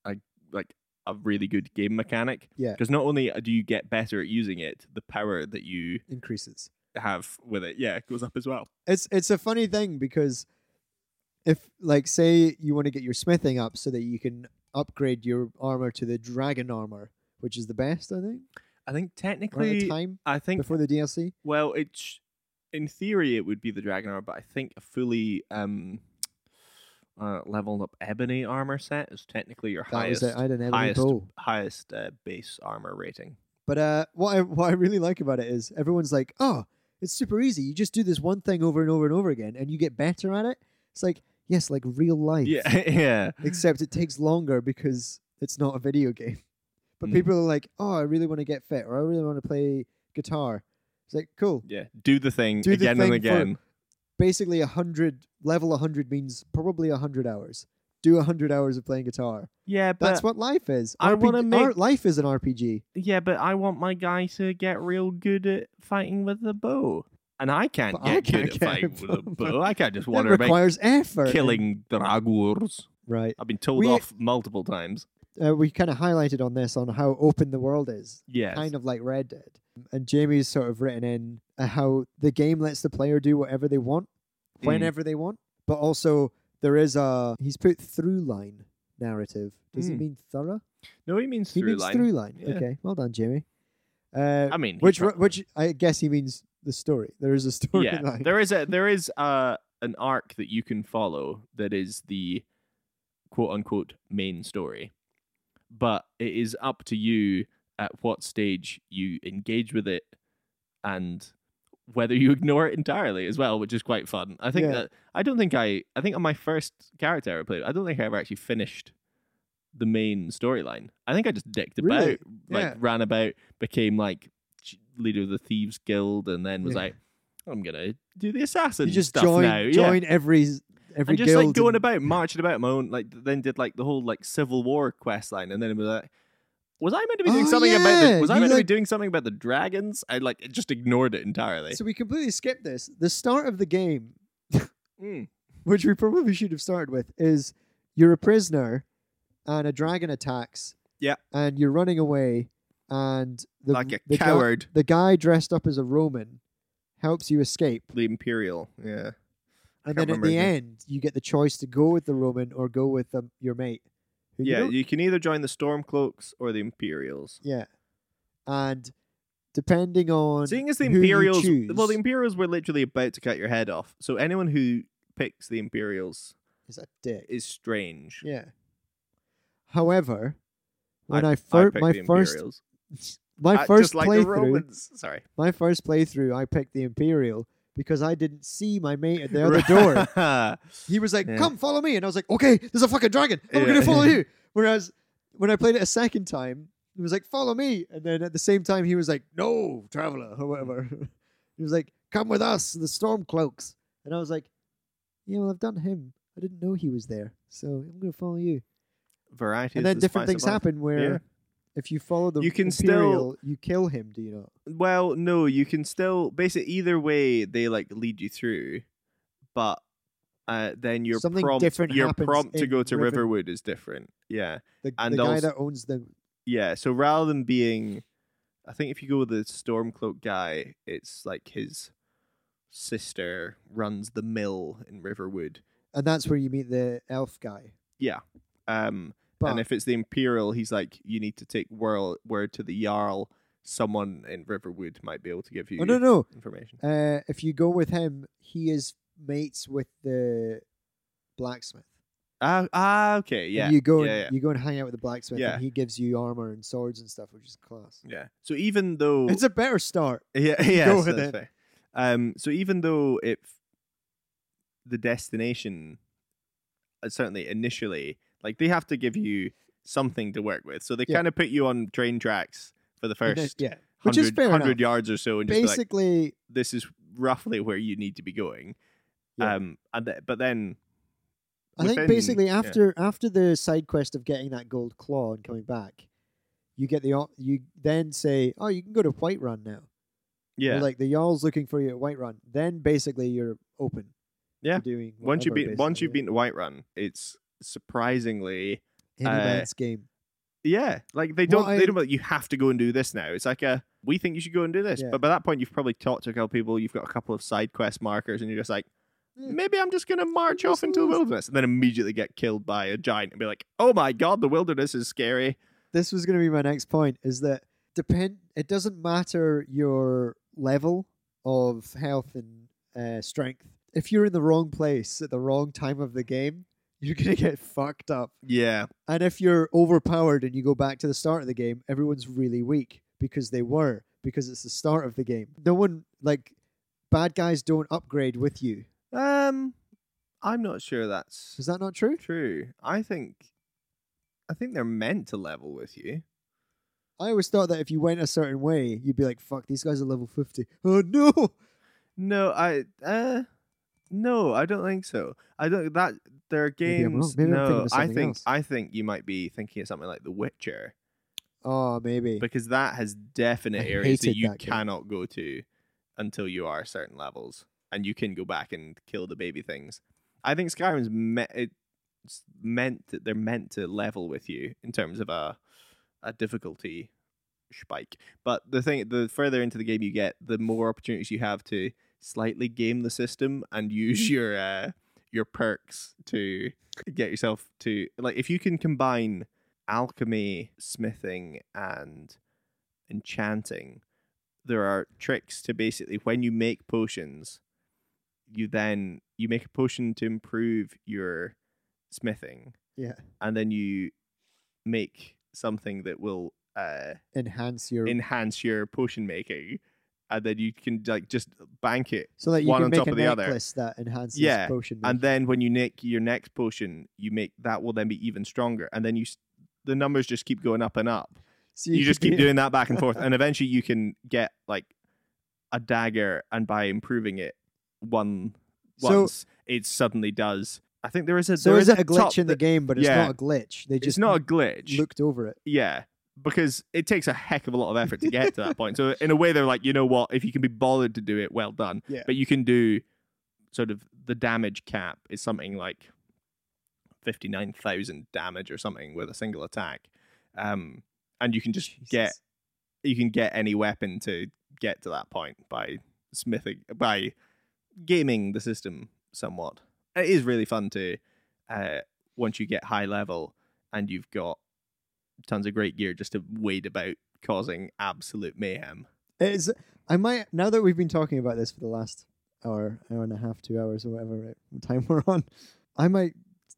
Speaker 2: a, like a really good game mechanic.
Speaker 1: Yeah.
Speaker 2: Because not only do you get better at using it, the power that you
Speaker 1: increases.
Speaker 2: have with it, yeah, goes up as well.
Speaker 1: It's it's a funny thing because if like say you want to get your smithing up so that you can upgrade your armor to the dragon armor, which is the best, I think,
Speaker 2: I
Speaker 1: around
Speaker 2: think
Speaker 1: the
Speaker 2: technically,
Speaker 1: time
Speaker 2: I think
Speaker 1: before the DLC.
Speaker 2: Well, it's in theory it would be the dragon armor, but I think a fully um uh, leveled up ebony armor set is technically your
Speaker 1: That
Speaker 2: highest
Speaker 1: was it. I had an ebony
Speaker 2: highest-
Speaker 1: bow.
Speaker 2: highest uh, base armor rating.
Speaker 1: But uh, what I, what I really like about it is everyone's like, oh, it's super easy. You just do this one thing over and over and over again, and you get better at it. It's like yes, like real life.
Speaker 2: Yeah, yeah.
Speaker 1: Except it takes longer because it's not a video game. But
Speaker 2: Mm.
Speaker 1: people are like, oh, I really want to get fit, or I really want to play guitar. It's like cool.
Speaker 2: Yeah, do the thing
Speaker 1: Do the
Speaker 2: again
Speaker 1: thing
Speaker 2: and
Speaker 1: for-
Speaker 2: again.
Speaker 1: Basically, a hundred level. A hundred means probably a hundred hours. Do a hundred hours of playing guitar.
Speaker 2: Yeah, but
Speaker 1: That's what life is.
Speaker 2: I wanna
Speaker 1: RPG
Speaker 2: make-
Speaker 1: our- life is an RPG.
Speaker 2: yeah, but I want my guy to get real good at fighting with the bow, and I can't
Speaker 1: But
Speaker 2: get
Speaker 1: I can't
Speaker 2: good at
Speaker 1: get a
Speaker 2: fighting with a
Speaker 1: bow.
Speaker 2: bow. I can't just
Speaker 1: It
Speaker 2: wander about
Speaker 1: requires effort.
Speaker 2: killing dragwars.
Speaker 1: Right.
Speaker 2: I've been told
Speaker 1: We-
Speaker 2: off multiple times.
Speaker 1: uh, we kind of highlighted on this on how open the world is,
Speaker 2: Yeah,
Speaker 1: kind of like Red Dead. And Jamie's sort of written in uh, how the game lets the player do whatever they want,
Speaker 2: Mm.
Speaker 1: whenever they want, but also there is a he's put through line narrative. Does he
Speaker 2: Mm.
Speaker 1: mean thorough?
Speaker 2: no, he means
Speaker 1: He
Speaker 2: through
Speaker 1: means
Speaker 2: line.
Speaker 1: through line.
Speaker 2: Yeah.
Speaker 1: Okay, well done, Jamie. Uh,
Speaker 2: I mean, he
Speaker 1: which ro-
Speaker 2: probably-
Speaker 1: which I guess he means the story. There is a story
Speaker 2: yeah,
Speaker 1: line.
Speaker 2: there is a there is uh an arc that you can follow that is the quote unquote main story, but it is up to you at what stage you engage with it and whether you ignore it entirely as well, which is quite fun. I think
Speaker 1: Yeah.
Speaker 2: that I don't think I I think on my first character I ever played, I don't think I ever actually finished the main storyline. I think I just dicked about,
Speaker 1: Really?
Speaker 2: like
Speaker 1: Yeah.
Speaker 2: ran about, became like ch- leader of the thieves guild, and then was
Speaker 1: Yeah.
Speaker 2: like, I'm gonna do the assassin
Speaker 1: you just
Speaker 2: stuff
Speaker 1: join
Speaker 2: now. yeah.
Speaker 1: join every every
Speaker 2: And just
Speaker 1: guild
Speaker 2: like going
Speaker 1: and-
Speaker 2: about marching about my own, like then did like the whole like civil war quest line, and then it was like, was I meant to be doing
Speaker 1: Oh,
Speaker 2: something about?
Speaker 1: yeah,
Speaker 2: The, was I
Speaker 1: you,
Speaker 2: meant to
Speaker 1: like-
Speaker 2: be doing something about the dragons? I like it just ignored it entirely.
Speaker 1: So we completely skipped this. The start of the game
Speaker 2: Mm.
Speaker 1: which we probably should have started with, is you're a prisoner and a dragon attacks.
Speaker 2: Yeah.
Speaker 1: And you're running away, and the
Speaker 2: like a
Speaker 1: the guy-
Speaker 2: coward,
Speaker 1: the guy dressed up as a Roman helps you escape,
Speaker 2: the imperial. Yeah,
Speaker 1: and then
Speaker 2: can't
Speaker 1: at
Speaker 2: remember
Speaker 1: the
Speaker 2: his name.
Speaker 1: end you get the choice to go with the Roman or go with um, your mate. who you
Speaker 2: yeah.
Speaker 1: don't-
Speaker 2: You can either join the stormcloaks or the imperials.
Speaker 1: yeah. And depending on
Speaker 2: Seeing as the
Speaker 1: who you
Speaker 2: Imperials,
Speaker 1: choose,
Speaker 2: well, the Imperials were literally about to cut your head off. So anyone who picks the Imperials
Speaker 1: is a dick.
Speaker 2: is strange.
Speaker 1: Yeah. However, when I,
Speaker 2: I
Speaker 1: fir-
Speaker 2: picked
Speaker 1: my
Speaker 2: the
Speaker 1: first
Speaker 2: Imperials.
Speaker 1: my
Speaker 2: I-
Speaker 1: first
Speaker 2: just like the
Speaker 1: playthrough
Speaker 2: Romans. Sorry,
Speaker 1: My first playthrough, I picked the Imperial because I didn't see my mate at the other door. He was like,
Speaker 2: Yeah.
Speaker 1: "Come, follow me," and I was like, "Okay, there's a fucking dragon. I'm
Speaker 2: Yeah.
Speaker 1: gonna follow you." Whereas when I played it a second time, he was like, "Follow me," and then at the same time, he was like, "No, traveler," or whatever. he was like, "Come with us, the Stormcloaks," and I was like, "Yeah, well, I've done him. I didn't know he was there, so I'm gonna follow you."
Speaker 2: Variety.
Speaker 1: and
Speaker 2: is
Speaker 1: then
Speaker 2: the
Speaker 1: different
Speaker 2: spice
Speaker 1: things
Speaker 2: of life.
Speaker 1: happen where.
Speaker 2: Yeah.
Speaker 1: If you follow the
Speaker 2: You can still-
Speaker 1: Imperial, you kill him. Do you not?
Speaker 2: Well, no, you can still basically either way they like lead you through, but uh, then your
Speaker 1: Something
Speaker 2: prompt,
Speaker 1: different
Speaker 2: your
Speaker 1: happens
Speaker 2: prompt to
Speaker 1: in
Speaker 2: go to
Speaker 1: Riven-
Speaker 2: Riverwood is different. Yeah,
Speaker 1: The,
Speaker 2: And
Speaker 1: the guy
Speaker 2: also-
Speaker 1: that owns the
Speaker 2: yeah. So rather than being, I think if you go with the Stormcloak guy, it's like his sister runs the mill in Riverwood.
Speaker 1: and that's where you meet the elf guy.
Speaker 2: Um,
Speaker 1: But
Speaker 2: and if it's the Imperial, he's like, you need to take word, word to the Jarl. Someone in Riverwood might be able to give you
Speaker 1: oh no no,
Speaker 2: information.
Speaker 1: uh, if you go with him, he is mates with the blacksmith.
Speaker 2: Ah, ah okay,
Speaker 1: And
Speaker 2: yeah.
Speaker 1: you go
Speaker 2: yeah,
Speaker 1: and
Speaker 2: yeah.
Speaker 1: you go and hang out with the blacksmith,
Speaker 2: Yeah.
Speaker 1: and he gives you armor and swords and stuff, which is class.
Speaker 2: Yeah. So even though
Speaker 1: It's a better start.
Speaker 2: yeah, yes,
Speaker 1: go with
Speaker 2: that's
Speaker 1: it.
Speaker 2: fair. Um, so even though if the destination, uh, certainly initially, like they have to give you something to work with, so they
Speaker 1: Yeah.
Speaker 2: kind of put you on train tracks for the
Speaker 1: And then-
Speaker 2: first
Speaker 1: yeah, which is
Speaker 2: 100,
Speaker 1: fair
Speaker 2: 100
Speaker 1: enough.
Speaker 2: yards or so, and just be like,
Speaker 1: Basically,
Speaker 2: this is roughly where you need to be going.
Speaker 1: Yeah.
Speaker 2: Um, and th- but then
Speaker 1: I think
Speaker 2: within-
Speaker 1: basically
Speaker 2: yeah.
Speaker 1: after after the side quest of getting that gold claw and coming back, you get the op- you then say, oh, you can go to Whiterun now. Or,
Speaker 2: yeah,
Speaker 1: Like the Jarl's looking for you at Whiterun. Then basically you're open.
Speaker 2: Yeah.
Speaker 1: to doing
Speaker 2: Once you've
Speaker 1: whatever,
Speaker 2: been once
Speaker 1: basically.
Speaker 2: you've been to Whiterun, it's surprisingly
Speaker 1: any
Speaker 2: uh,
Speaker 1: man's game.
Speaker 2: yeah. Like they
Speaker 1: Well,
Speaker 2: don't
Speaker 1: I-
Speaker 2: they don't like, you have to go and do this now. It's like a we think you should go and do this,
Speaker 1: Yeah.
Speaker 2: but by that point you've probably talked to a couple people. You've got a couple of side quest markers, and you're just like.
Speaker 1: Yeah.
Speaker 2: Maybe I'm just gonna march
Speaker 1: Just
Speaker 2: off into the
Speaker 1: listen.
Speaker 2: wilderness and then immediately get killed by a giant and be like, "Oh my god, the wilderness is scary."
Speaker 1: This was going to be my next point: is that depend. It doesn't matter your level of health and uh, strength. If you're in the wrong place at the wrong time of the game, you're going to get fucked up.
Speaker 2: Yeah,
Speaker 1: And if you're overpowered and you go back to the start of the game, everyone's really weak because they were, because it's the start of the game. No one, like, bad guys don't upgrade with you.
Speaker 2: um, I'm not sure that's
Speaker 1: Is that not true?
Speaker 2: True. I think I think they're meant to level with you.
Speaker 1: I always thought that if you went a certain way, you'd be like, fuck, these guys are level 50. Oh, no!
Speaker 2: No, I uh no, I don't think so. I don't that there are
Speaker 1: Maybe I'm wrong.
Speaker 2: games.
Speaker 1: Maybe I'm thinking
Speaker 2: no,
Speaker 1: of
Speaker 2: I
Speaker 1: something
Speaker 2: think
Speaker 1: else.
Speaker 2: I think you might be thinking of something like The Witcher
Speaker 1: Oh, maybe.
Speaker 2: because that has definite
Speaker 1: I
Speaker 2: areas that
Speaker 1: hated
Speaker 2: you
Speaker 1: that game.
Speaker 2: cannot go to until you are certain levels, and you can go back and kill the baby things. I think Skyrim's me- it's meant that they're meant to level with you in terms of a a difficulty spike. But the thing, the further into the game you get, the more opportunities you have to slightly game the system and
Speaker 1: Mm.
Speaker 2: use your uh, your perks to get yourself to like if you can combine alchemy, smithing, and enchanting. There are tricks to basically when you make potions, you then you make a potion to improve your smithing,
Speaker 1: yeah.
Speaker 2: and then you make something that will uh
Speaker 1: Enhance your.
Speaker 2: enhance your potion making, and then you can like just bank it.
Speaker 1: so that you
Speaker 2: one
Speaker 1: can
Speaker 2: on
Speaker 1: make
Speaker 2: top
Speaker 1: a
Speaker 2: of the other.
Speaker 1: necklace that enhances
Speaker 2: Yeah,
Speaker 1: potion.
Speaker 2: And
Speaker 1: making.
Speaker 2: then when you make your next potion, you make that will then be even stronger, and then you s- the numbers just keep going up and up.
Speaker 1: so
Speaker 2: You,
Speaker 1: could
Speaker 2: just keep
Speaker 1: be-
Speaker 2: doing that back and forth, and eventually you can get like a dagger, and by improving it one
Speaker 1: So-
Speaker 2: once, it suddenly does. I think there is a
Speaker 1: So
Speaker 2: there
Speaker 1: is
Speaker 2: is
Speaker 1: it a
Speaker 2: top
Speaker 1: glitch in the
Speaker 2: that-
Speaker 1: game, but it's
Speaker 2: yeah.
Speaker 1: not a glitch. They
Speaker 2: It's
Speaker 1: just
Speaker 2: not a glitch.
Speaker 1: looked over it.
Speaker 2: Yeah, because it takes a heck of a lot of effort to get to that point. So in a way, they're like, you know what? If you can be bothered to do it, well done.
Speaker 1: Yeah.
Speaker 2: But you can do sort of the damage cap is something like fifty nine thousand damage or something with a single attack, um, and you can just get
Speaker 1: Jesus.
Speaker 2: you can get any weapon to get to that point by smithing by gaming the system somewhat. It is really fun to uh, once you get high level and you've got tons of great gear just to wade about causing absolute mayhem.
Speaker 1: It is I might now that we've been talking about this for the last hour, hour and a half, two hours, or whatever time we're on, I might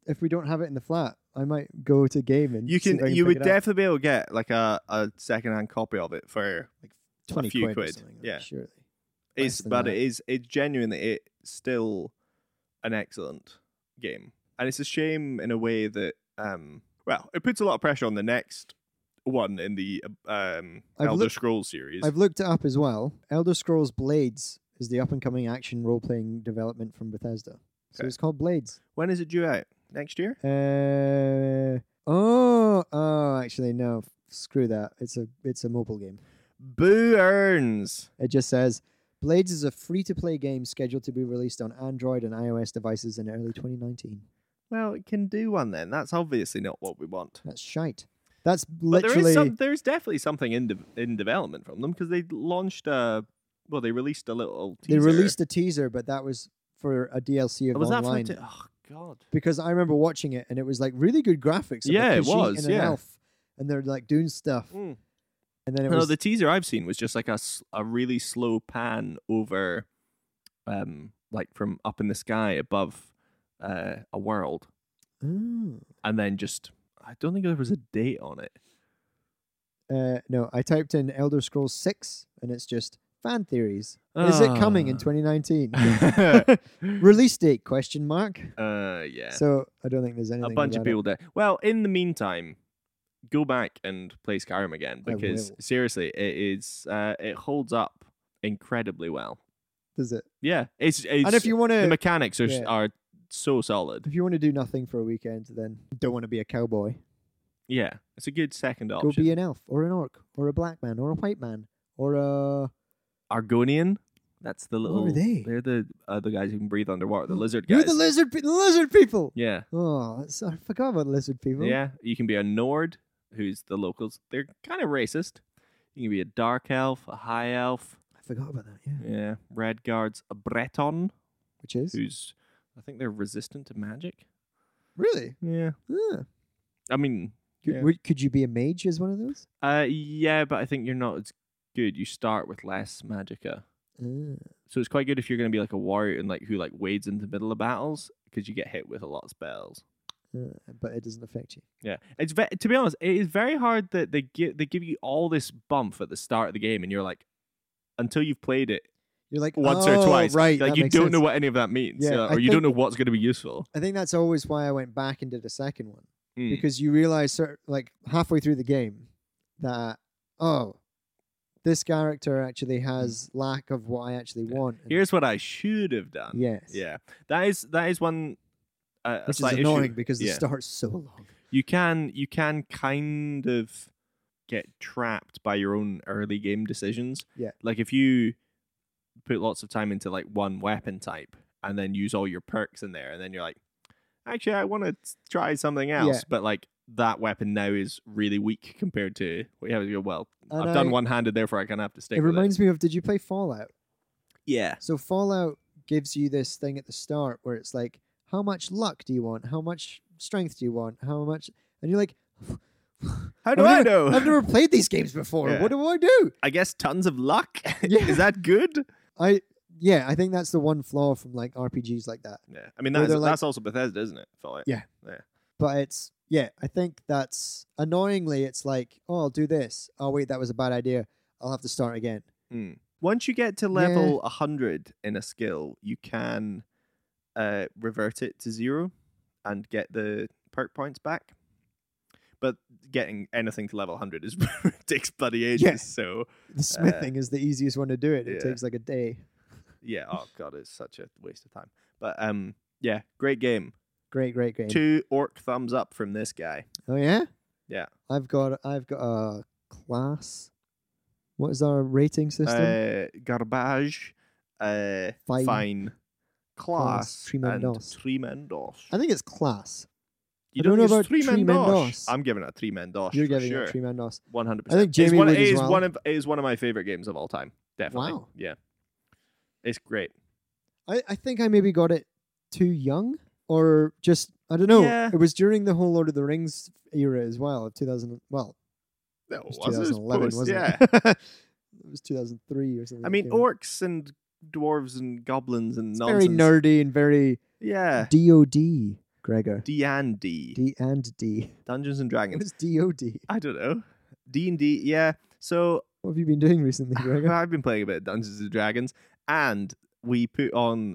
Speaker 1: if we don't have it in the flat, I might go to game and
Speaker 2: You
Speaker 1: see if I
Speaker 2: can you
Speaker 1: pick
Speaker 2: would
Speaker 1: it up.
Speaker 2: definitely be able to get like a, a second hand copy of it for
Speaker 1: twenty
Speaker 2: a few
Speaker 1: quid, or
Speaker 2: quid,
Speaker 1: something, like,
Speaker 2: yeah.
Speaker 1: surely. Less
Speaker 2: it's
Speaker 1: than
Speaker 2: but
Speaker 1: that.
Speaker 2: it is it's genuinely it's still an excellent game. And it's a shame in a way that um well, it puts a lot of pressure on the next one in the um
Speaker 1: I've
Speaker 2: Elder
Speaker 1: looked-
Speaker 2: Scrolls series.
Speaker 1: I've looked it up as well. Elder Scrolls Blades is the up and coming action role playing development from Bethesda. So
Speaker 2: Okay.
Speaker 1: it's called Blades.
Speaker 2: When is it due out? Next year?
Speaker 1: Uh, oh, oh, actually no, screw that. It's a it's a mobile game.
Speaker 2: Boo earns.
Speaker 1: It just says Blades is a free to play game scheduled to be released on Android and iOS devices in early 2019.
Speaker 2: Well, it can do one then. That's obviously not what we want.
Speaker 1: That's shite. That's
Speaker 2: But there
Speaker 1: literally
Speaker 2: is some, there's definitely something in de- in development from them because they launched a well, they released a little.
Speaker 1: they
Speaker 2: Teaser.
Speaker 1: released a teaser, but that was for a DLC of
Speaker 2: Oh, was that
Speaker 1: online.
Speaker 2: from t- oh god.
Speaker 1: because I remember watching it and it was like really good graphics. of a
Speaker 2: Yeah, it
Speaker 1: Khajiit
Speaker 2: was,
Speaker 1: And an
Speaker 2: yeah. Mm.
Speaker 1: elf, and they're like doing stuff,
Speaker 2: Hmm.
Speaker 1: and then it
Speaker 2: No,
Speaker 1: was
Speaker 2: the teaser I've seen was just like a, s- a really slow pan over, um, like from up in the sky above, uh, a world,
Speaker 1: Oh.
Speaker 2: and then just I don't think there was a date on it.
Speaker 1: Uh, no. I typed in Elder Scrolls Six, and it's just fan theories. Is it coming in
Speaker 2: Ah.
Speaker 1: 2019?
Speaker 2: uh,
Speaker 1: Release date? Question mark.
Speaker 2: yeah.
Speaker 1: So I don't think there's anything.
Speaker 2: a bunch of
Speaker 1: about it.
Speaker 2: people dead. Well, in the meantime, go back and play Skyrim again
Speaker 1: I
Speaker 2: because
Speaker 1: will.
Speaker 2: seriously, it is uh, it holds up incredibly well.
Speaker 1: Does it?
Speaker 2: Yeah, it's, it's
Speaker 1: and if you want
Speaker 2: the
Speaker 1: to,
Speaker 2: mechanics are s
Speaker 1: yeah.
Speaker 2: are so solid.
Speaker 1: if you want to do nothing for a weekend, then don't want to be a cowboy.
Speaker 2: Yeah, it's a good second
Speaker 1: Go be
Speaker 2: option.
Speaker 1: an elf or an orc or a black man or a white man or a
Speaker 2: Argonian, That's the little.
Speaker 1: What were they?
Speaker 2: They're the uh, the guys who can breathe underwater. The lizard
Speaker 1: You're
Speaker 2: guys.
Speaker 1: the lizard, pe- the lizard people.
Speaker 2: yeah,
Speaker 1: Oh, that's, I forgot about lizard people.
Speaker 2: yeah. You can be a Nord, who's the locals. They're kind of racist. You can be a dark elf, a high elf.
Speaker 1: I forgot about that. Yeah,
Speaker 2: Yeah, red guards, a Breton,
Speaker 1: which is
Speaker 2: who's I think they're resistant to magic.
Speaker 1: really.
Speaker 2: Yeah,
Speaker 1: Yeah.
Speaker 2: I mean,
Speaker 1: Could,
Speaker 2: Yeah.
Speaker 1: would- could you be a mage as one of those?
Speaker 2: uh, yeah, but I think you're not as good. You start with less magica.
Speaker 1: Uh,
Speaker 2: So it's quite good if you're going to be like a warrior and like who like wades into the middle of battles because you get hit with a lot of spells.
Speaker 1: uh, but it doesn't affect you.
Speaker 2: Yeah, it's ve- to be honest, it is very hard that they give they give you all this bump at the start of the game, and you're like, until you've played it
Speaker 1: You're like
Speaker 2: once
Speaker 1: "Oh,
Speaker 2: or twice,
Speaker 1: Right,
Speaker 2: Like
Speaker 1: that
Speaker 2: you
Speaker 1: makes
Speaker 2: don't
Speaker 1: sense."
Speaker 2: know what any of that means,
Speaker 1: Yeah,
Speaker 2: uh,
Speaker 1: I
Speaker 2: or you don't
Speaker 1: think-
Speaker 2: know what's going to be useful.
Speaker 1: I think that's always why I went back and did a second one
Speaker 2: Mm.
Speaker 1: because you realize, cer- like halfway through the game, that oh, this character actually has lack of what I actually
Speaker 2: Hmm. Yeah.
Speaker 1: want. and-
Speaker 2: Here's what I should have done.
Speaker 1: yes,
Speaker 2: yeah, that is that is one. Uh, a
Speaker 1: which is
Speaker 2: slight issue.
Speaker 1: annoying because it
Speaker 2: Yeah.
Speaker 1: starts so long.
Speaker 2: you can you can kind of get trapped by your own early game decisions.
Speaker 1: Yeah.
Speaker 2: Like if you put lots of time into like one weapon type and then use all your perks in there and then you're like actually I want to try something else but like that weapon now is really weak compared to what you have to go well
Speaker 1: And
Speaker 2: I've done
Speaker 1: I-
Speaker 2: one handed therefore I kind of have to stick
Speaker 1: It
Speaker 2: with
Speaker 1: reminds me of Did you play Fallout?
Speaker 2: Yeah.
Speaker 1: So Fallout gives you this thing at the start where it's like, how much luck do you want? How much strength do you want? How much? And you're like,
Speaker 2: How
Speaker 1: I've
Speaker 2: do I
Speaker 1: never-
Speaker 2: know?
Speaker 1: I've never played these games before.
Speaker 2: Yeah.
Speaker 1: What do I do?
Speaker 2: Oh, I guess tons of luck.
Speaker 1: Yeah.
Speaker 2: is that good?
Speaker 1: I yeah, I think that's the one flaw from like RPGs like that.
Speaker 2: Yeah. I mean
Speaker 1: Where
Speaker 2: that's
Speaker 1: they're like-
Speaker 2: that's also Bethesda, isn't it? Fallout.
Speaker 1: Yeah. But it's yeah, I think that's annoyingly it's like, oh, I'll do this. Oh wait, that was a bad idea. I'll have to start again.
Speaker 2: Once you get to
Speaker 1: Yeah.
Speaker 2: level a 100 in a skill, you can uh, revert it to zero and get the perk points back. But getting anything to level 100 is takes bloody ages.
Speaker 1: Yeah.
Speaker 2: So,
Speaker 1: The smithing is the easiest one to do it. It
Speaker 2: Uh, yeah.
Speaker 1: takes like a day.
Speaker 2: yeah, oh god, it's such a waste of time. But um yeah, great game.
Speaker 1: Great, great, great.
Speaker 2: Two orc thumbs up from this guy.
Speaker 1: Oh yeah?
Speaker 2: Yeah.
Speaker 1: I've got I've got a class. What is our rating system?
Speaker 2: Uh, garbage, uh,
Speaker 1: Fine.
Speaker 2: fine, class,
Speaker 1: Tremendos.
Speaker 2: and tremendos.
Speaker 1: I think it's class. I
Speaker 2: You
Speaker 1: don't know
Speaker 2: use
Speaker 1: about
Speaker 2: tremendos.
Speaker 1: tremendos.
Speaker 2: I'm giving it a tremendos.
Speaker 1: You're
Speaker 2: for
Speaker 1: giving
Speaker 2: sure.
Speaker 1: it three man loss.
Speaker 2: One hundred
Speaker 1: I
Speaker 2: percent.
Speaker 1: think Jamie
Speaker 2: is one,
Speaker 1: would
Speaker 2: it
Speaker 1: as
Speaker 2: is
Speaker 1: well.
Speaker 2: one of it is one of my favorite games of all time. Definitely.
Speaker 1: Wow.
Speaker 2: Yeah. It's great.
Speaker 1: I, I think I maybe got it too young or just I don't know.
Speaker 2: Yeah.
Speaker 1: It was during the whole Lord of the Rings era as well, of 2000 well,
Speaker 2: That
Speaker 1: it was
Speaker 2: was his
Speaker 1: 2011,
Speaker 2: post,
Speaker 1: wasn't
Speaker 2: yeah.
Speaker 1: it? it was 2003 or something.
Speaker 2: I
Speaker 1: it
Speaker 2: mean,
Speaker 1: came out.
Speaker 2: orcs and dwarves and goblins and
Speaker 1: it's very
Speaker 2: nonsense.
Speaker 1: nerdy and very
Speaker 2: Yeah.
Speaker 1: DOD, Gregor.
Speaker 2: D and D.
Speaker 1: D and D.
Speaker 2: Dungeons and
Speaker 1: It
Speaker 2: Dragons.
Speaker 1: was DOD.
Speaker 2: I don't know. D and D. Yeah. So
Speaker 1: What have you been doing recently, Gregor?
Speaker 2: I've been playing a bit of Dungeons and Dragons, and we put on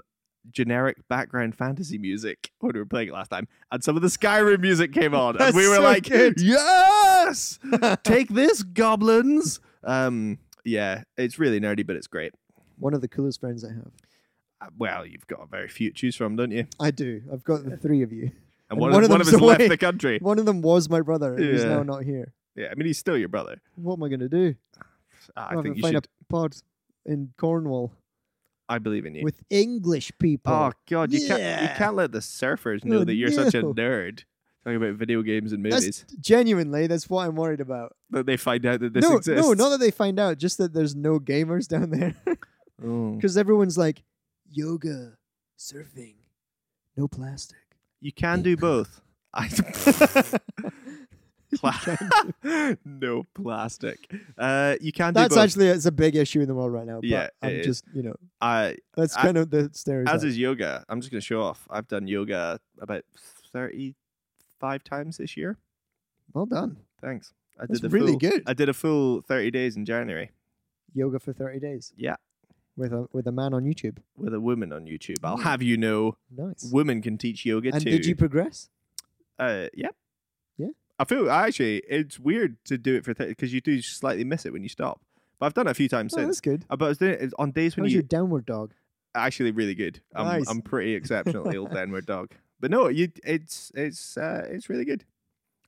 Speaker 2: generic background fantasy music when we were playing it last time, and some of the Skyrim music came on, and
Speaker 1: That's
Speaker 2: we were
Speaker 1: so
Speaker 2: like,
Speaker 1: good.
Speaker 2: "Yes, take this, goblins!" Um, yeah, it's really nerdy, but it's great.
Speaker 1: One of the coolest friends I have.
Speaker 2: Uh, Well, you've got very few to choose from, don't you?
Speaker 1: I do. I've got the three of you.
Speaker 2: And one, of, one of us
Speaker 1: them's away.
Speaker 2: left the country.
Speaker 1: One of them was my brother, and he's
Speaker 2: Yeah.
Speaker 1: now not here.
Speaker 2: Yeah, I mean, he's still your brother. Uh,
Speaker 1: What am I going to do?
Speaker 2: I
Speaker 1: I'll have
Speaker 2: think
Speaker 1: to
Speaker 2: you
Speaker 1: find
Speaker 2: should.
Speaker 1: a pod in Cornwall
Speaker 2: I believe in you.
Speaker 1: with English people.
Speaker 2: Oh God, you can't you
Speaker 1: Yeah.
Speaker 2: can't let the surfers
Speaker 1: Oh,
Speaker 2: know that you're such a
Speaker 1: no.
Speaker 2: nerd. Talking about video games and
Speaker 1: That's-
Speaker 2: movies.
Speaker 1: Genuinely, that's what I'm worried about.
Speaker 2: that they find out that this
Speaker 1: no,
Speaker 2: exists.
Speaker 1: no, not that they find out, just that there's no gamers down there.
Speaker 2: Oh.
Speaker 1: Because everyone's like, yoga, surfing, no plastic.
Speaker 2: You can do both. I Pla- no plastic. Uh, you can
Speaker 1: That's
Speaker 2: do both.
Speaker 1: actually it's a big issue in the world right now. But
Speaker 2: Yeah, it
Speaker 1: I'm
Speaker 2: is.
Speaker 1: just you know
Speaker 2: I,
Speaker 1: that's
Speaker 2: I-
Speaker 1: kind of the
Speaker 2: as
Speaker 1: stereotype.
Speaker 2: is yoga. I'm just gonna show off. I've done yoga about thirty-five times this year.
Speaker 1: well done,
Speaker 2: Thanks. I
Speaker 1: That's
Speaker 2: did the
Speaker 1: really
Speaker 2: full,
Speaker 1: good.
Speaker 2: I did a full thirty days in January
Speaker 1: yoga for thirty days.
Speaker 2: Yeah.
Speaker 1: with a with a man on YouTube.
Speaker 2: with a woman on YouTube. I'll
Speaker 1: Mm.
Speaker 2: have you know,
Speaker 1: Nice.
Speaker 2: women can teach yoga
Speaker 1: and
Speaker 2: too.
Speaker 1: did you progress?
Speaker 2: Uh, yeah.
Speaker 1: Yeah.
Speaker 2: I feel I actually it's weird to do it for because you do slightly miss it when you stop. But I've done it a few times
Speaker 1: Oh,
Speaker 2: since.
Speaker 1: that's good.
Speaker 2: Uh, But I was doing it on days
Speaker 1: How
Speaker 2: when
Speaker 1: was
Speaker 2: you
Speaker 1: your downward dog?
Speaker 2: actually really good. I'm,
Speaker 1: Nice.
Speaker 2: I'm pretty exceptionally old downward dog. But no, you it's it's uh, it's really good.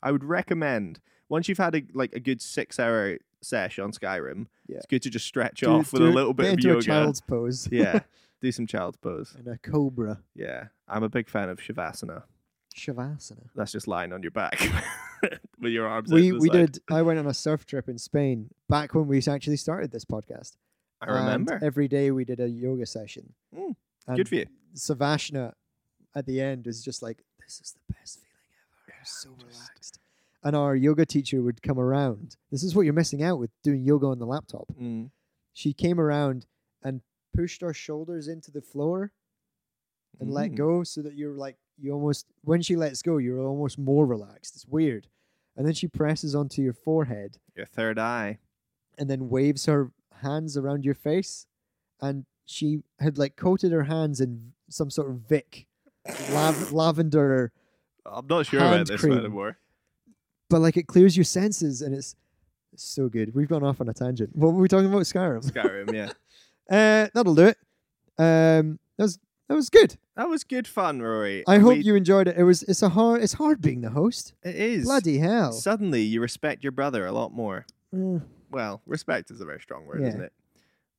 Speaker 2: I would recommend once you've had a like a good six hour sesh on Skyrim,
Speaker 1: Yeah.
Speaker 2: it's good to just stretch
Speaker 1: Do-
Speaker 2: off with
Speaker 1: do
Speaker 2: a
Speaker 1: it-
Speaker 2: little bit
Speaker 1: get
Speaker 2: of
Speaker 1: into
Speaker 2: yoga.
Speaker 1: a child's pose
Speaker 2: yeah, do some child pose.
Speaker 1: and a cobra
Speaker 2: Yeah, I'm a big fan of shavasana.
Speaker 1: shavasana.
Speaker 2: That's just lying on your back with your arms. out
Speaker 1: We
Speaker 2: to the
Speaker 1: we
Speaker 2: side.
Speaker 1: did. I went on a surf trip in Spain back when we actually started this podcast.
Speaker 2: I
Speaker 1: and
Speaker 2: remember.
Speaker 1: um, every day we did a yoga session.
Speaker 2: Mm,
Speaker 1: And
Speaker 2: good for you.
Speaker 1: Savasana at the end is just like this is the best feeling ever. I'm
Speaker 2: Yeah,
Speaker 1: so
Speaker 2: just-
Speaker 1: relaxed. And our yoga teacher would come around. This is what you're missing out with doing yoga on the laptop.
Speaker 2: Mm,
Speaker 1: She came around and pushed our shoulders into the floor and let
Speaker 2: mm.
Speaker 1: go so that you're like you almost when she lets go you're almost more relaxed it's weird and then she presses onto your forehead
Speaker 2: Your third eye.
Speaker 1: and then waves her hands around your face and she had like coated her hands in some sort of vic lav- lavender
Speaker 2: I'm not sure
Speaker 1: Hand
Speaker 2: about this
Speaker 1: cream.
Speaker 2: anymore.
Speaker 1: but like it clears your senses and it's it's so good we've gone off on a tangent what were we talking about skyrim
Speaker 2: Skyrim, yeah.
Speaker 1: uh that'll do it um that was that was good
Speaker 2: That was good fun, Rory.
Speaker 1: i hope
Speaker 2: We-
Speaker 1: you enjoyed it it was it's a hard it's hard being the host
Speaker 2: It is.
Speaker 1: bloody hell
Speaker 2: Suddenly, you respect your brother a lot more.
Speaker 1: Uh,
Speaker 2: Well, respect is a very strong word,
Speaker 1: Yeah.
Speaker 2: isn't it?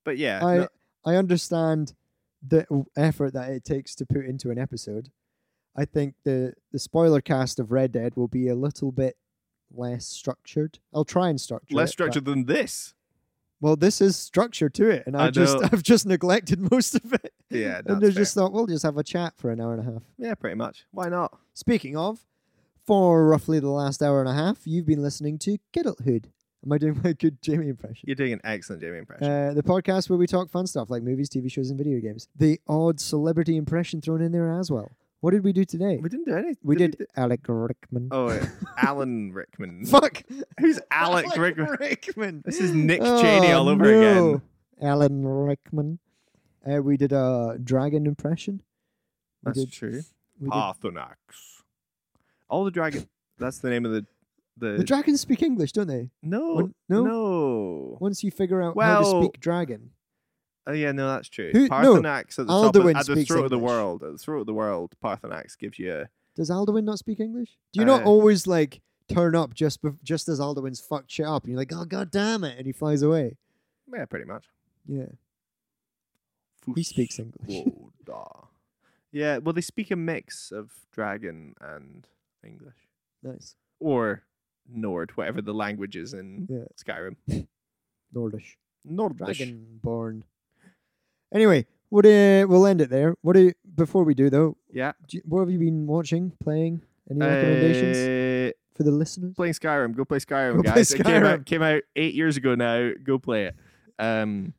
Speaker 2: But yeah,
Speaker 1: I
Speaker 2: Uh, no-
Speaker 1: I understand the w- effort that it takes to put into an episode. I think the the spoiler cast of Red Dead will be a little bit less structured. I'll try and structure.
Speaker 2: less
Speaker 1: it,
Speaker 2: structured than this.
Speaker 1: but- well, this is structure to it, and I,
Speaker 2: I
Speaker 1: just
Speaker 2: know.
Speaker 1: I've just neglected most of it.
Speaker 2: Yeah,
Speaker 1: and I
Speaker 2: that's
Speaker 1: just thought we'll just have a chat for an hour and a half.
Speaker 2: Yeah, pretty much. Why not?
Speaker 1: Speaking of, for roughly the last hour and a half, you've been listening to Kiddlehood. Am I doing my good Jamie impression?
Speaker 2: You're doing an excellent Jamie impression.
Speaker 1: Uh, the podcast where we talk fun stuff like movies, TV shows, and video games. The odd celebrity impression thrown in there as well. What did we do today?
Speaker 2: we didn't do anything.
Speaker 1: We did Alec Rickman.
Speaker 2: Oh, yeah. Alan Rickman.
Speaker 1: Fuck!
Speaker 2: Who's Alec Rickman?
Speaker 1: Rickman. Oh,
Speaker 2: This is Nick Cheney all over again.
Speaker 1: Alan Rickman. Uh, we did a dragon impression. We
Speaker 2: That's
Speaker 1: did-
Speaker 2: true.
Speaker 1: we did-
Speaker 2: Parthenax. All the dragon. That's the name of the the.
Speaker 1: The dragons speak English, don't they?
Speaker 2: no,
Speaker 1: When-
Speaker 2: no,
Speaker 1: no? Once you figure out how
Speaker 2: Well,
Speaker 1: to speak dragon,
Speaker 2: Oh yeah, no, that's true.
Speaker 1: Who- no,
Speaker 2: Parthenax at the top, of,
Speaker 1: Alduin
Speaker 2: at the
Speaker 1: speaks
Speaker 2: throat of the
Speaker 1: English.
Speaker 2: world, at the throat of the world, Parthenax gives you. A,
Speaker 1: does Alduin not speak English? Do you not
Speaker 2: Uh,
Speaker 1: always like turn up just bef- just as Alduin's fucked shit up, and you're like, oh god damn it, and he flies away?
Speaker 2: yeah, pretty much.
Speaker 1: Yeah. He speaks English.
Speaker 2: Fusroda. ah. yeah, well, they speak a mix of dragon and English
Speaker 1: Nice.
Speaker 2: or Nord, whatever the language is in
Speaker 1: Yeah.
Speaker 2: Skyrim.
Speaker 1: Nordish.
Speaker 2: Nordish.
Speaker 1: Dragonborn. Anyway, what uh, we'll end it there. What do you, before we do though?
Speaker 2: Yeah.
Speaker 1: Do you, what have you been watching, playing? Any recommendations
Speaker 2: Uh,
Speaker 1: for the listeners?
Speaker 2: playing Skyrim. Go play Skyrim,
Speaker 1: Go play
Speaker 2: guys. It came
Speaker 1: Skyrim.
Speaker 2: out, came out eight years ago now. Go play it. Um,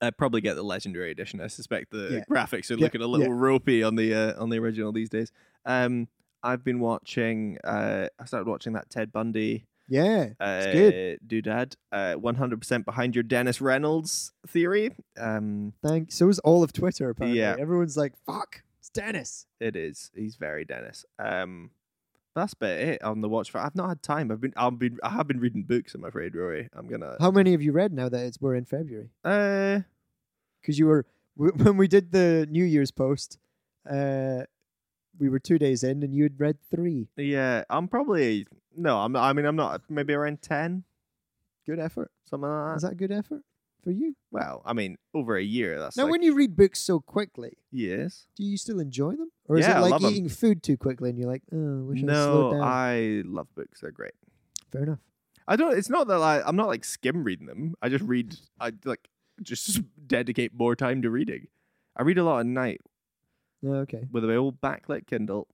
Speaker 2: I probably get the legendary edition. I suspect the graphics are
Speaker 1: Yeah,
Speaker 2: looking a little ropey on the uh, on the original these days. Um, I've been watching. Uh, I started watching that Ted Bundy.
Speaker 1: Yeah.
Speaker 2: Uh,
Speaker 1: good.
Speaker 2: Doodad. Uh, one hundred percent behind your Dennis Reynolds theory. Um,
Speaker 1: Thank. So is all of Twitter apparently.
Speaker 2: Yeah.
Speaker 1: Everyone's like, "Fuck, it's Dennis."
Speaker 2: It is. He's very Dennis. Um, that's about it on the watch for. I've not had time. I've been. I've been. I have been reading books. I'm afraid, Rory. I'm gonna.
Speaker 1: How many have you read now that it's we're in February?
Speaker 2: Uh,
Speaker 1: Because you were w- when we did the New Year's post. Uh, we were two days in, and you had read three.
Speaker 2: yeah. I'm probably no. I'm. I mean, I'm not. Maybe around ten,
Speaker 1: Good effort.
Speaker 2: something like
Speaker 1: Is
Speaker 2: that.
Speaker 1: that good effort for you?
Speaker 2: Well, I mean, over a year. That's
Speaker 1: Now,
Speaker 2: like
Speaker 1: when you read books so quickly,
Speaker 2: years.
Speaker 1: Do you still enjoy them? Or is
Speaker 2: Yeah, I
Speaker 1: it like
Speaker 2: love 'em.
Speaker 1: eating food too quickly and you're like, oh, wish I slowed
Speaker 2: No,
Speaker 1: down?
Speaker 2: I love books. They're great.
Speaker 1: Fair enough.
Speaker 2: I don't. It's not that I. I'm not like skim reading them. I just read. I like just dedicate more time to reading. I read a lot at night.
Speaker 1: No, okay.
Speaker 2: with my old backlit Kindle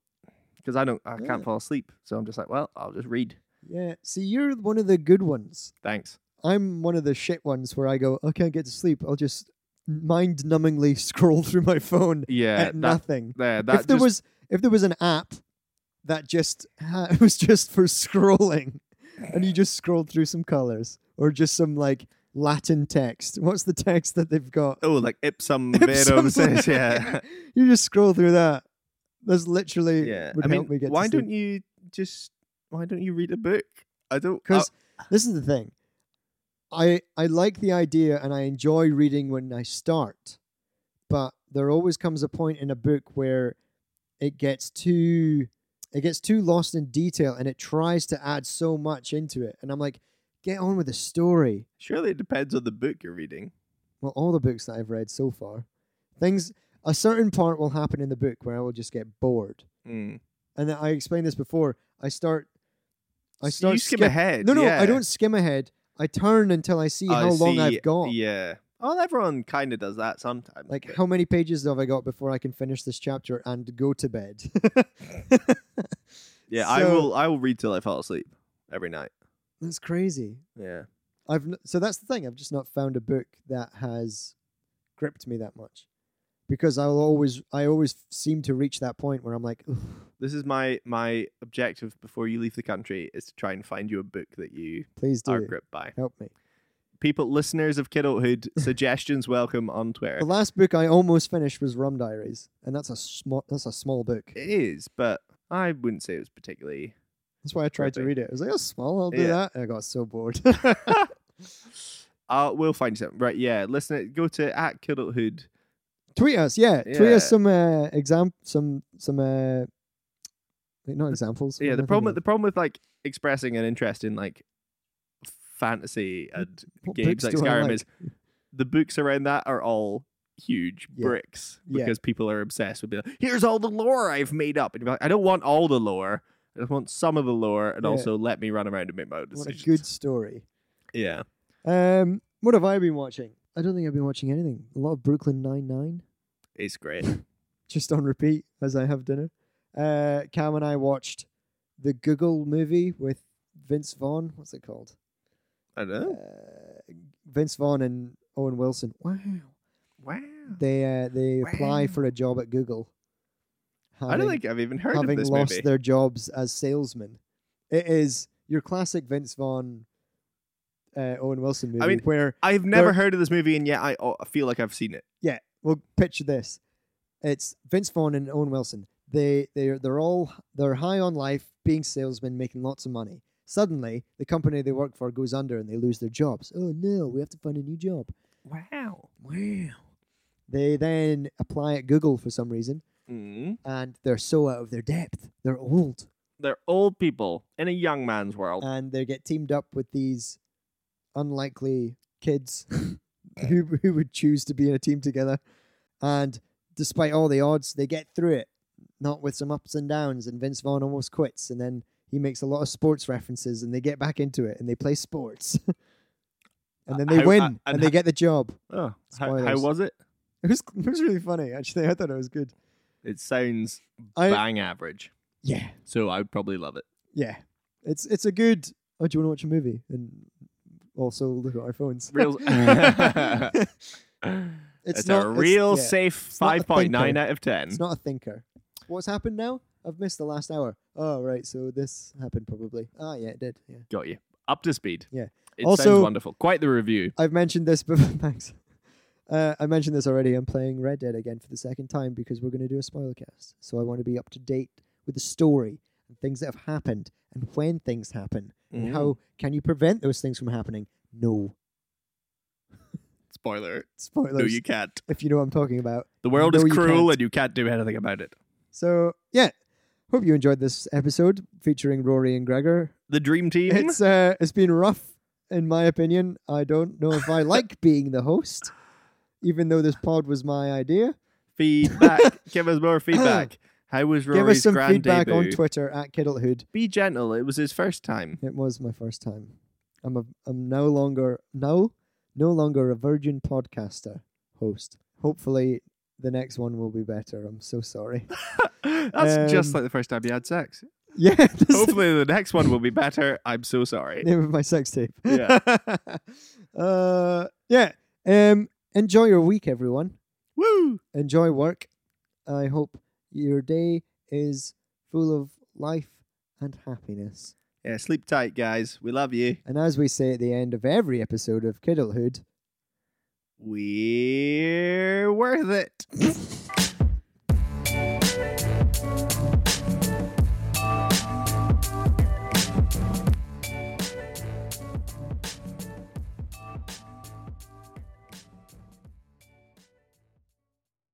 Speaker 2: because I don't I
Speaker 1: Yeah.
Speaker 2: can't fall asleep. So I'm just like, well, I'll just read.
Speaker 1: Yeah. See, you're one of the good ones.
Speaker 2: Thanks.
Speaker 1: I'm one of the shit ones where I go, I can't get to sleep. I'll just mind numbingly scroll through my phone
Speaker 2: Yeah,
Speaker 1: at nothing.
Speaker 2: there.
Speaker 1: If there was if there was an app that just ha- it was just for scrolling and you just scrolled through some colors or just some like Latin text. What's the text that they've got?
Speaker 2: oh like ipsum
Speaker 1: Ipsum
Speaker 2: verum says,
Speaker 1: verum.
Speaker 2: yeah,
Speaker 1: you just scroll through that. That's literally
Speaker 2: yeah.
Speaker 1: would
Speaker 2: I mean,
Speaker 1: help me get.
Speaker 2: why
Speaker 1: to sleep.
Speaker 2: don't you just why don't you read a book? I don't uh, I-
Speaker 1: Because this is the thing. I I like the idea and I enjoy reading when I start, but there always comes a point in a book where it gets too it gets too lost in detail and it tries to add so much into it, and I'm like, Get on with the story.
Speaker 2: Surely it depends on the book you're reading.
Speaker 1: Well, all the books that I've read so far, things a certain part will happen in the book where I will just get bored.
Speaker 2: Mm.
Speaker 1: And then I explained this before. I start. I
Speaker 2: So
Speaker 1: start
Speaker 2: you skim
Speaker 1: skip-
Speaker 2: ahead.
Speaker 1: No, no,
Speaker 2: yeah.
Speaker 1: I don't skim ahead. I turn until I see
Speaker 2: I
Speaker 1: how long
Speaker 2: see,
Speaker 1: I've got.
Speaker 2: Yeah. Well, everyone kind of does that sometimes.
Speaker 1: Like
Speaker 2: but-
Speaker 1: how many pages have I got before I can finish this chapter and go to bed?
Speaker 2: yeah, I
Speaker 1: so-
Speaker 2: will. I will read till I fall asleep every night.
Speaker 1: That's crazy.
Speaker 2: Yeah.
Speaker 1: I've n- so that's the thing. I've just not found a book that has gripped me that much because I'll always I always seem to reach that point where I'm like, "Ugh,
Speaker 2: This is my my objective before you leave the country is to try and find you a book that you
Speaker 1: please do
Speaker 2: are
Speaker 1: it.
Speaker 2: gripped by.
Speaker 1: help me.
Speaker 2: People, listeners of Kidulthood, suggestions welcome on Twitter.
Speaker 1: The last book I almost finished was Rum Diaries, and that's a small that's a small book.
Speaker 2: It is, but I wouldn't say it was particularly.
Speaker 1: That's why I tried to
Speaker 2: Gripping.
Speaker 1: read it. I was like, oh, small, I'll do
Speaker 2: Yeah.
Speaker 1: that. And I got so bored.
Speaker 2: Uh, we'll find something. Right, yeah. Listener, go to at Kidulthood.
Speaker 1: tweet us, yeah. Tweet
Speaker 2: Yeah.
Speaker 1: us some uh, exam, some some uh, wait, not examples. what
Speaker 2: Yeah,
Speaker 1: am
Speaker 2: the
Speaker 1: I
Speaker 2: problem
Speaker 1: thinking
Speaker 2: with the problem with like expressing an interest in like fantasy and
Speaker 1: of? What
Speaker 2: games
Speaker 1: books
Speaker 2: like
Speaker 1: do I
Speaker 2: Skyrim is the books around that are all huge
Speaker 1: Yeah.
Speaker 2: bricks
Speaker 1: Yeah.
Speaker 2: because people are obsessed with be like, here's all the lore I've made up. And you're like, I don't want all the lore. I just want some of the lore and
Speaker 1: Yeah.
Speaker 2: also let me run around and make my own
Speaker 1: What a
Speaker 2: decisions.
Speaker 1: good story.
Speaker 2: yeah.
Speaker 1: Um, what have I been watching? I don't think I've been watching anything. A lot of Brooklyn Nine Nine,
Speaker 2: It's great.
Speaker 1: just on repeat as I have dinner. Uh, Cam and I watched the Google movie with Vince Vaughn. What's it called?
Speaker 2: I
Speaker 1: Uh,
Speaker 2: know.
Speaker 1: Vince Vaughn and Owen Wilson. Wow.
Speaker 2: Wow.
Speaker 1: They uh, they apply
Speaker 2: Wow.
Speaker 1: for a job at Google.
Speaker 2: I don't
Speaker 1: having-
Speaker 2: think I've even heard of
Speaker 1: having
Speaker 2: this
Speaker 1: lost
Speaker 2: movie.
Speaker 1: their jobs as salesmen. It is your classic Vince Vaughn, uh, Owen Wilson movie.
Speaker 2: mean,
Speaker 1: where
Speaker 2: I've never
Speaker 1: They're-
Speaker 2: heard of this movie and yet I, oh, I feel like I've seen it.
Speaker 1: well, picture this: it's Vince Vaughn and Owen Wilson. They they are they're all they're high on life, being salesmen, making lots of money. Suddenly, the company they work for goes under and they lose their jobs. Oh no, we have to find a new job.
Speaker 2: Wow.
Speaker 1: Wow. They then apply at Google for some reason,
Speaker 2: Mm.
Speaker 1: and they're so out of their depth. They're old.
Speaker 2: They're old people in a young man's world.
Speaker 1: and they get teamed up with these unlikely kids who, who would choose to be in a team together. And despite all the odds, they get through it, not with some ups and downs. And Vince Vaughn almost quits, and then he makes a lot of sports references, and they get back into it and they play sports. and then they
Speaker 2: How-
Speaker 1: win
Speaker 2: uh,
Speaker 1: and,
Speaker 2: and
Speaker 1: they
Speaker 2: ho-
Speaker 1: get the job.
Speaker 2: oh, how, how
Speaker 1: Spoilers.
Speaker 2: was it?
Speaker 1: It was, it was really funny, actually. I thought it was good.
Speaker 2: It sounds
Speaker 1: I,
Speaker 2: bang average.
Speaker 1: Yeah,
Speaker 2: So I would probably love it.
Speaker 1: yeah. It's it's a good. Oh, do you want to watch a movie and also look at our phones?
Speaker 2: Real-
Speaker 1: It's
Speaker 2: It's,
Speaker 1: not-
Speaker 2: a
Speaker 1: it's-
Speaker 2: real
Speaker 1: yeah.
Speaker 2: safe
Speaker 1: not a
Speaker 2: five point nine
Speaker 1: thinker.
Speaker 2: out of ten.
Speaker 1: It's not a thinker. What's happened now? I've missed the last hour. Oh right, so this happened probably. Ah yeah, it did. Yeah.
Speaker 2: Got you up to speed.
Speaker 1: Yeah.
Speaker 2: it
Speaker 1: Also-
Speaker 2: sounds wonderful. Quite the review.
Speaker 1: I've mentioned this before. Thanks. Uh, I mentioned this already. I'm playing Red Dead again for the second time because we're going to do a spoiler cast. So I want to be up to date with the story and things that have happened and when things happen
Speaker 2: Mm.
Speaker 1: and how can you prevent those things from happening? No
Speaker 2: Spoiler.
Speaker 1: spoilers.
Speaker 2: No, you can't.
Speaker 1: If you know what I'm talking about.
Speaker 2: The world
Speaker 1: No,
Speaker 2: is
Speaker 1: you
Speaker 2: cruel,
Speaker 1: can't.
Speaker 2: and you can't do anything about it.
Speaker 1: So yeah, hope you enjoyed this episode featuring Rory and Gregor.
Speaker 2: The dream team.
Speaker 1: It's uh, it's been rough, in my opinion. I don't know if I like being the host, even though this pod was my idea.
Speaker 2: feedback. Give us more feedback. How was Rory's
Speaker 1: Give us some
Speaker 2: grand
Speaker 1: feedback
Speaker 2: debut?
Speaker 1: on Twitter at Kiddlehood.
Speaker 2: Be gentle. It was his first time.
Speaker 1: It was my first time. I'm a I'm no longer no no longer a virgin podcaster host. Hopefully, the next one will be better. I'm so sorry.
Speaker 2: That's just
Speaker 1: Um,
Speaker 2: like the first time you had sex.
Speaker 1: Yeah, this is
Speaker 2: Hopefully, the next one will be better. I'm so
Speaker 1: the
Speaker 2: sorry.
Speaker 1: name of my sex tape.
Speaker 2: Yeah.
Speaker 1: uh, yeah. Um, enjoy your week, everyone.
Speaker 2: Woo!
Speaker 1: enjoy work. I hope your day is full of life and happiness.
Speaker 2: Yeah, sleep tight, guys. We love you.
Speaker 1: And as we say at the end of every episode of Kiddlehood,
Speaker 2: We're worth it.